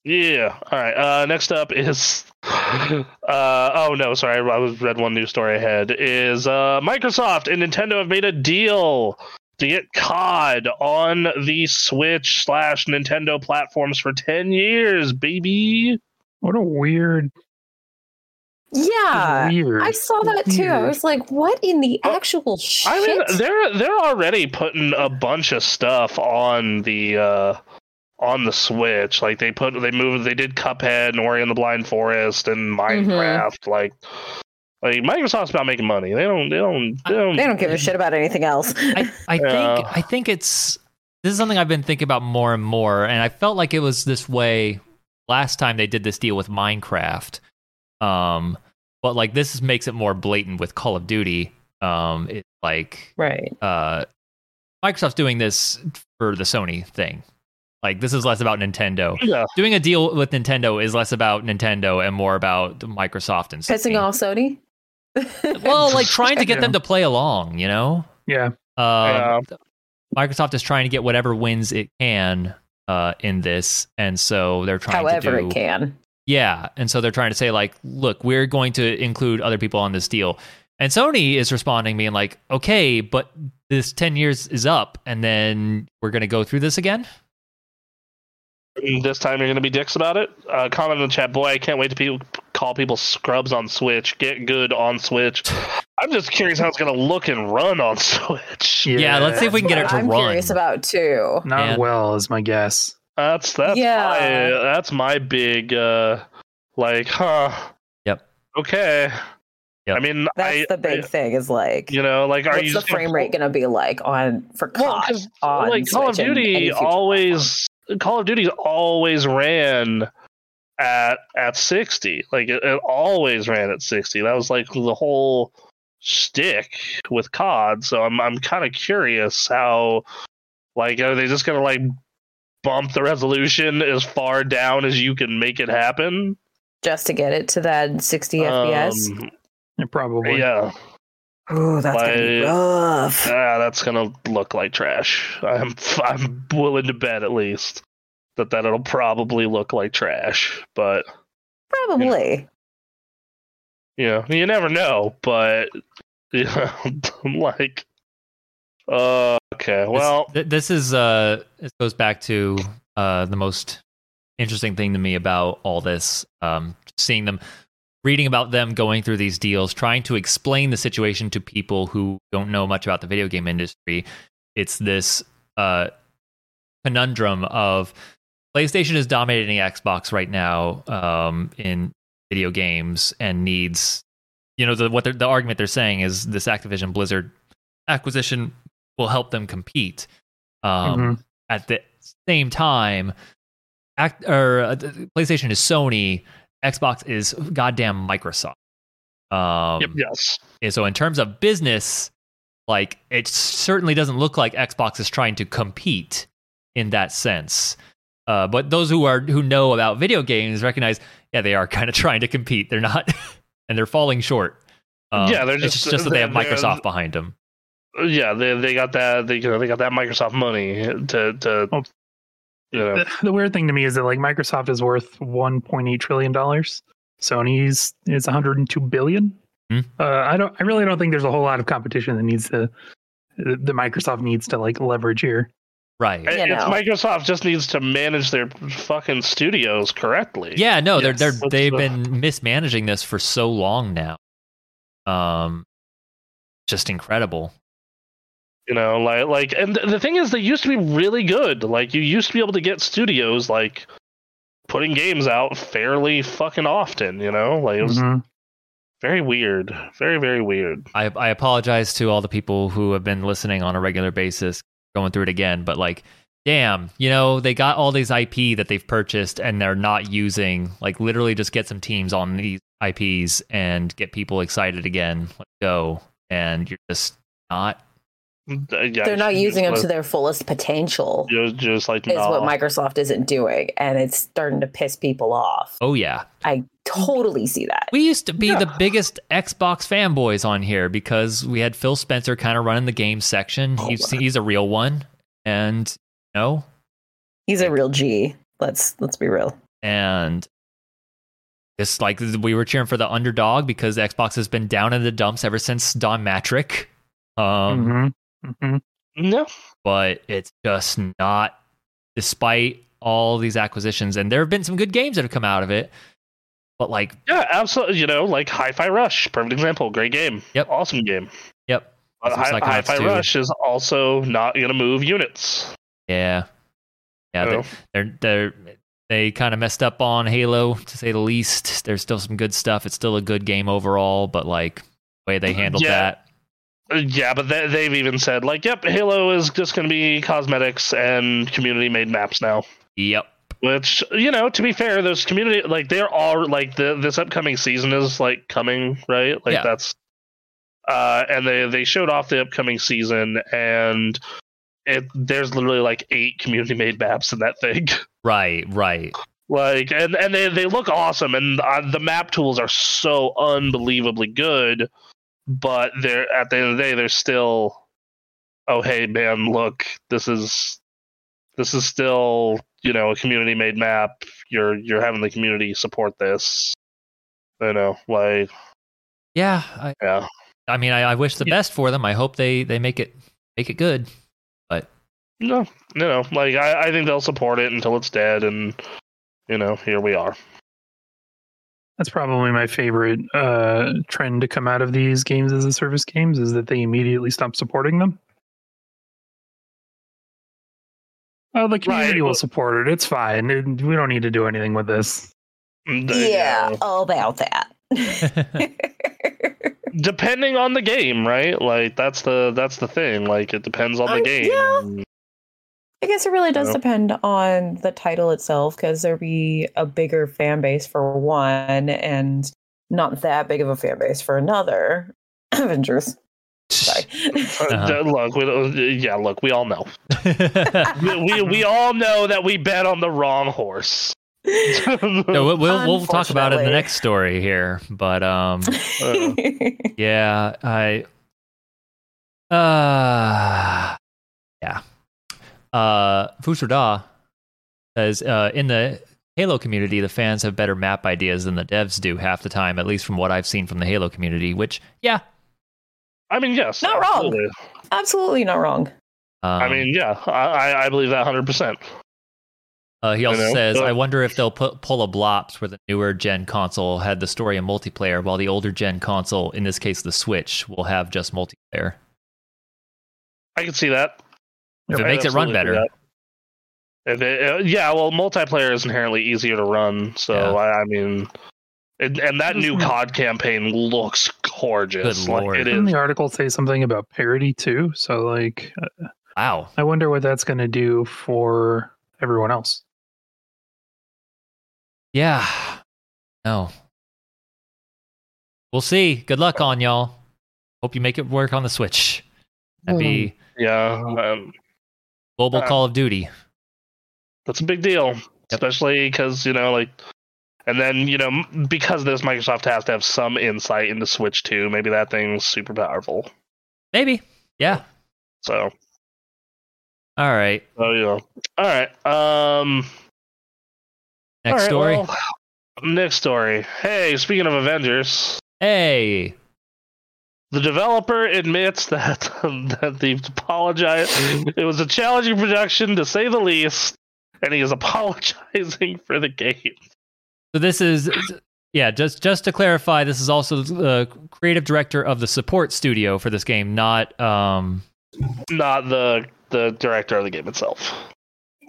S2: Yeah. All right. Uh, next up is. Uh, oh no, sorry, I was read one news story ahead. Is uh, Microsoft and Nintendo have made a deal to get COD on the Switch slash Nintendo platforms for ten years, baby.
S4: What a weird.
S3: Yeah.
S4: weird.
S3: I saw that too. I
S4: Weird.
S3: was like, what in the actual shit?
S2: I uh, mean, they're they're already putting a bunch of stuff on the uh, on the Switch. Like they put they moved they did Cuphead and Ori and the Blind Forest and
S3: Mm-hmm.
S2: Minecraft. Like like Microsoft's about making money. They don't they don't they don't.
S3: they don't give a shit about anything else.
S1: I, I
S2: Yeah.
S1: think I think it's this is something I've been thinking about more and more, and I felt like it was this way last time they did this deal with Minecraft. Um, but like this is- makes it more blatant with Call of Duty. Um, it, like
S3: right.
S1: uh, Microsoft's doing this for the Sony thing. Like this is less about Nintendo.
S2: yeah,
S1: Doing a deal with Nintendo is less about Nintendo and more about Microsoft and
S3: Pissing
S1: Sony.
S3: off Sony?
S1: Well, like trying to get
S4: Yeah.
S1: them to play along, you know.
S4: Yeah.
S1: Um,
S2: yeah.
S1: Microsoft is trying to get whatever wins it can uh, in this, and so they're trying
S3: However,
S1: to do,
S3: it can.
S1: yeah, and so they're trying to say like, look, we're going to include other people on this deal, and Sony is responding, being like, okay, but this ten years is up, and then we're going to go through this again.
S2: And This time you're gonna be dicks about it. Uh, comment in the chat, boy. I can't wait to people call people scrubs on Switch. Get good on Switch. I'm just curious how it's gonna look and run on Switch.
S1: Yeah, let's see if we can get it
S3: What
S1: to
S3: I'm
S1: run.
S3: curious about too.
S4: Not
S1: Yeah.
S4: well is my guess.
S2: That's that's
S3: Yeah.
S2: my that's my big uh like huh.
S1: Yep.
S2: Okay.
S1: Yep.
S2: I mean
S3: That's
S2: I,
S3: the big
S2: I-
S3: thing is like,
S2: you know, like are
S3: what's
S2: you
S3: the
S2: just gonna
S3: frame rate going to be like on for
S2: pull- well,
S3: COD?
S2: 'cause,
S3: on
S2: like Call of
S3: Switch and any
S2: Duty
S3: future
S2: always Call of Duty's always ran at at 60. Like it, it always ran at 60. That was like the whole shtick with COD. So I'm I'm kind of curious how like are they just going to like bump the resolution as far down as you can make it happen?
S3: just to get it to that 60 FPS?
S2: Um,
S4: Yeah, probably.
S2: yeah,
S3: Ooh, that's going to be
S2: like-
S3: rough.
S2: ah, that's gonna look like trash. I'm I'm willing to bet at least that that it'll probably look like trash. But
S3: Probably.
S2: you know, you never know. But you know, I'm like, uh, okay,
S1: This-
S2: well,
S1: th- this is uh, this goes back to uh, the most interesting thing to me about all this. Um, seeing them, reading about them going through these deals, trying to explain the situation to people who don't know much about the video game industry. It's this uh, conundrum of PlayStation is dominating Xbox right now um, in video games and needs. You know the, what they're- the argument they're saying is this Activision Blizzard acquisition will help them compete. Um,
S4: Mhm.
S1: At the same time, act, or uh, th- PlayStation is Sony, Xbox is goddamn Microsoft. Um,
S2: yep, yes,
S1: and so in terms of business, like it certainly doesn't look like Xbox is trying to compete in that sense. Uh, but those who are who know about video games recognize, yeah, they are kind of trying to compete. They're not, and they're falling short. Um,
S2: Yeah, they're
S1: it's
S2: just-
S1: just that they have
S2: they're- they're-
S1: Microsoft behind them.
S2: yeah, they they got that they you know, they got that Microsoft money to to.
S4: Oh.
S2: You know,
S4: The, the weird thing to me is that like Microsoft is worth 1.8 trillion dollars. Sony's is 102 billion.
S1: Hmm.
S4: Uh, I don't. I really don't think there's a whole lot of competition that needs to. The the Microsoft needs to like leverage here.
S1: Right.
S2: it's
S3: know.
S2: Microsoft just needs to manage their fucking studios correctly.
S1: Yeah, no,
S4: Yes.
S1: they're they're
S2: What's
S1: they've
S2: the-
S1: been mismanaging this for so long now. Um, just incredible.
S2: you know like like and th- the thing is they used to be really good like you used to be able to get studios like putting games out fairly fucking often you know like it was
S1: Mm-hmm. Um,
S4: Mhm.
S2: very weird very very weird
S1: I I apologize to all the people who have been listening on a regular basis, going through it again. But like, damn, you know, they got all these IP that they've purchased and they're not using. Like, literally, just get some teams on these IPs and get people excited again. Let's go. And you're just not.
S2: Uh,
S3: They're not using them to their fullest potential.
S2: You're just like
S3: Is what
S2: nah.
S3: Microsoft isn't doing, and it's starting to piss people off.
S1: Oh, yeah.
S3: I totally see that.
S1: We used to be
S2: Yeah.
S1: the biggest Xbox fanboys on here because we had Phil Spencer kind of running the game section.
S3: Oh,
S1: he's, he's a real one. And, you know,
S3: He's a real G. Let's let's be real.
S1: and it's like we were cheering for the underdog because Xbox has been down in the dumps ever since Don Matrick. Um,
S4: hmm hmm
S2: No.
S1: But it's just not, despite all these acquisitions, and there have been some good games that have come out of it. But like,
S2: Yeah, absolutely. You know, like Hi Fi Rush, perfect example. Great game.
S1: Yep.
S2: Awesome game.
S1: yep,
S2: But
S1: Some
S2: Hi
S1: Psychonauts
S2: Fi
S1: too.
S2: Rush is also not going to move units.
S1: yeah, yeah,
S2: So,
S1: they're they're, they're they kind of messed up on Halo to say the least. There's still some good stuff. It's still a good game overall, but like the way they handled
S2: Yeah.
S1: that,
S2: uh, yeah, but they, they've even said, like, yep, Halo is just going to be cosmetics and community made maps now.
S1: yep,
S2: Which, you know, to be fair, those community, like, they're all, like, the, this upcoming season is, like, coming, right? Like,
S1: Yeah.
S2: that's. Uh, and they, they showed off the upcoming season, and it there's literally, like, eight community made maps in that thing.
S1: right, right,
S2: like and and they, they look awesome and uh, the map tools are so unbelievably good but they're at the end of the day they're still oh hey man look this is this is still you know a community made map you're you're having the community support this you know like
S1: yeah. I,
S2: yeah
S1: I mean, I, I wish the
S4: Yeah.
S1: best for them. I hope they they make it make it good.
S2: no you know like i, I think they'll support it until it's dead and you know here we are
S4: That's probably my favorite uh, trend to come out of these games as a service games is that they immediately stop supporting them. Oh, the community
S2: Right.
S4: will support it. It's fine. It- we don't need to do anything with this.
S3: yeah, all about that.
S2: depending on the game, right? Like that's the that's the thing. Like it depends on
S3: Um,
S2: the game. Uh,
S3: yeah. I guess it really does
S2: Well.
S3: depend on the title itself because there'd be a bigger fan base for one and not that big of a fan base for another. Avengers. Sorry.
S2: Uh,
S1: Uh-huh.
S2: d- Look, we, don't- yeah, look, we all know. We, we we all know that we bet on the wrong horse. Uh-huh.
S1: no, we'll we'll, we'll talk about it in the
S3: Unfortunately.
S1: next story here, but um, yeah, I, uh, yeah, uh, Fushida says uh, in the Halo community, the fans have better map ideas than the devs do half the time, at least from what I've seen from the Halo community. Which, yeah,
S2: I mean, yes,
S3: Not wrong.
S2: absolutely.
S3: Absolutely not wrong.
S1: um,
S2: I mean, yeah, I I- I believe that hundred percent.
S1: Uh, he also
S2: know?
S1: says,
S2: Uh,
S1: "I wonder if they'll put pull a Blops where the newer gen console had the story and multiplayer, while the older gen console, in this case the Switch, will have just multiplayer.
S2: I can see that.
S1: If it
S2: I
S1: makes it run
S2: absolutely see
S1: better,
S2: that. If it- uh, yeah, well, multiplayer is inherently easier to run, so
S1: Yeah.
S2: I, I mean, and, and that new
S4: Doesn't-
S2: COD campaign looks gorgeous.
S1: Good
S2: like,
S1: lord.
S2: it
S4: Didn't
S2: is.
S4: the article say something about parity too? So, like, uh,
S1: wow,
S4: I wonder what that's going to do for everyone else.
S1: yeah, no, we'll see. Good luck on y'all. Hope you make it work on the Switch. That'd
S2: Hmm.
S1: be
S2: Yeah, um,
S1: global
S2: Uh,
S1: Call of Duty.
S2: that's a big deal, especially because you know, like, and then you know, m- because of this, Microsoft has to have some insight into Switch too. Maybe that thing's super powerful.
S1: Maybe, yeah.
S2: So,
S1: All right,
S2: so you know, all right. Um, all
S1: next
S2: right,
S1: story.
S2: well, next story. Hey, speaking of Avengers,
S1: hey,
S2: The developer admits that that they've apologized. it was a challenging production, to say the least, and he is apologizing for the game.
S1: So this is, yeah. Just just to clarify, this is also the creative director of the support studio for this game, not um.
S2: Not the the director of the game itself,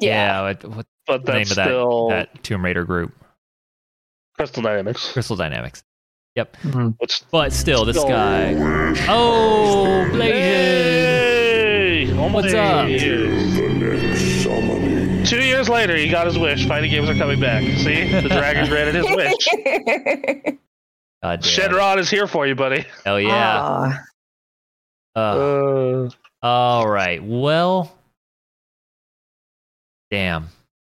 S3: Yeah.
S1: Yeah, what- what's
S2: but
S1: the name
S2: that's
S1: of that
S2: still
S1: that Tomb Raider group,
S2: Crystal Dynamics.
S1: Crystal Dynamics.
S4: Mm-hmm.
S2: Which
S1: But still, this
S2: Still.
S1: guy. Oh, Blasian.
S2: hey, almost
S1: What's up?
S2: eight years. Two years later, he got his wish. Fighting games are coming back. See, the dragon granted his wish.
S1: God damn.
S2: Shenron is here for you, buddy.
S1: Hell yeah.
S3: Ah,
S1: Ugh.
S2: Uh,
S1: All right. Well, damn.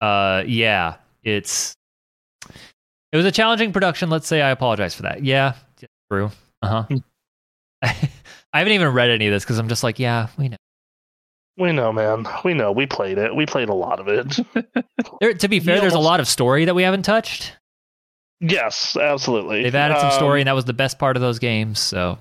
S1: Uh, yeah. It's it was a challenging production. Let's say I apologize for that. Yeah, yeah, true. Uh
S2: Hmm.
S1: huh. I haven't even read any of this because I'm just like, yeah, we know.
S2: we know, man. We know. We played it. We played a lot of it.
S1: There, to be fair,
S2: You
S1: there's a
S2: almost-
S1: lot of story that we haven't touched.
S2: yes, absolutely.
S1: They've added some
S2: Um,
S1: story, and that was the best part of those games. So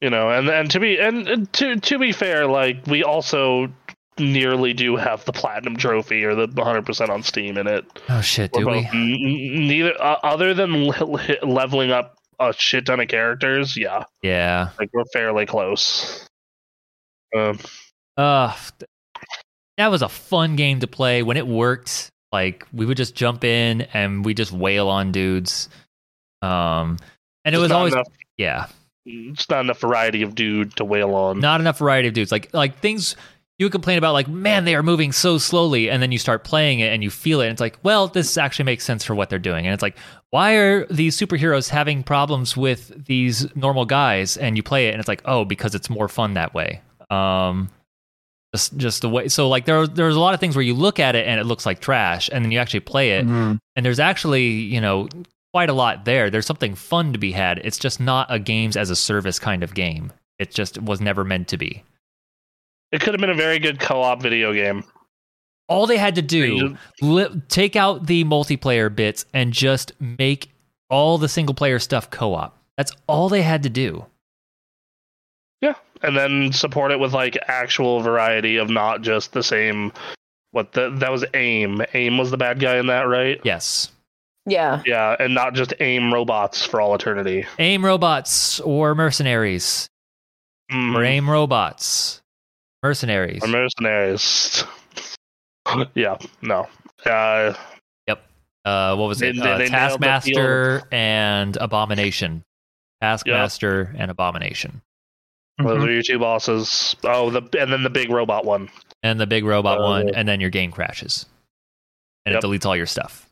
S2: you know and and to be and, and to to be fair like we also nearly do have the platinum trophy or the 100% on steam in it
S1: oh shit,
S2: We're
S1: do we?
S2: both- n- n- neither uh, other than le- le- leveling up a shit ton of characters yeah
S1: Yeah.
S2: like we're fairly close um
S1: Uh, that was a fun game to play when it worked. Like we would just jump in and we just wail on dudes. Um, and it was always
S2: enough,
S1: yeah,
S2: it's not enough variety of dude to wail on
S1: not enough variety of dudes. Like like things you would complain about, like man, they are moving so slowly, and then you start playing it and you feel it, and it's like, well, this actually makes sense for what they're doing. And it's like, why are these superheroes having problems with these normal guys? And you play it, and it's like, oh, because it's more fun that way. Um, just just the way. So like there there's a lot of things where you look at it and it looks like trash, and then you actually play it,
S4: Mm-hmm.
S1: and there's actually you know quite a lot there there's something fun to be had it's just not a games as a service kind of game it just was never meant to be
S2: it could have been a very good co-op video game
S1: all they had to do
S2: They
S1: li- take out the multiplayer bits and just make all the single player stuff co-op that's all they had to do
S2: and then support it with like actual variety of not just the same what the that was aim aim was the bad guy in that right
S1: yes
S3: yeah.
S2: yeah and not just aim robots for all eternity
S1: aim robots or mercenaries
S2: Mm,
S1: or aim robots mercenaries
S2: or mercenaries yeah no uh
S1: uh, what was it?
S2: They- they-
S1: Uh,
S2: they nailed the
S1: Taskmaster and Abomination. Taskmaster and Abomination,
S2: those
S4: Mm-hmm.
S2: are your two bosses oh the and then the big robot one
S1: and the big robot
S2: Uh,
S1: one, and then your game crashes, and
S2: Yep.
S1: it deletes all your stuff.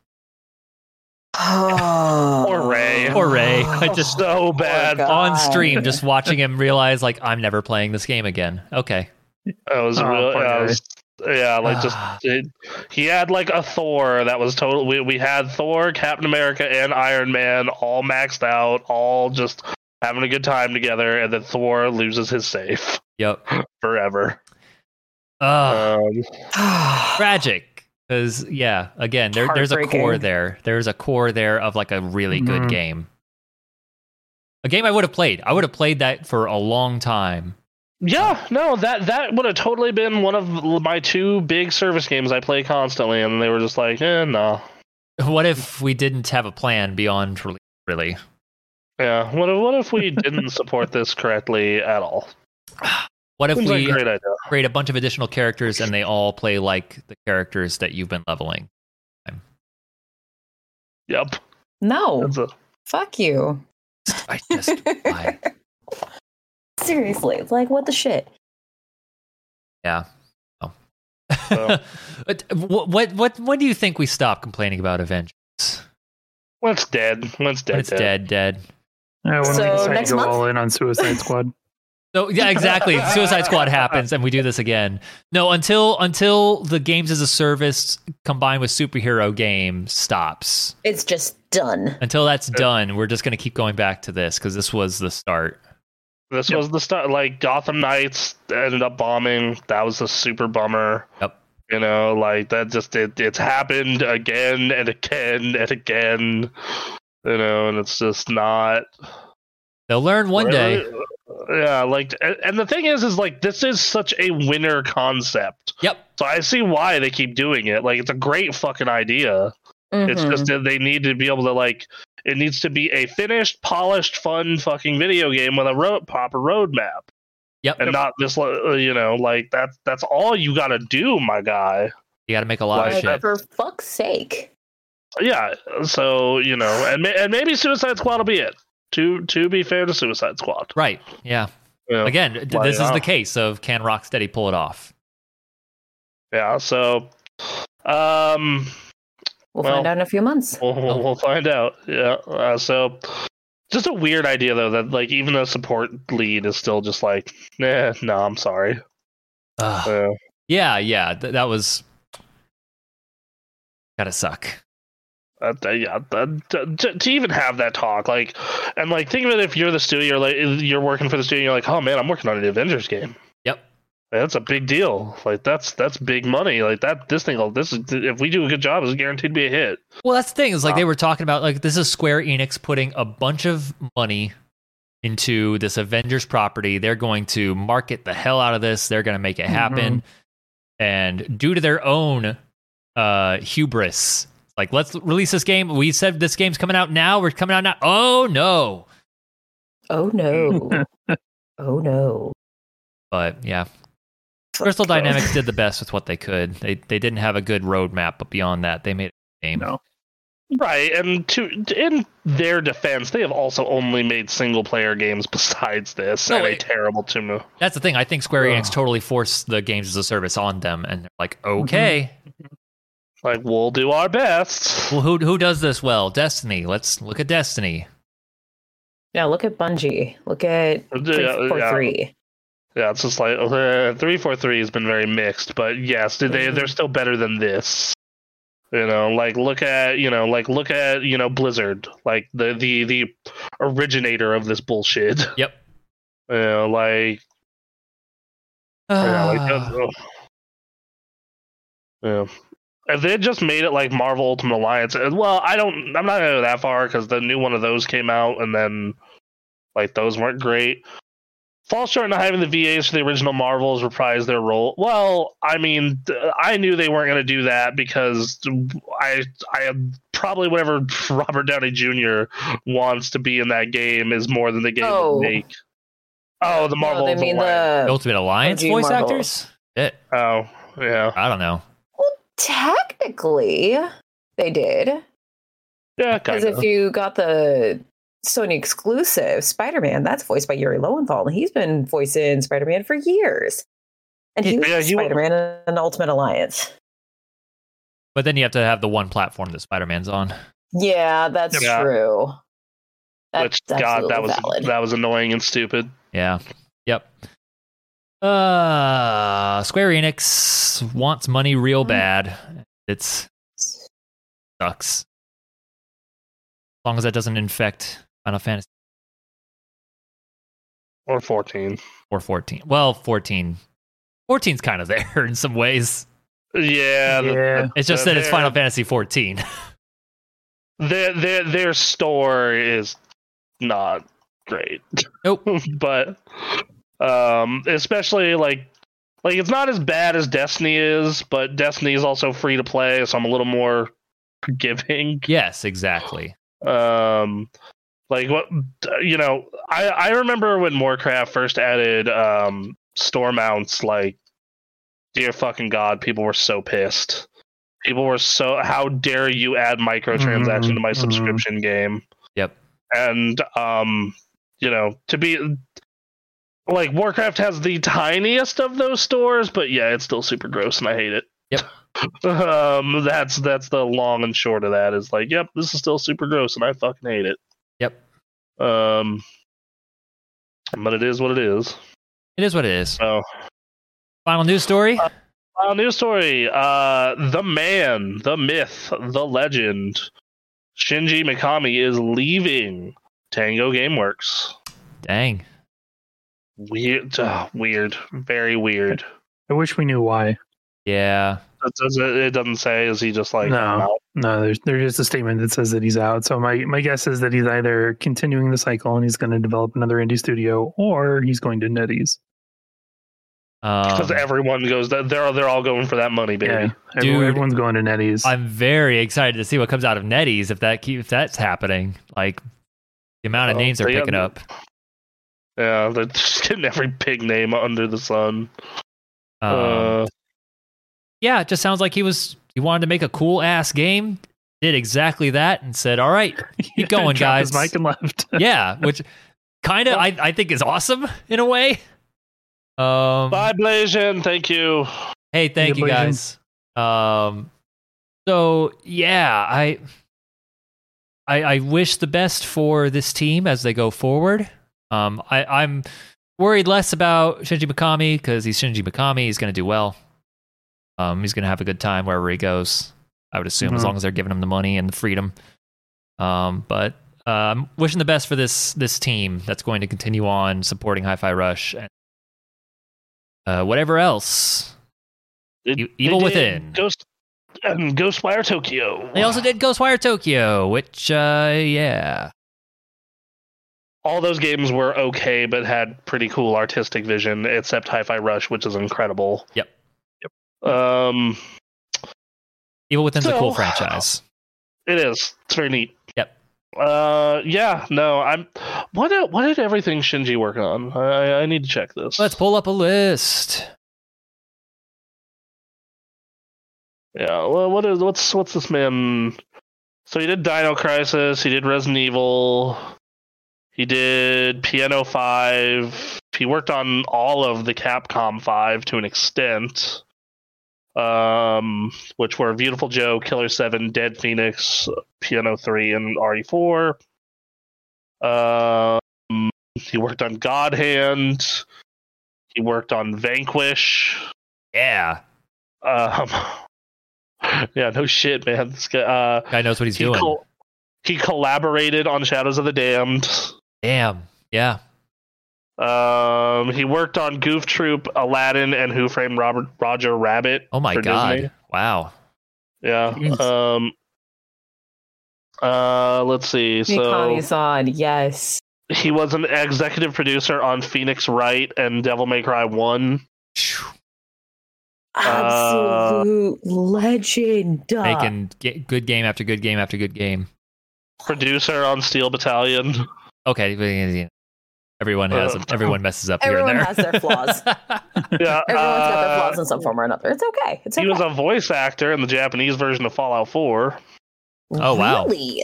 S3: Oh.
S2: Poor Ray.
S1: Poor Ray.
S2: Ah.
S1: I
S4: Oh,
S1: just
S2: so bad
S3: God.
S1: on stream, just watching him realize like I'm never playing this game again. Okay,
S2: I was
S4: Oh,
S2: real
S4: poor
S2: I
S4: guy. Ah.
S2: was- yeah like just
S1: Ah,
S2: it, he had like a Thor that was total. We, we had Thor, Captain America, and Iron Man all maxed out, all just having a good time together, and then Thor loses his safe
S1: yep.
S2: forever.
S1: Ugh.
S4: Ah.
S2: Um,
S1: Ah, tragic because yeah again there, there's a core
S3: Heartbreaking.
S1: there there's a core there of like a really good
S2: Mm-hmm.
S4: Mhm.
S1: game a game i would have played i would have played that for a long time
S2: yeah, no, that that would have totally been one of my two big service games I play constantly, and they were just like, eh, no.
S1: what if we didn't have a plan beyond release really
S2: Yeah, what if, what if we didn't support this correctly at all?
S1: what if
S2: Seems like
S1: we
S2: a great idea.
S1: create a bunch of additional characters and they all play like the characters that you've been leveling
S2: Yep.
S3: no.
S2: That's a,
S3: Fuck you.
S1: i just why?
S3: Seriously, it's like what the shit.
S2: So.
S1: Oh. But what, what what what do you think we stop complaining about avengers
S2: when it's dead, when it's dead,
S1: when it's dead dead
S4: Uh, when
S3: So
S4: we decide
S3: next
S4: to go
S3: month?
S4: all in on Suicide Squad.
S1: So yeah, exactly. Suicide Squad happens, and we do this again. No, until until the games as a service combined with superhero game stops.
S3: It's just done.
S1: Until that's done, we're just gonna keep going back to this because this was the start.
S2: This was the stuff like Gotham Knights ended up bombing. That was a super bummer.
S1: Yep.
S2: You know, like that just it, it's happened again and again and again. You know, and it's just not
S1: They'll learn one day.
S2: Yeah, like and, and the thing is is like this is such a winner concept.
S1: Yep.
S2: So I see why they keep doing it. Like it's a great fucking idea. It's
S1: Mm-hmm.
S3: Mhm.
S2: just that they need to be able to like it needs to be a finished, polished, fun fucking video game with a road proper roadmap
S1: Yep.
S2: and not this uh, you know like that's that's all you got to do my guy
S1: You got to make a lot of
S2: Like,
S1: shit.
S3: for fuck's sake.
S2: yeah so you know and ma- and maybe suicide squad will be it to to be fair to suicide squad
S1: Right. Yeah.
S2: you know?
S1: Again, th-
S2: Why
S1: this is the
S2: not?
S1: case of can Rocksteady pull it off?
S2: yeah so um
S3: We'll,
S2: Well-
S3: find out in a few months.
S2: we'll, we'll, we'll find out yeah uh, so Just a weird idea though that like even the support lead is still just like, nah, no, I'm sorry. Uh,
S1: Ugh.
S2: So,
S1: yeah, yeah. th- that was gotta suck.
S2: uh, th- yeah, th- th- to, to even have that talk, like, and like think of it if you're the studio, you're like you're working for the studio, you're like, oh man, I'm working on an Avengers game.
S1: Yep.
S2: Like, that's a big deal. Like that's that's big money. Like that this thing, will- this is if we do a good job, it's guaranteed to be a hit.
S1: Well, that's the thing is like they were talking about like this is Square Enix putting a bunch of money into this Avengers property. They're going to market the hell out of this. They're going to make it happen. And due to their own uh hubris, like let's release this game. We said this game's coming out now. We're coming out now. Oh no.
S3: Oh no. oh no.
S1: But yeah, Crystal Dynamics did the best with what they could. They they didn't have a good roadmap, but beyond that, they made a game.
S4: No.
S2: Right, and to in their defense, they have also only made single player games besides this,
S1: No,
S2: and
S1: wait.
S2: a terrible two.
S1: That's the thing. I think Square Enix
S2: Ugh.
S1: totally forced the games as a service on them, and they're like,
S2: Mm-hmm.
S1: okay,
S2: Like we'll do our best.
S1: well, who who does this well? Destiny. Let's look at Destiny.
S3: Now look at Bungie. Look at three
S2: Yeah,
S3: four
S2: yeah.
S3: three.
S2: Yeah, it's just like uh, three four three has been very mixed, but yes, they they- they're still better than this. You know, like look at you know, like look at you know Blizzard, like the the the originator of this bullshit.
S1: Yep.
S2: You know, like yeah, like
S1: Ah.
S2: that's, ugh. yeah. If they had just made it like Marvel Ultimate Alliance, uh, well, I don't, I'm not gonna go that far because the new one of those came out and then like those weren't great. Fall short in having the VAs for the original Marvels reprise their role. Well, I mean, th- I knew they weren't gonna do that because I, I probably whatever Robert Downey Jr. wants to be in that game is more than the game
S3: Oh.
S2: would make. Oh, the Marvel.
S3: No, they
S2: Ultimate
S3: mean
S2: Alliance.
S1: The
S3: the
S1: Ultimate Alliance
S3: OG
S1: voice
S3: Marvel.
S1: actors. Shit,
S2: Oh, yeah.
S1: I don't know.
S3: well, technically they did
S2: Yeah, kind
S3: because if
S2: of.
S3: you got the Sony exclusive Spider Man, that's voiced by Yuri Lowenthal, and he's been voicing Spider Man for years. And he was
S2: Yeah, you-
S3: Spider Man in Ultimate Alliance.
S1: But then you have to have the one platform that Spider Man's on.
S3: Yeah, that's
S2: Yeah.
S3: true.
S2: Which God, that
S3: absolutely
S2: was that was annoying and stupid.
S1: Yeah. Yep. Uh, Square Enix wants money real bad. It's sucks. As long as that doesn't infect Final Fantasy
S2: Or fourteen.
S1: or 14. Well, 14. 14's kind of there in some ways.
S2: Yeah, the-
S4: yeah.
S1: It's just
S2: the-
S1: that it's
S2: their-
S1: Final Fantasy 14.
S2: Their their their store is not great.
S1: Nope.
S2: but um, especially like like it's not as bad as Destiny is, but Destiny is also free to play, so I'm a little more forgiving.
S1: yes, exactly.
S2: um like what you know i i remember when warcraft first added um store mounts like dear fucking god people were so pissed people were so how dare you add microtransaction to my
S4: Mhm, mhm.
S2: subscription game
S1: Yep.
S2: and um you know to be like warcraft has the tiniest of those stores but yeah it's still super gross and i hate it um that's that's the long and short of that is like yep this is still super gross and i fucking hate it
S1: Yep.
S2: um but it is what it is
S1: It is what it is.
S2: so
S1: Final news story.
S2: uh, news story uh the man the myth the legend shinji mikami is leaving tango gameworks
S1: Dang.
S2: weird uh, weird very weird
S4: I wish we knew why.
S1: Yeah.
S2: it doesn't, it doesn't say is he just like
S4: No.
S2: out?
S4: No, there's there's just a statement that says that he's out. So my my guess is that he's either continuing the cycle and he's going to develop another indie studio, or he's going to NetEase.
S2: because
S1: Um,
S2: everyone goes that they're they're all going for that money baby
S4: Yeah, everyone-
S1: Dude.
S4: everyone's going to NetEase.
S1: I'm very excited to see what comes out of NetEase if that keep, if that's happening. Like the amount of
S2: Oh,
S1: names they're
S2: they got
S1: picking
S2: me.
S1: up.
S2: Yeah, they're just getting every big name under the sun.
S1: Um,
S2: uh,
S1: yeah, it just sounds like he was he wanted to make a cool ass game, did exactly that, and said, "All right, keep going,
S4: Dropped
S1: guys."
S4: His mic and left.
S1: yeah, which kind of I, I think is awesome in a way. Um,
S2: bye, Blasian. Thank you.
S1: hey, thank you
S4: Yeah, Blazin'.
S1: guys. Um, so yeah, I I, I wish the best for this team as they go forward. Um, I, I'm worried less about Shinji Mikami because he's Shinji Mikami. He's going to do well. Um, he's going to have a good time wherever he goes. I would assume as
S4: Mhm.
S1: long as they're giving him the money and the freedom. Um, but uh, I'm wishing the best for this this team that's going to continue on supporting Hi-Fi Rush and uh, whatever else.
S2: It-
S1: E- Evil
S2: they did
S1: Within.
S2: Ghost and Ghostwire Tokyo.
S1: They also did Ghostwire Tokyo, which uh, yeah,
S2: all those games were okay, but had pretty cool artistic vision, except Hi-Fi Rush, which is incredible.
S1: Yep.
S2: Yep. Um,
S1: Evil Within's a cool
S2: So-
S1: franchise.
S2: it is. It's very neat.
S1: Yep.
S2: Uh, yeah. No, I'm. What did what did everything Shinji work on? I I- I need to check this.
S1: Let's pull up a list.
S2: Yeah. Well, what is what's what's this man? So he did Dino Crisis. He did Resident Evil. He did Piano Five. He worked on all of the Capcom Five to an extent, um, which were Beautiful Joe, Killer Seven, Dead Phoenix, Piano Three, and RE Four. Um, he worked on God Hand. He worked on Vanquish.
S1: Yeah,
S2: Um, yeah, no shit, man. This guy, uh,
S1: guy knows what he's
S2: he,
S1: doing.
S2: col- he collaborated on Shadows of the Damned.
S1: Damn. Yeah.
S2: Um, he worked on Goof Troop, Aladdin, and Who Framed Robert Roger Rabbit.
S1: Oh my
S2: for
S1: god.
S2: Disney.
S1: Wow.
S2: Yeah.
S4: Jeez.
S2: Um. Uh, let's see. So
S3: Mikami-san, yes.
S2: he was an executive producer on Phoenix Wright and Devil May Cry One.
S1: Phew.
S3: Absolute legend. Uh,
S2: Ah.
S1: Making ge- good game after good game after good game.
S2: Producer on Steel Battalion.
S1: Okay. but, you know, Everyone has
S2: Uh,
S1: everyone messes up
S3: Everyone
S1: here and
S3: has
S1: there.
S3: their flaws.
S2: Yeah.
S3: Everyone's got their
S2: uh,
S3: flaws in some form or another. It's okay. It's okay.
S2: He was a voice actor in the Japanese version of Fallout 4.
S1: Oh, wow.
S3: Really?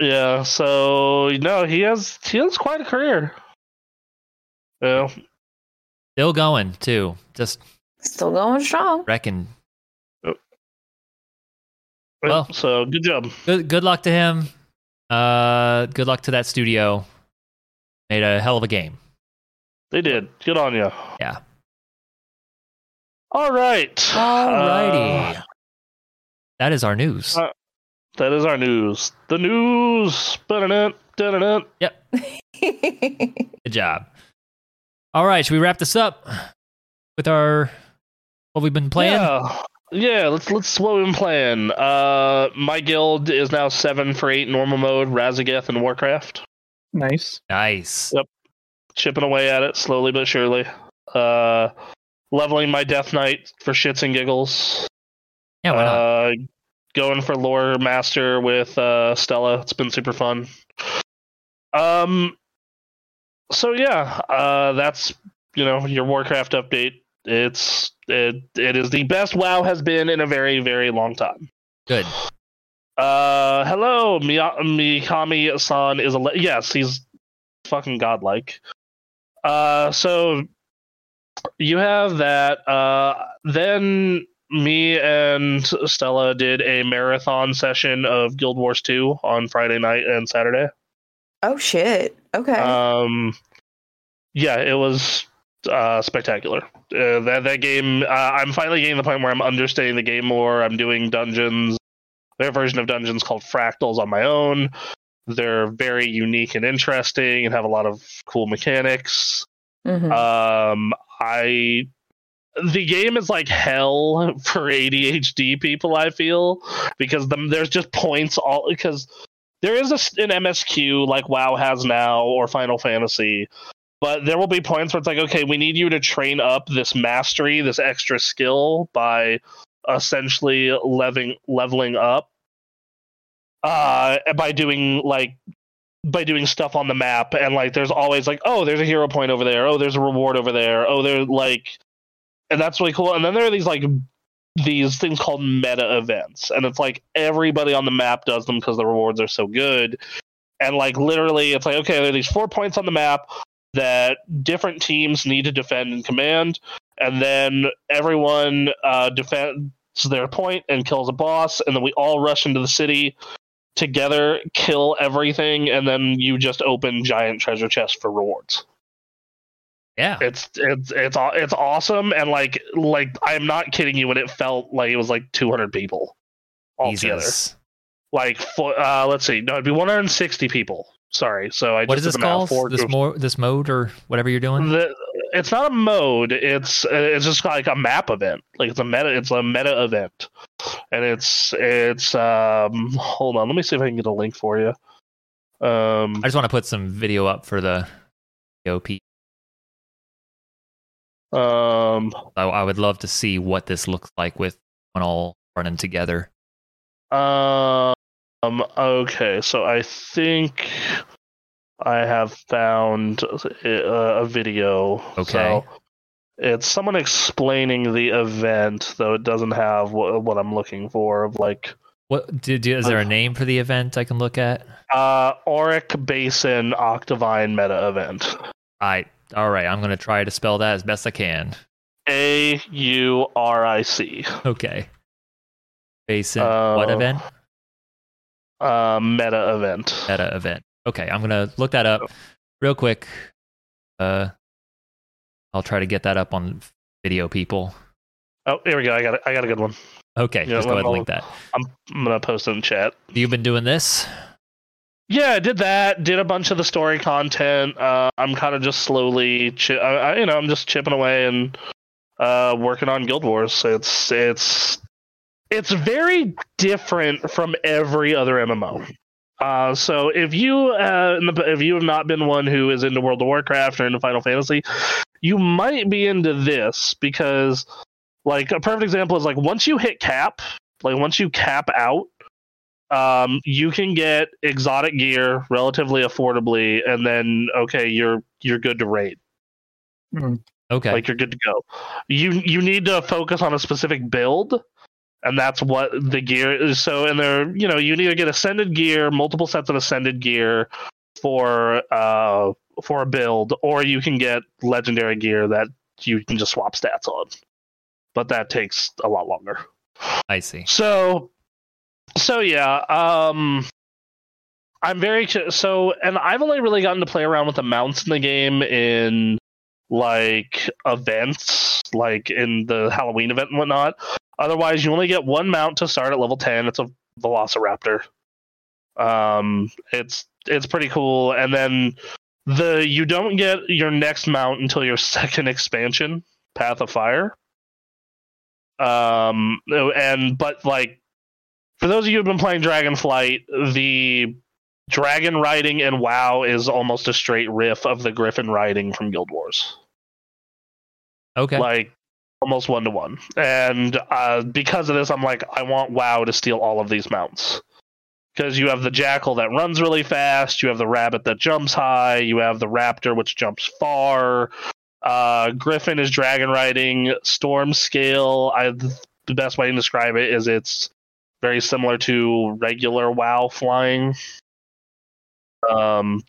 S2: Yeah, so no, he has he has quite a career. Yeah,
S1: Still going too. Just
S3: Still going strong.
S1: wrecking.
S2: well,
S1: Well.
S2: so good job.
S1: Good, good luck to him. Uh, good luck to that studio. Made a hell of a game.
S2: They did. Good on you.
S1: Yeah.
S2: All right.
S1: Alrighty.
S2: Uh,
S1: that is our news.
S2: uh, that is our news. The news. Ba-da-da, da-da-da.
S1: Good job. All right, should we wrap this up with our what we've been playing?
S2: Yeah. Yeah, let's let's what we've been playing. Uh, my guild is now seven for eight normal mode, Razageth, and Warcraft.
S4: Nice.
S1: Nice.
S2: Uh, chipping away at it slowly but surely. Uh, leveling my Death Knight for shits and giggles.
S1: Yeah, why not?
S2: Uh, going for Lore Master with uh, Stella. It's been super fun. Um, so yeah, uh, that's you know your Warcraft update. It's it it is the best WoW has been in a very very long time.
S1: Good.
S2: Uh, hello, Mi- Mikami san is a. Le- yes, he's fucking godlike. Uh, so you have that. Uh, then me and Stella did a marathon session of Guild Wars 2 on Friday night and Saturday.
S3: oh shit. Okay.
S2: Um, yeah, it was uh, spectacular. Uh, that that game, uh, I'm finally getting to the point where I'm understanding the game more. I'm doing dungeons, their version of dungeons called fractals on my own. They're very unique and interesting, and have a lot of cool mechanics.
S3: Mhm.
S2: Um, I the game is like hell for ADHD people. I feel because the, there's just points all because there is a s an MSQ like WoW has now or Final Fantasy, but there will be points where it's like, okay, we need you to train up this mastery, this extra skill by essentially leveling leveling up uh by doing like by doing stuff on the map and like there's always like oh there's a hero point over there oh there's a reward over there oh they're like and that's really cool and then there are these like these things called meta events and it's like everybody on the map does them because the rewards are so good and like literally it's like okay there are these four points on the map that different teams need to defend and command and then everyone uh defends their point and kills a boss and then we all rush into the city together, kill everything, and then you just open giant treasure chests for rewards.
S1: Yeah.
S2: It's it's it's aw- it's awesome, and like like I'm not kidding you when it felt like it was like 200 people all together.
S1: Jesus.
S2: Like for, uh, let's see, no, it'd be 160 people. Sorry, so I
S1: What is
S2: just
S1: this
S2: did the math.
S1: called?
S2: Four
S1: This
S2: groups.
S1: more this mode or whatever you're doing?
S2: The, it's not a mode. It's it's just like a map event. Like it's a meta. It's a meta event, and it's it's um. Hold on, let me see if I can get a link for you. Um,
S1: I just want to put some video up for the OP.
S2: um,
S1: I, I would love to see what this looks like with when all running together.
S2: um. Okay, so I think I have found a, a video.
S1: Okay.
S2: So it's someone explaining the event, though it doesn't have what, what I'm looking for of like
S1: What do, do, is there a name for the event I can look at?
S2: Uh, Auric Basin Octavine meta event.
S1: I all right. I'm gonna try to spell that as best I can.
S2: A U R I C.
S1: Okay. Basin.
S2: Uh,
S1: what event?
S2: Uh, meta event.
S1: Meta event. Okay, I'm gonna look that up real quick. Uh, I'll try to get that up on video, people.
S2: Oh, here we go. I got it. I got a good one.
S1: Okay,
S2: Yeah,
S1: just go ahead and
S2: I'll-
S1: link that.
S2: I'm, I'm gonna post it in chat.
S1: You've been doing this.
S2: Yeah, I did that. Did a bunch of the story content. Uh, I'm kind of just slowly, chi- I, I, you know, I'm just chipping away and uh, working on Guild Wars. It's it's it's very different from every other MMO. Uh, so if you uh, in the, if you have not been one who is into World of Warcraft or into Final Fantasy, you might be into this because, like, a perfect example is like once you hit cap, like once you cap out um, you can get exotic gear relatively affordably, and then okay, you're you're good to raid.
S1: Okay.
S2: Like you're good to go. You you need to focus on a specific build, and that's what the gear is. So, and there, you know, you need to get ascended gear, multiple sets of ascended gear for uh for a build, or you can get legendary gear that you can just swap stats on. But that takes a lot longer.
S1: I see.
S2: So, so yeah, um, I'm very cu- so, and I've only really gotten to play around with the mounts in the game in like events, like in the Halloween event and whatnot. Otherwise, you only get one mount to start at level ten. It's a Velociraptor. Um, it's it's pretty cool, and then the you don't get your next mount until your second expansion, Path of Fire um and but like for those of you who've been playing dragonflight the dragon riding in wow is almost a straight riff of the griffin riding from guild wars
S1: Okay.
S2: like almost one to one and uh because of this i'm like i want wow to steal all of these mounts because you have the jackal that runs really fast you have the rabbit that jumps high you have the raptor which jumps far uh, Griffin is dragon riding. Storm scale. I the best way to describe it is it's very similar to regular WoW flying. Um,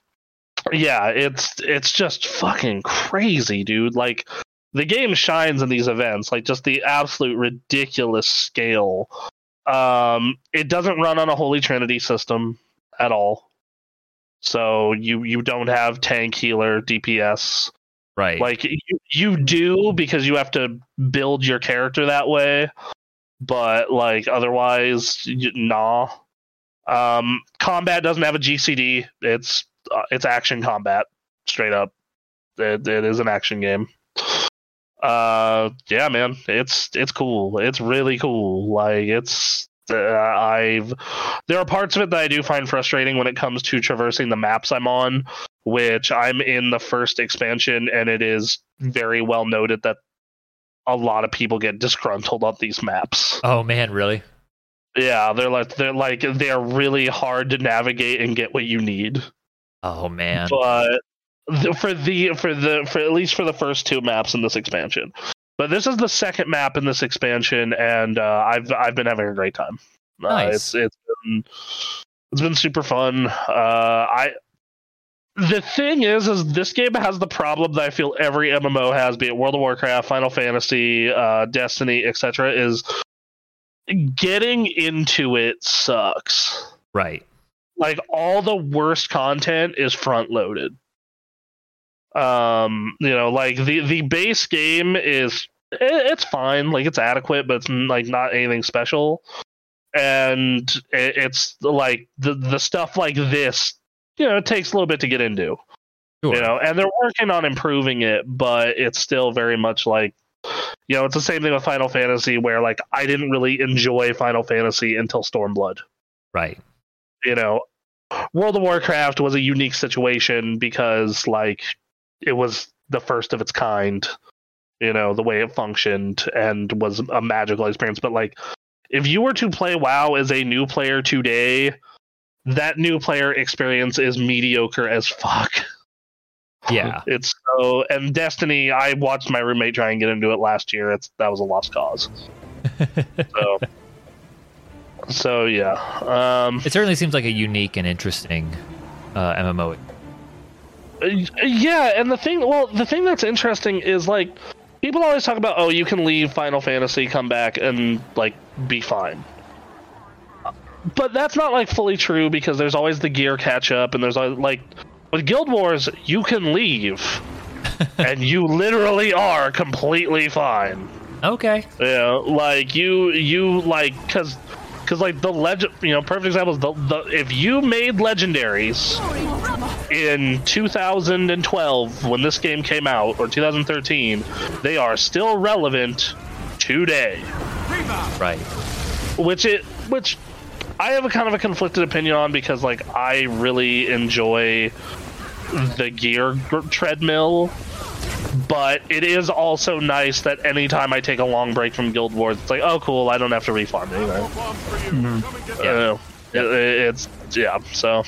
S2: yeah, it's it's just fucking crazy, dude. Like the game shines in these events, like just the absolute ridiculous scale. Um, it doesn't run on a Holy Trinity system at all. So you you don't have tank healer DPS
S1: right.
S2: like you, you do because you have to build your character that way, but like otherwise, you, nah. Um, combat doesn't have a GCD. It's uh, it's action combat straight up. It, it is an action game. Uh, yeah, man, it's it's cool. It's really cool. Like it's. Uh, I've there are parts of it that I do find frustrating when it comes to traversing the maps I'm on which I'm in the first expansion, and it is very well noted that a lot of people get disgruntled on these maps.
S1: oh man, really?
S2: Yeah, they're like they're like they're really hard to navigate and get what you need.
S1: Oh man.
S2: But the, for the for the for at least for the first two maps in this expansion. But this is the second map in this expansion, and uh, I've I've been having a great time. Uh,
S1: Nice.
S2: it's it's been, it's been super fun. Uh, I the thing is, is this game has the problem that I feel every MMO has, be it World of Warcraft, Final Fantasy, uh, Destiny, etc. Is getting into it sucks
S1: Right.
S2: like all the worst content is front loaded. Um, you know, like the the base game is it, it's fine, like it's adequate, but it's like not anything special. And it, it's like the the stuff like this, you know, it takes a little bit to get into.
S1: Sure.
S2: You know, and they're working on improving it, but it's still very much like you know, it's the same thing with Final Fantasy where like I didn't really enjoy Final Fantasy until Stormblood.
S1: Right.
S2: You know, World of Warcraft was a unique situation because like it was the first of its kind, you know, the way it functioned and was a magical experience, but like if you were to play WoW as a new player today, that new player experience is mediocre as fuck.
S1: Yeah.
S2: It's so and Destiny. I watched my roommate try and get into it last year. It's that was a lost cause. So, so yeah. Um,
S1: It certainly seems like a unique and interesting uh, MMO.
S2: yeah, and the thing. Well, the thing that's interesting is like people always talk about. Oh, you can leave Final Fantasy, come back, and like be fine. But that's not like fully true because there's always the gear catch up, and there's always, like with Guild Wars, you can leave, and you literally are completely fine.
S1: Okay.
S2: Yeah, like you, you like because, because like the legend, you know, perfect example is the, the if you made legendaries in 2012 when this game came out or 2013, they are still relevant today.
S1: Right.
S2: Which it, which I have a kind of a conflicted opinion on because like I really enjoy the gear gr- treadmill but it is also nice that anytime I take a long break from Guild Wars, it's like, oh, cool, I don't have to refarm anyway. Yeah. it's yeah. So,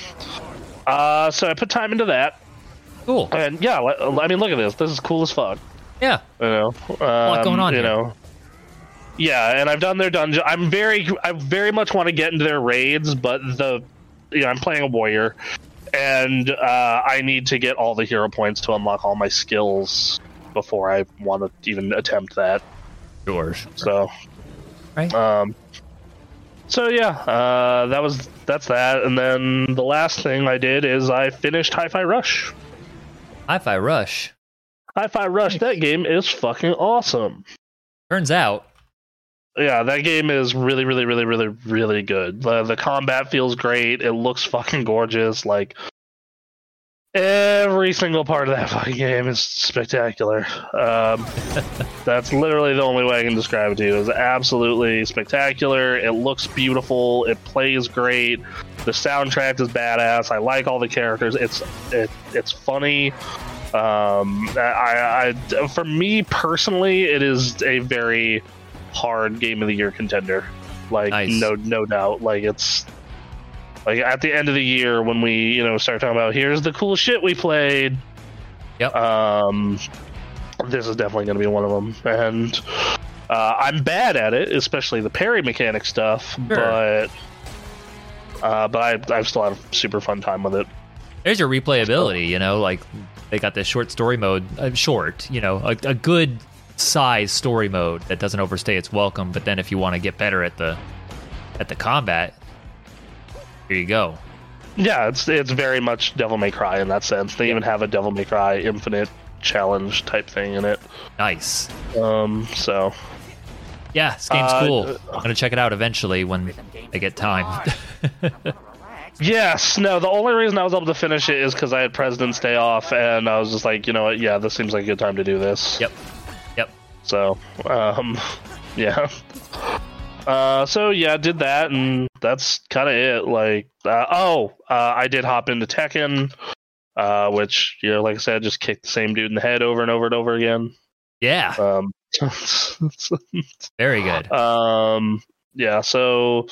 S2: uh, so I put time into that,
S1: Cool.
S2: and yeah, li- I mean, look at this. This is cool as fuck.
S1: Yeah.
S2: You know, um,
S1: lot going on
S2: You
S1: here.
S2: know. Yeah, and I've done their dungeon. I'm very, I very much want to get into their raids, but the, you know, I'm playing a warrior, and uh, I need to get all the hero points to unlock all my skills before I want to even attempt that.
S1: Sure.
S2: So,
S1: Right.
S2: Um, so yeah, uh, that was that's that, and then the last thing I did is I finished Hi-Fi Rush.
S1: Hi-Fi Rush.
S2: Hi-Fi Rush, that game is fucking awesome.
S1: Turns out.
S2: Yeah, that game is really, really, really, really, really good. The the combat feels great. It looks fucking gorgeous. Like every single part of that fucking game is spectacular. Um, that's literally the only way I can describe it to you. It's absolutely spectacular. It looks beautiful. It plays great. The soundtrack is badass. I like all the characters. It's it, it's funny. Um, I, I for me personally, it is a very hard game of the year contender. Like
S1: Nice.
S2: no no doubt. Like it's like at the end of the year when we you know start talking about here's the cool shit we played.
S1: Yep.
S2: Um, this is definitely going to be one of them, and uh, I'm bad at it, especially the parry mechanic stuff.
S1: Sure.
S2: But uh, but I I've still had a super fun time with it.
S1: There's your replayability. You know, like they got this short story mode. Uh, short. You know, a, a good size story mode that doesn't overstay its welcome. But then if you want to get better at the at the combat, here you go.
S2: Yeah, it's it's very much Devil May Cry in that sense. They even have a Devil May Cry Infinite challenge type thing in it.
S1: Nice.
S2: Um, so
S1: Yeah, this game's
S2: Uh,
S1: cool. I'm gonna check it out eventually when I get time.
S2: Yes, no. The only reason I was able to finish it is because I had President's Day off, and I was just like, you know what? Yeah, this seems like a good time to do this.
S1: yep. Yep.
S2: So, um, yeah. Uh, so yeah, I did that, and that's kind of it. Like, uh, oh, uh, I did hop into Tekken, uh, which you know, like I said, just kicked the same dude in the head over and over and over again.
S1: Yeah.
S2: Um,
S1: Very good.
S2: Um, yeah. So,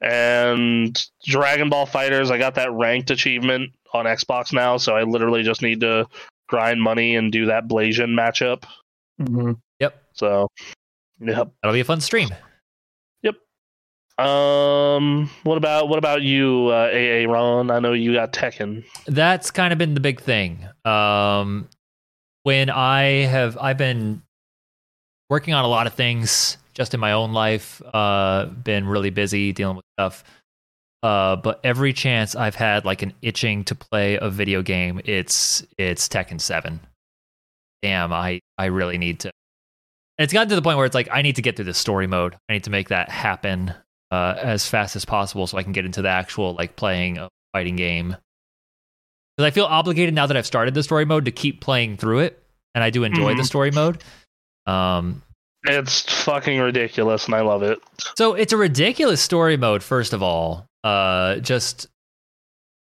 S2: and Dragon Ball Fighters, I got that ranked achievement on Xbox now, so I literally just need to grind money and do that Blasian matchup.
S4: Mhm.
S1: Yep.
S2: So, yep.
S1: That'll be a fun stream.
S2: Um, what about what about you, uh, AA Ron? I know you got Tekken.
S1: that's kind of been the big thing. Um, when I have, I've been working on a lot of things just in my own life. Uh, been really busy dealing with stuff. Uh, but every chance I've had like an itching to play a video game, it's it's Tekken Seven. Damn, I I really need to. And it's gotten to the point where it's like I need to get through the story mode. I need to make that happen uh, as fast as possible so I can get into the actual like playing a fighting game. Because I feel obligated now that I've started the story mode to keep playing through it, and I do enjoy the
S2: Mhm.
S1: story mode. Um,
S2: It's fucking ridiculous, and I love it.
S1: so it's a ridiculous story mode, first of all. Uh, just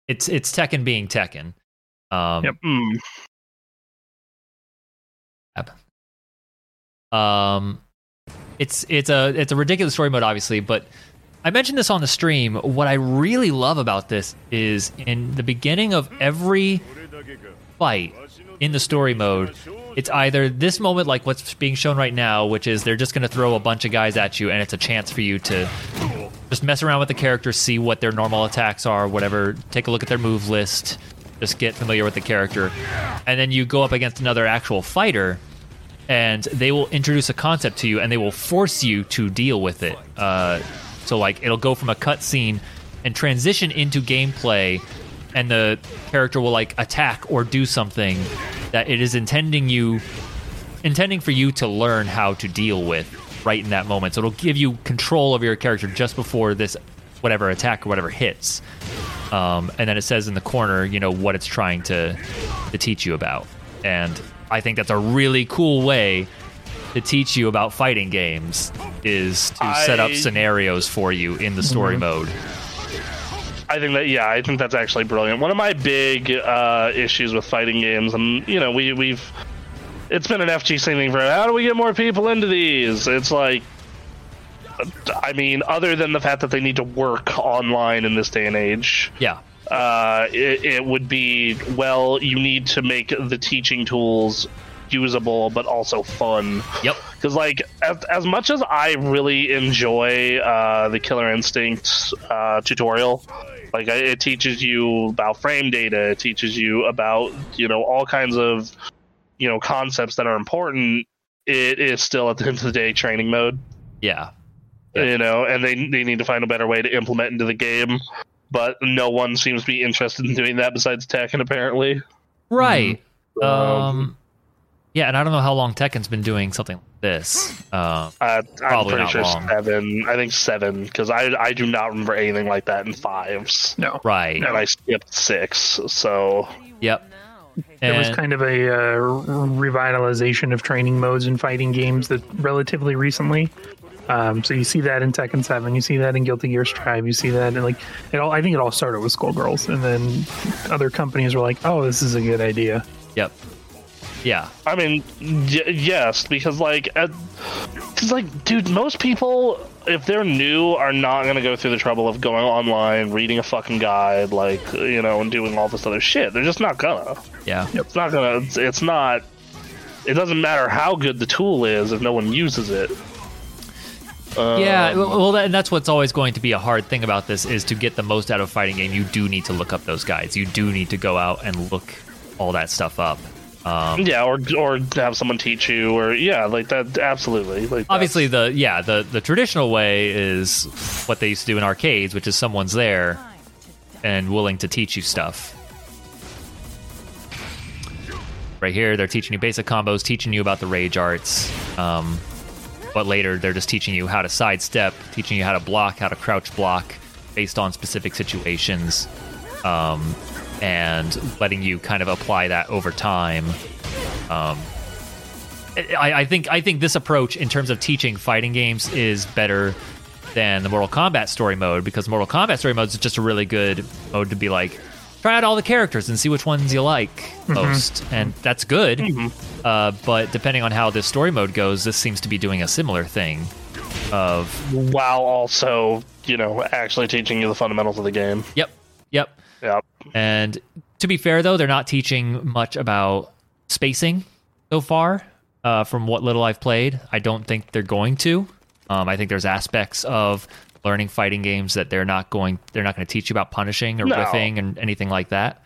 S1: it's it's Tekken being Tekken. Um,
S4: Yep.
S2: Mm.
S1: Um, it's it's a it's a ridiculous story mode, obviously. But I mentioned this on the stream. What I really love about this is in the beginning of every fight in the story mode, it's either this moment like what's being shown right now, which is they're just going to throw a bunch of guys at you, and it's a chance for you to just mess around with the characters, see what their normal attacks are, whatever. Take a look at their move list. Just get familiar with the character, and then you go up against another actual fighter and they will introduce a concept to you and they will force you to deal with it. Uh, so like it'll go from a cutscene and transition into gameplay, and the character will like attack or do something that it is intending you intending for you to learn how to deal with right in that moment. So it'll give you control over your character just before this whatever attack or whatever hits. Um, and then it says in the corner, you know, what it's trying to to teach you about. And I think that's a really cool way to teach you about fighting games is to set up
S2: I-
S1: scenarios for you in the story mode.
S2: I think that yeah, I think that's actually brilliant. One of my big uh, issues with fighting games, and you know, we we've it's been an FGC thing for how do we get more people into these? It's like, I mean, other than the fact that they need to work online in this day and age,
S1: Yeah.
S2: uh, it, it would be well, you need to make the teaching tools usable but also fun
S1: Yep.
S2: because like as, as much as i really enjoy uh, the killer instinct uh, tutorial like I, it teaches you about frame data it teaches you about you know all kinds of you know concepts that are important it is still at the end of the day training mode
S1: Yeah. Yeah.
S2: you know and they, they need to find a better way to implement into the game but no one seems to be interested in doing that besides Tekken, apparently.
S1: Right.
S2: Um,
S1: Um Yeah, and I don't know how long Tekken's been doing something like this. Um
S2: Uh, I'm
S1: Probably
S2: pretty
S1: not
S2: sure
S1: long.
S2: seven. I think seven because I I do not remember anything like that in fives,
S4: No,
S1: right.
S2: and I skipped six. So
S1: Yep.
S4: There was
S1: And-
S4: kind of a uh, revitalization of training modes in fighting games that relatively recently. Um, so you see that in Tekken Seven, you see that in Guilty Gear Strive, you see that in like it all. I think it all started with Skullgirls, and then other companies were like, "Oh, this is a good idea."
S1: Yep. Yeah.
S2: I mean, y- yes, because like, at, cause like, dude, most people if they're new are not gonna go through the trouble of going online, reading a fucking guide, like you know, and doing all this other shit. They're just not gonna.
S1: Yeah.
S2: It's not gonna. It's, it's not. It doesn't matter how good the tool is if no one uses it.
S1: Yeah,
S2: Um,
S1: well, well, that, and that's what's always going to be a hard thing about this is to get the most out of a fighting game. You do need to look up those guides. You do need to go out and look all that stuff up. Um,
S2: Yeah, or or have someone teach you, or yeah, like that. Absolutely, like that's-
S1: obviously, the yeah the the traditional way is what they used to do in arcades, which is someone's there and willing to teach you stuff. Right here, they're teaching you basic combos, teaching you about the rage arts. Um, but later, they're just teaching you how to sidestep, teaching you how to block, how to crouch block based on specific situations, um, and letting you kind of apply that over time. Um, I, I think I think this approach in terms of teaching fighting games is better than the Mortal Kombat story mode because Mortal Kombat story mode is just a really good mode to be like try out all the characters and see which ones you like most, and that's good. Uh, but depending on how this story mode goes, this seems to be doing a similar thing. Of
S2: while also you know actually teaching you the fundamentals of the game.
S1: yep, yep.
S2: Yeah,
S1: And to be fair, though, they're not teaching much about spacing so far. Uh, from what little I've played, I don't think they're going to. Um, I think there's aspects of learning fighting games that they're not going, they're not going to teach you about punishing or
S2: No.
S1: riffing and anything like that.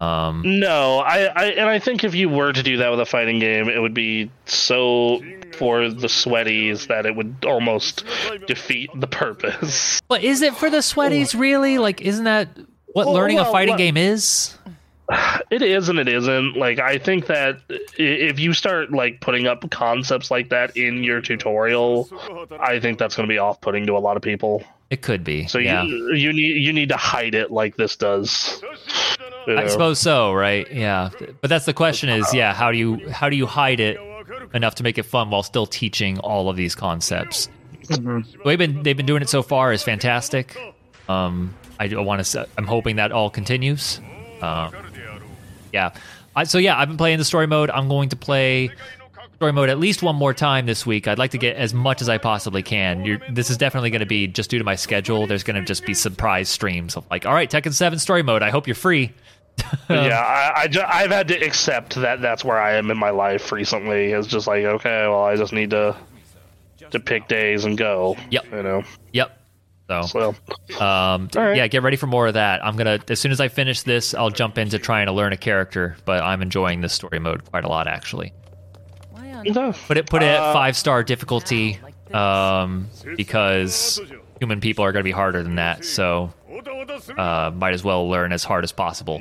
S1: Um,
S2: No, I, I and I think if you were to do that with a fighting game, it would be so for the sweaties that it would almost defeat the purpose.
S1: but is it for the sweaties really? Like, isn't that what
S2: Well,
S1: learning a
S2: well,
S1: fighting
S2: what-
S1: game is?
S2: It is and it isn't. Like I think that i- if you start like putting up concepts like that in your tutorial, I think that's going to be off-putting to a lot of people.
S1: It could be.
S2: So
S1: yeah.
S2: you you need you need to hide it like this does. You
S1: I
S2: know?
S1: suppose so, right? Yeah. But that's the question is, yeah, how do you how do you hide it enough to make it fun while still teaching all of these concepts? They've been they've been doing it so far is fantastic. Um I want to I'm hoping that all continues. Um yeah. I, so yeah, I've been playing the story mode. I'm going to play story mode at least one more time this week. I'd like to get as much as I possibly can. You're, this is definitely going to be just due to my schedule. There's going to just be surprise streams of like, all right, Tekken Seven story mode. I hope you're free.
S2: yeah, I, I ju- I've had to accept that that's where I am in my life recently. It's just like, okay, well, I just need to to pick days and go.
S1: Yep.
S2: You know.
S1: Yep. So
S2: So
S1: Um,
S2: All right.
S1: Yeah, get ready for more of that. I'm gonna as soon as I finish this, I'll jump into trying to learn a character. But I'm enjoying this story mode quite a lot, actually.
S2: no.
S1: Put it put it at
S2: Uh,
S1: five star difficulty um, because human people are gonna be harder than that. So uh, might as well learn as hard as possible.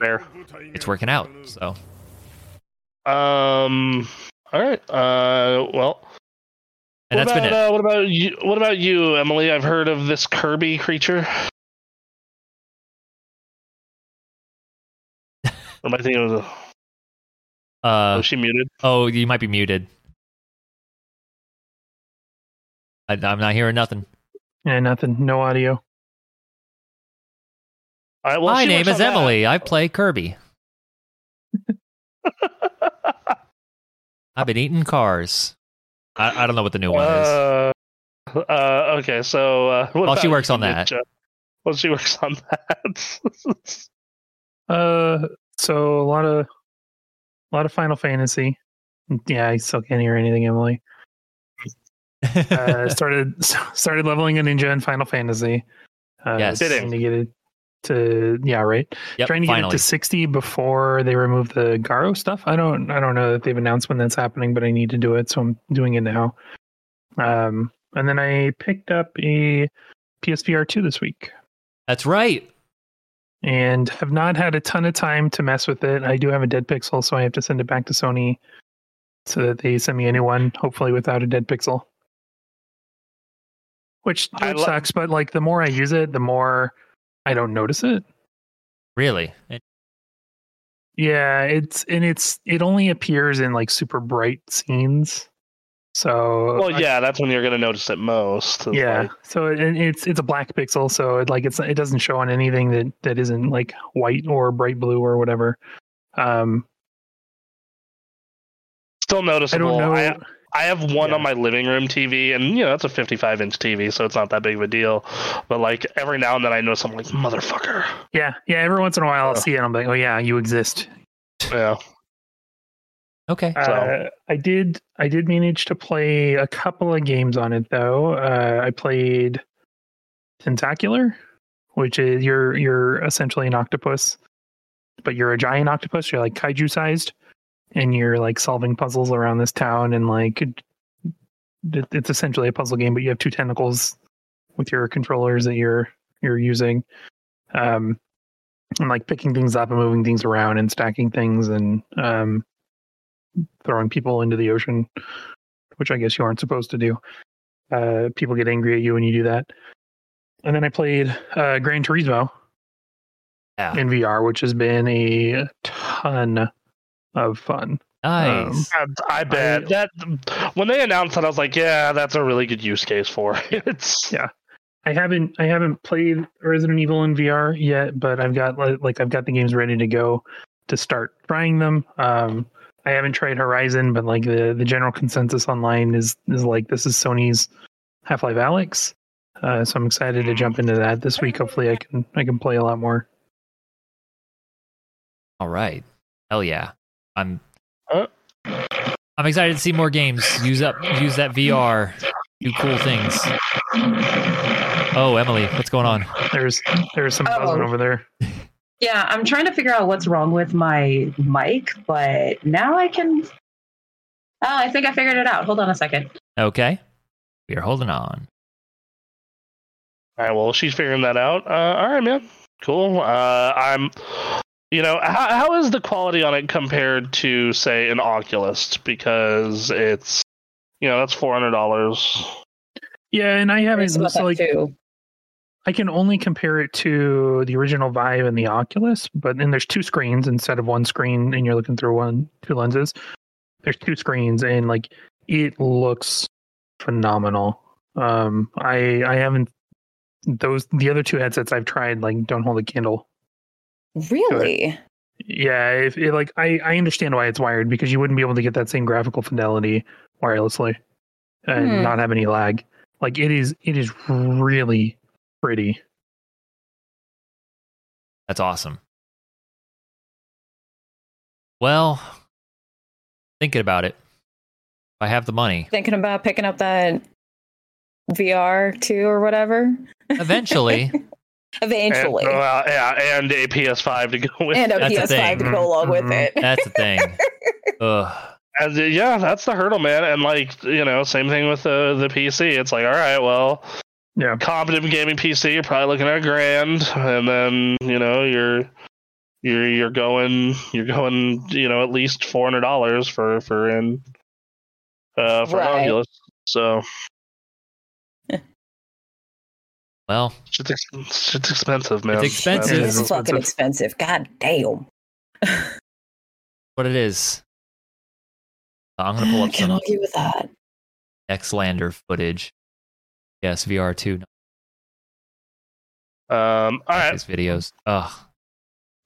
S2: Fair.
S1: It's working out. So
S2: Um. All right. Uh. Well.
S1: and
S2: what
S1: that's
S2: about,
S1: been it.
S2: Uh, what about you? What about you, Emily? I've heard of this Kirby creature. Or Am I thinking of? the-
S1: Uh,
S2: was she muted?
S1: oh, you might be muted. I, I'm not hearing nothing.
S4: Yeah, nothing. No audio.
S2: I, well,
S1: My
S2: she
S1: name
S2: works
S1: is
S2: on that.
S1: Emily. I play Kirby. I've been eating cars. I, I don't know what the new one is.
S2: Uh, uh, okay, so uh, what
S1: While she
S2: about
S1: works on
S2: you,
S1: that.
S2: Ninja? While she works on that,
S4: Uh, so a lot of, a lot of Final Fantasy. Yeah, I still can't hear anything, Emily. uh, started started leveling a ninja in Final Fantasy. Uh,
S1: Yes.
S4: trying to get it to yeah right.
S1: yep,
S4: trying to get
S1: finally.
S4: it to sixty before they remove the Garo stuff. I don't I don't know that they've announced when that's happening, but I need to do it, so I'm doing it now. Um, and then I picked up a PSVR two this week
S1: That's right.
S4: and have not had a ton of time to mess with it. I do have a dead pixel, so I have to send it back to Sony so that they send me a new one, hopefully without a dead pixel. Which,
S2: I
S4: which
S2: lo-
S4: sucks, but like the more I use it, the more I don't notice it.
S1: Really. And
S4: Yeah, it's and it's it only appears in like super bright scenes. So
S2: well, yeah, that's when you're gonna notice it most. is
S4: yeah
S2: like-
S4: so it, and it's it's a black pixel so it like it's it doesn't show on anything that that isn't like white or bright blue or whatever um
S2: still
S4: i
S2: noticeable.
S4: don't know
S2: I, I have one
S4: Yeah.
S2: on my living room TV, and you know that's a 55 inch TV, so it's not that big of a deal. But like every now and then, I notice I'm like motherfucker.
S4: yeah yeah every once in a while i'll
S2: Yeah.
S4: see it and i'm like oh yeah you exist
S2: Yeah.
S1: okay.
S4: uh, i did i did manage to play a couple of games on it though uh i played tentacular which is you're you're essentially an octopus but you're a giant octopus you're like kaiju sized and you're like solving puzzles around this town and like it- it- it's essentially a puzzle game but you have two tentacles with your controllers that you're you're using um and like picking things up and moving things around and stacking things and um throwing people into the ocean which i guess you aren't supposed to do uh people get angry at you when you do that and then i played uh gran turismo
S1: Yeah.
S4: in VR, which has been a ton of fun. um,
S1: Nice.
S2: And I bet that when they announced that, I was like, yeah, that's a really good use case for it. It's
S4: Yeah. I haven't I haven't played Resident Evil in VR yet, but I've got li- like I've got the games ready to go to start trying them. Um, I haven't tried Horizon, but like the the general consensus online is is like this is Sony's Half Life Alex. Uh, so I'm excited to jump into that this week. Hopefully, I can I can play a lot more.
S1: All right. Hell yeah. I'm.
S2: Uh.
S1: I'm excited to see more games. Use up. Use that VR. Do cool things. Oh, Emily, what's going on?
S4: There's there's some
S3: Oh.
S4: buzzing over there.
S6: Yeah, I'm trying to figure out what's wrong with my mic, but now I can. Oh, I think I figured it out. Hold on a second.
S1: Okay. We are holding on.
S2: All right. Well, she's figuring that out. Uh, all right, man. Cool. Uh, I'm. You know, how, how is the quality on it compared to, say, an Oculus? Because it's, you know, that's four hundred dollars.
S4: Yeah, and I haven't
S3: Curious about that
S4: like
S3: too.
S4: I can only compare it to the original Vive and the Oculus, but then there's two screens instead of one screen, and you're looking through one two lenses. There's two screens, and like it looks phenomenal. Um, I I haven't those the other two headsets I've tried like don't hold a candle.
S3: Really?
S4: Yeah, if it, like I I understand why it's wired because you wouldn't be able to get that same graphical fidelity wirelessly and
S3: Hmm.
S4: not have any lag. Like it is it is really pretty.
S1: That's awesome. Well, thinking about it, if I have the money,
S3: Thinking about picking up that VR two or whatever.
S1: eventually,
S3: Eventually.
S2: And, well, yeah, and a PS5 to go with.
S3: And a
S1: That's the
S3: PS5 to
S4: thing.
S3: go along with
S4: Mhm.
S3: it.
S1: that's the thing. Ugh.
S2: And, uh, yeah, that's the hurdle, man. And like you know, same thing with the the PC. It's like, all right, well,
S4: Yeah.
S2: competent gaming PC, you're probably looking at a grand, and then you know you're you're you're going you're going you know at least four hundred dollars for for in uh for
S3: Right.
S2: Oculus. So
S1: Well,
S2: it's ex- it's expensive, man.
S1: It's expensive.
S2: That's-
S3: It's
S4: It's
S3: fucking expensive. God damn.
S1: what it is. I'm gonna pull
S3: I
S1: up
S3: can
S1: some
S3: argue with that.
S1: X Lander footage. Yes, VR two
S2: Um, all right,
S1: these videos. Ugh.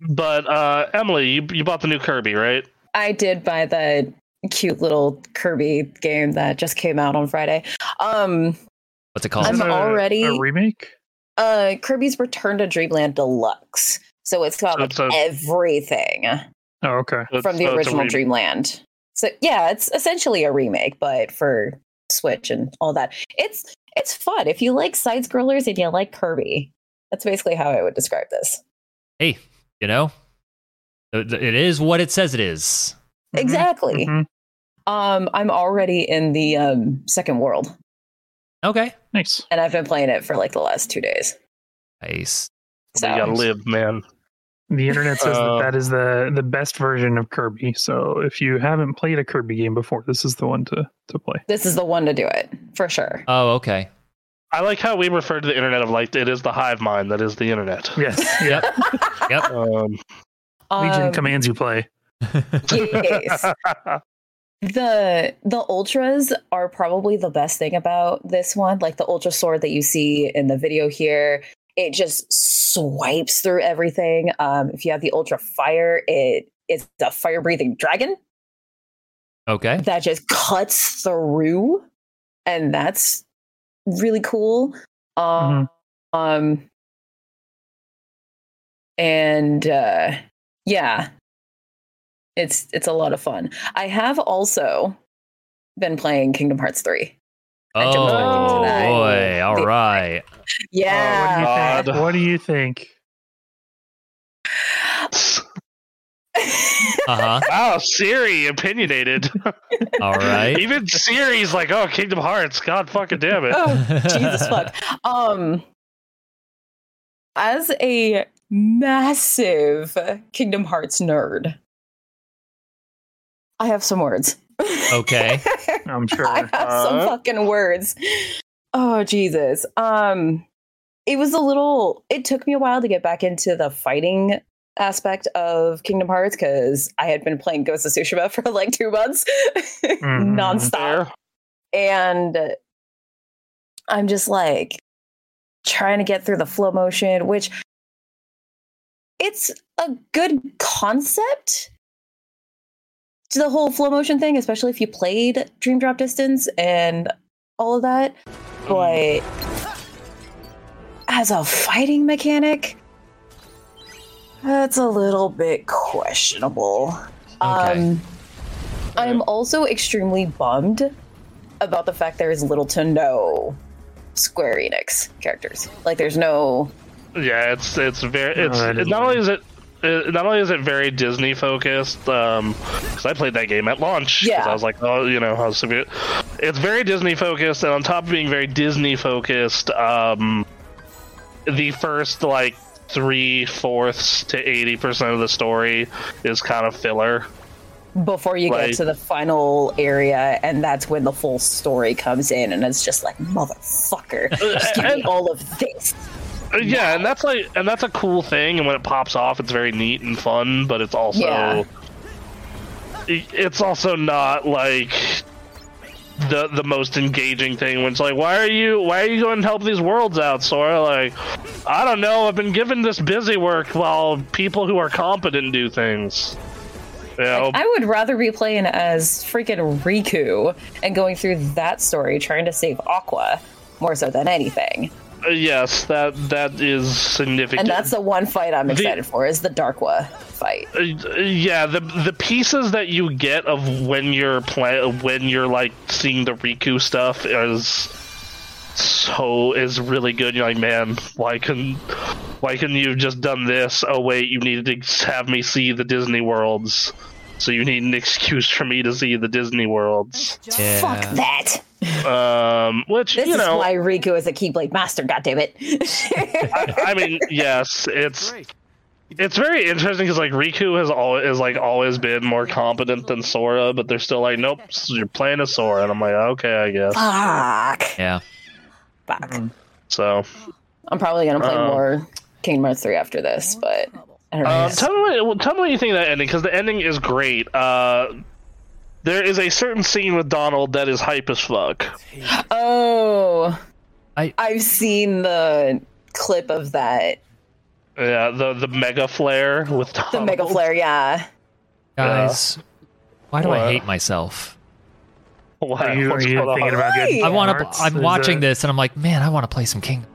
S2: but uh, Emily, you you bought the new Kirby, right?
S3: I did buy the cute little Kirby game that just came out on Friday. Um
S1: What's it
S4: Is
S1: called?
S3: I'm
S4: that a-
S3: already-
S4: a remake.
S3: uh Kirby's Return to Dreamland Deluxe. So it's got
S2: So
S3: like
S2: it's a-
S3: everything
S4: Oh, okay.
S3: from the
S2: So it's a
S3: original
S2: re-
S3: Dreamland. So yeah, it's essentially a remake, but for Switch and all that. It's it's fun. If you like side scrollers and you like Kirby, that's basically how I would describe this.
S2: Mm-hmm.
S1: You know, it it is what it says it is.
S4: Mhm.
S3: Exactly.
S4: Mhm.
S2: Mm-hmm.
S3: Um, I'm already in the um, second world,
S1: Okay.
S4: Nice.
S3: and I've been playing it for like the last two days.
S1: Nice.
S3: So
S2: You gotta live, man.
S4: The internet says
S2: Uh,
S4: that that is the the best version of Kirby. So if you haven't played a Kirby game before, this is the one to to play.
S3: this is the one to do it for sure.
S1: Oh, okay.
S2: I like how we refer to the internet of like it is the hive mind that is the internet.
S4: Yes.
S1: Yep.
S2: Um,
S4: Uh, Legion
S3: Um,
S4: commands you play.
S3: yes. the the ultras are probably the best thing about this one. Like the ultra sword that you see in the video here, it just swipes through everything. Um, if you have the ultra fire, it it's a fire breathing dragon.
S1: Okay.
S3: that just cuts through and that's really cool um um and uh yeah it's it's a lot of fun i have also been playing kingdom hearts 3 I jumped
S2: back into
S1: Oh
S2: that.
S1: boy. All
S3: The-
S1: right.
S3: yeah
S4: Oh, what, do you
S2: God.
S4: think? what do you think?
S1: Uh huh.
S2: wow, Siri opinionated.
S1: All right.
S2: Even Siri's like, oh, Kingdom Hearts. God fucking damn it.
S3: oh Jesus fuck. Um as a massive Kingdom Hearts nerd, I have some words.
S1: Okay.
S4: I'm
S3: I
S4: sure.
S3: have some
S2: Uh-huh.
S3: fucking words. Oh Jesus. Um it was a little it took me a while to get back into the fighting aspect of Kingdom Hearts because I had been playing Ghost of Tsushima for like two months
S2: Mm-hmm.
S4: Mhm.
S3: nonstop
S2: There.
S3: and I'm just like trying to get through the flow motion, which it's a good concept to the whole flow motion thing, especially if you played Dream Drop Distance and all of that. But as a fighting mechanic, that's a little bit questionable.
S1: Okay.
S3: Um, I'm also extremely bummed about the fact there is little to no Square Enix characters. Like, there's no
S2: Yeah, it's it's very
S4: No,
S2: it's
S4: that is
S2: not only is it uh, not only is it very Disney focused, um, because I played that game at launch. 'cause
S3: Yeah.
S2: I was like, oh, you know, I was so It's very Disney focused, and on top of being very Disney focused, um, the first like three fourths to eighty percent of the story is kind of filler.
S3: before you
S2: Like-
S3: get to the final area, and that's when the full story comes in, and it's just like, motherfucker, just give me
S2: and-
S3: all of this.
S2: Uh, Yeah, and that's like, and that's a cool thing. And when it pops off, it's very neat and fun. But it's also,
S3: Yeah.
S2: I- it's also not like the the most engaging thing. When it's like, why are you why are you going to help these worlds out, Sora? Like, I don't know. I've been given this busy work while people who are competent do things. You know,
S3: I would rather be playing as freaking Riku and going through that story trying to save Aqua more so than anything.
S2: Uh, yes, that that is significant.
S3: And that's the one fight I'm excited for is the Darkwa fight.
S2: Uh, yeah the the pieces that you get of when you're play when you're like seeing the Riku stuff is so is really good. You're like, man, why couldn't why couldn't you have just done this? Oh wait, you needed to have me see the Disney worlds, so you need an excuse for me to see the Disney worlds.
S8: Yeah.
S3: Fuck that.
S2: Um, which
S3: This
S2: you
S3: is
S2: know,
S3: why Riku is a Keyblade master, goddammit.
S2: I mean, yes, it's it's very interesting because like Riku has always is like always been more competent than Sora, but they're still like, nope, s- you're playing as Sora, and I'm like, okay, I guess.
S3: Fuck.
S1: Yeah.
S3: Fuck.
S1: Mm.
S2: So,
S3: I'm probably gonna play
S2: Um,
S3: more Kingdom Hearts 3 after this, but I don't know.
S2: um, tell me what well, tell me what you think of that ending because the ending is great. Uh, there is a certain scene with Donald that is hype as fuck.
S3: oh,
S1: I-
S3: I've seen the clip of that.
S2: Yeah, the the mega flare with Donald.
S1: Oh,
S3: The Mega Flare, yeah.
S1: Guys, why do I
S2: What?
S1: hate myself?
S2: Wow,
S4: Are you, are
S2: what's
S4: you
S2: going on?
S4: thinking about getting
S1: I want to.
S4: hearts?
S1: I'm
S4: Is
S1: watching
S4: that-
S1: this and I'm like, man, I want to play some Kingdom.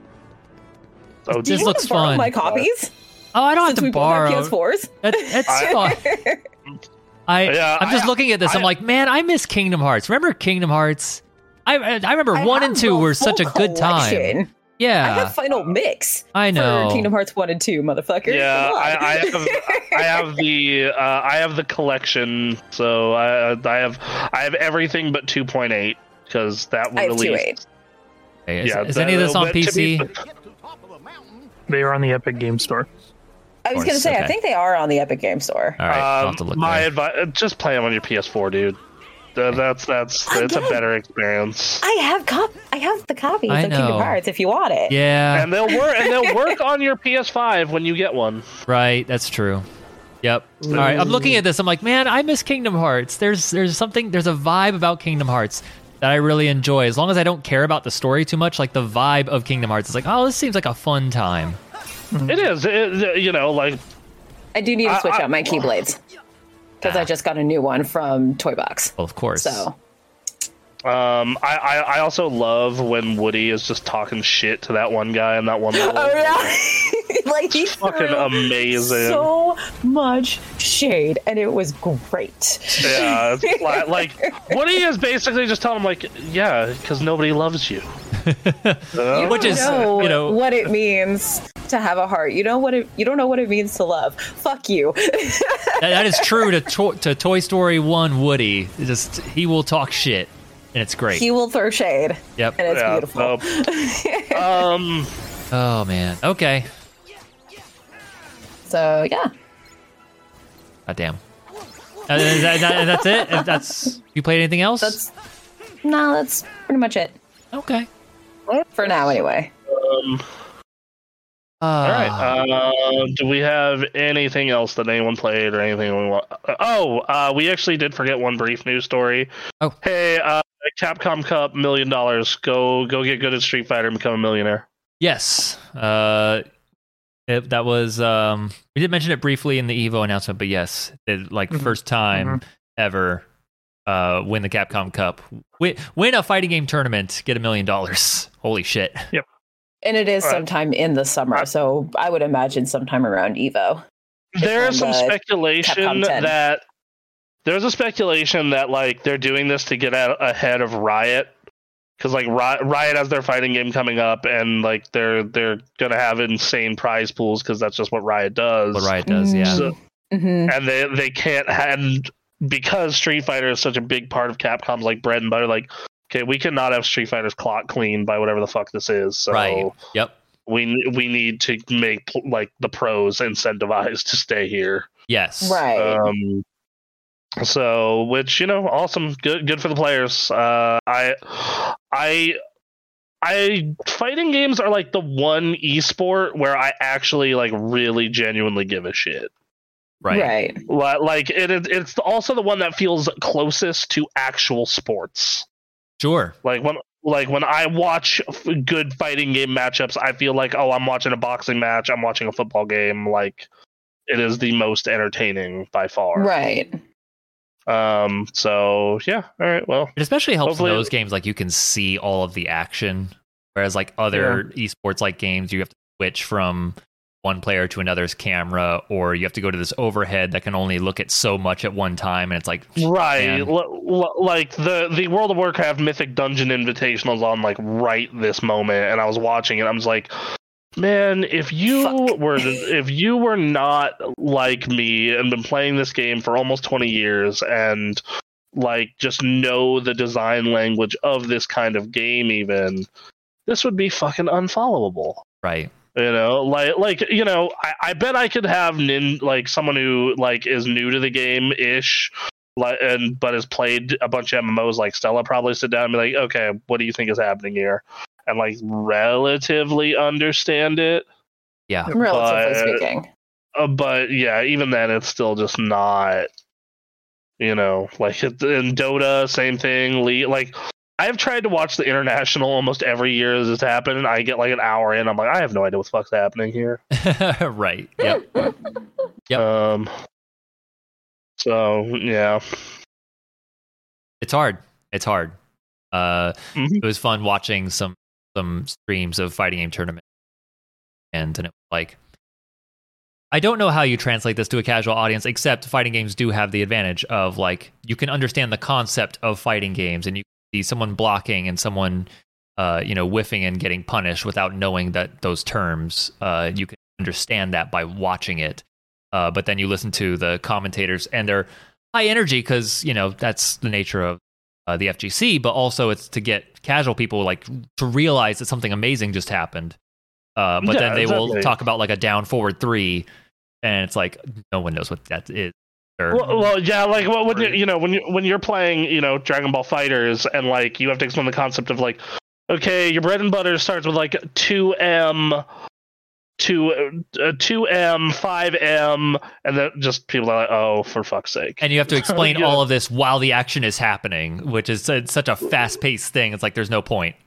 S2: Oh,
S1: This
S3: you
S1: looks
S3: wanna borrow
S1: fun.
S3: My copies.
S1: Oh, I don't have
S3: Since
S1: to
S3: we
S1: borrow.
S3: both have PS4s.
S1: That, that's
S2: I-
S1: fine. I,
S2: Yeah,
S1: I'm just
S2: I-
S1: looking at this. I, am
S2: I-
S1: like, man, I miss Kingdom Hearts. Remember Kingdom Hearts? I I, I remember one and two were such a good time.
S3: time. I
S1: Yeah,
S3: have Final Mix.
S1: I, know.
S3: For Kingdom Hearts 1 and 2, motherfucker.
S2: Yeah,
S3: Come on.
S2: I, I have I have the uh, I have the collection, so I I have I have everything but 2.8 because that
S3: I
S2: was
S3: have
S2: released.
S3: 2.8.
S1: Hey, is,
S2: Yeah,
S1: is
S2: the-
S1: any of this on
S2: but to
S1: PC?
S2: be-
S4: They are on the Epic Game Store.
S3: I was going to say,
S1: okay.
S3: I think they are on the Epic Game Store.
S1: All right, I'll have to
S2: um,
S1: look.
S2: my
S1: there.
S2: advice: just play them on your PS4, dude. Uh, that's that's
S3: I
S2: it's a
S3: did.
S2: better experience.
S3: I have cop- I have the copies
S1: I
S3: of Kingdom
S1: know.
S3: Hearts if you want it.
S1: yeah,
S2: And they'll work and they'll work on your PS5 when you get one.
S1: right. That's true. Yep. All right, I'm looking at this. I'm like, man, I miss Kingdom Hearts. There's there's something there's a vibe about Kingdom Hearts that I really enjoy. As long as I don't care about the story too much, like the vibe of Kingdom Hearts is like, oh, this seems like a fun time.
S2: It
S1: Mm.
S2: is, it, you know, like
S3: I do need to
S2: I-
S3: switch
S2: I-
S3: out my Keyblades because
S1: Ah.
S3: I just got a new one from Toy Box.
S1: Well, of course.
S3: So
S2: um, I, I I also love when Woody is just talking shit to that one guy and that one. Level.
S3: oh yeah, like he
S2: Fucking
S3: threw
S2: amazing.
S3: So much shade, and it was great.
S2: Yeah, it's flat. like Woody is basically just telling him like, yeah, because nobody loves you.
S3: You
S1: Which
S3: don't
S1: is,
S3: know
S1: you know-
S3: what it means to have a heart. You know what it, you don't know what it means to love. Fuck you.
S1: That- that is true to, to to Toy Story One. Woody It's just he will talk shit, and it's great.
S3: he will throw shade,
S1: yep.
S3: and it's
S2: Yeah,
S3: beautiful.
S2: so, um,
S1: Oh man. Okay.
S3: So yeah,
S1: God damn. Uh, is that- that- that's it. If That's you played anything else?
S3: that's no, that's pretty much it
S1: okay.
S3: for now. Anyway,
S2: um,
S1: Uh,
S2: all right. Uh, do we have anything else that anyone played or anything we want? Oh, uh, we actually did forget one brief news story.
S1: Oh.
S2: Hey, uh, Capcom Cup, million dollars. Go, go get good at Street Fighter and become a millionaire.
S1: Yes. Uh, it, that was um, we did mention it briefly in the Evo announcement, but yes, it, like
S4: Mhm.
S1: first time ever, uh, win the Capcom Cup, win, win a fighting game tournament, get a million dollars. Holy shit!
S3: and it is
S2: All right.
S3: sometime in the summer, so I would imagine sometime around Evo.
S2: There is some
S3: on the
S2: speculation
S3: Capcom 10.
S2: that there's a speculation that like they're doing this to get out ahead of Riot because like Ri- Riot has their fighting game coming up, and like they're they're gonna have insane prize pools because that's just what Riot does.
S1: What Riot does, yeah.
S2: So-
S3: hmm
S2: and they they can't and because Street Fighter is such a big part of Capcom's like bread and butter, like okay, we cannot have Street Fighter's clock clean by whatever the fuck this is. So
S1: Right. Yep.
S2: we we need to make like the pros incentivized to stay here.
S1: Yes.
S3: Right.
S2: Um, so, which you know, awesome, good, good for the players. Uh, I, I, I, fighting games are like the one esport where I actually like really genuinely give a shit.
S1: Right.
S3: right.
S2: Li- Like it, it, it's also the one that feels closest to actual sports.
S1: Sure.
S2: Like when, like when I watch f- good fighting game matchups, I feel like, oh, I'm watching a boxing match. I'm watching a football game. Like it is the most entertaining by far.
S3: Right.
S2: Um. So yeah. All right. Well.
S1: It especially helps
S2: Hopefully-
S1: in those games like you can see all of the action, whereas like other esports like games you have to switch from one player to another's camera, or you have to go to this overhead that can only look at so much at one time, and it's like
S2: Right.
S1: man.
S2: L- l- like the the World of Warcraft Mythic Dungeon Invitational's on like right this moment, and I was watching it. I was like, man, if you
S3: Fuck.
S2: were if you were not like me and been playing this game for almost twenty years and like just know the design language of this kind of game, even this would be fucking unfollowable.
S1: right,
S2: You know, like like you know, I, I bet I could have nin like someone who like is new to the game ish, like and but has played a bunch of MMOs like Stella probably sit down and be like, okay, what do you think is happening here, and like relatively understand it.
S3: Relatively
S2: But-
S3: speaking.
S2: Uh, but yeah, even then, it's still just not. You know, like it- in Dota, same thing. Le- like I have tried to watch the international almost every year as it's happened, and I get like an hour in, I'm like, I have no idea what the fuck's happening here.
S1: right, yep, Yep.
S2: Um. So yeah,
S1: it's hard, it's hard. Uh,
S2: Mhm.
S1: It was fun watching some some streams of fighting game tournament, and and it was like. I don't know how you translate this to a casual audience, except fighting games do have the advantage of like you can understand the concept of fighting games, and you can see someone blocking and someone, uh, you know, whiffing and getting punished without knowing that those terms. Uh, you can understand that by watching it, uh, but then you listen to the commentators and they're high energy because you know that's the nature of uh, the FGC, but also it's to get casual people like to realize that something amazing just happened. Uh, but
S2: Yeah,
S1: then they will
S2: exactly.
S1: talk about like a down forward three, and it's like no one knows what that is. Or,
S2: well, well, yeah, like well, when you, you know when you when you're playing, you know, Dragon Ball Fighters, and like you have to explain the concept of like, okay, your bread and butter starts with like two M, two uh, two M, five M, and then just people are like, oh, for fuck's sake.
S1: and you have to explain
S2: Yeah.
S1: all of this while the action is happening, which is it's such a fast paced thing. It's like there's no point.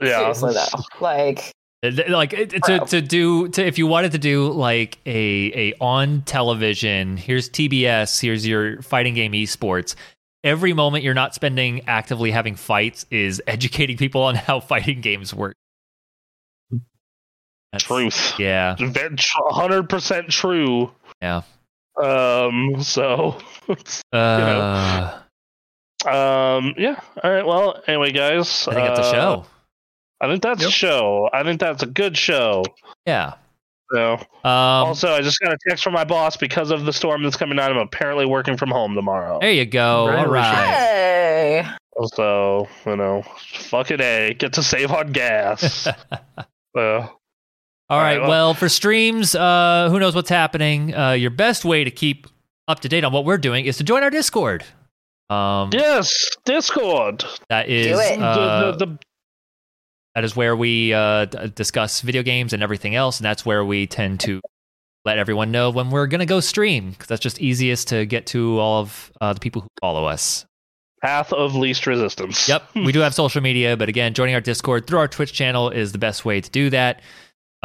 S2: yeah,
S3: Seriously though. Like
S1: Th- th- like it- to
S3: Wow.
S1: to do to if you wanted to do like a a on television here's TBS here's your fighting game esports every moment you're not spending actively having fights is educating people on how fighting games work That's-
S2: truth.
S1: yeah
S2: Hundred percent true.
S1: Yeah.
S2: Um. So.
S1: Uh,
S2: Um. Yeah. All right. Well. Anyway, guys.
S1: I think that's a
S2: uh,
S1: show
S2: I think that's a
S4: Yep.
S2: show. I think that's a good show.
S1: yeah
S2: So,
S1: um
S2: also, I just got a text from my boss because of the storm that's coming on. I'm apparently working from home tomorrow.
S1: there you go
S4: Right,
S1: all
S4: we
S1: right
S3: hey.
S2: So you know, fuck it, a get to save on gas. so,
S1: All right.
S2: All right, well-
S1: well, for streams, uh, who knows what's happening? Uh, your best way to keep up to date on what we're doing is to join our Discord. Um,
S2: yes, Discord.
S1: That is
S3: Do it.
S1: uh,
S2: the, the, the,
S1: that is where we uh, d- discuss video games and everything else, and that's where we tend to let everyone know when we're gonna go stream because that's just easiest to get to all of uh, the people who follow us.
S2: path of least resistance.
S1: Yep, we do have social media, but again, joining our Discord through our Twitch channel is the best way to do that.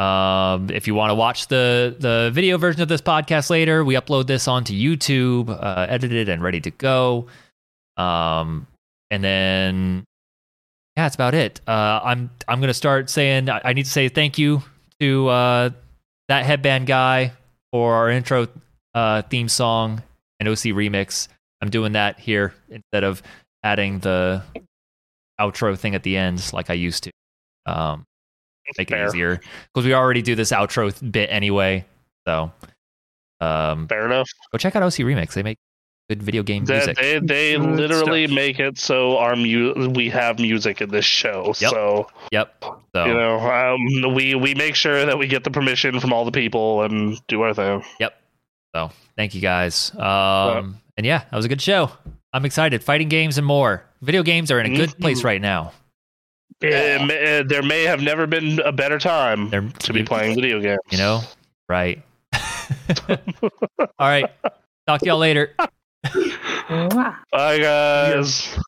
S1: Um, if you want to watch the the video version of this podcast later, we upload this onto YouTube, uh, edited and ready to go. Um, and then yeah, that's about it. Uh, I'm I'm gonna start saying I, I need to say thank you to uh, that headband guy for our intro uh, theme song and OC remix. I'm doing that here instead of adding the outro thing at the end like I used to. Um, make
S2: Fair.
S1: it easier because we already do this outro th- bit anyway. So, um,
S2: Fair enough.
S1: go check out OC Remix. They make good video game
S2: That
S1: music.
S2: they they
S4: Good
S2: literally
S4: stuff.
S2: make it so our mu- we have music in this show.
S1: Yep.
S2: So
S1: yep. So,
S2: you know, um, we we make sure that we get the permission from all the people and do our thing.
S1: thank you guys. Um, and yeah, that was a good show. I'm excited. Fighting games and more. Video games are in a good place
S2: Mhm.
S1: right now.
S2: It may- uh, there may have never been a better time
S1: They're
S2: to be playing video games.
S1: You know, right? All right. Talk to y'all later.
S3: Mwah.
S2: Bye guys.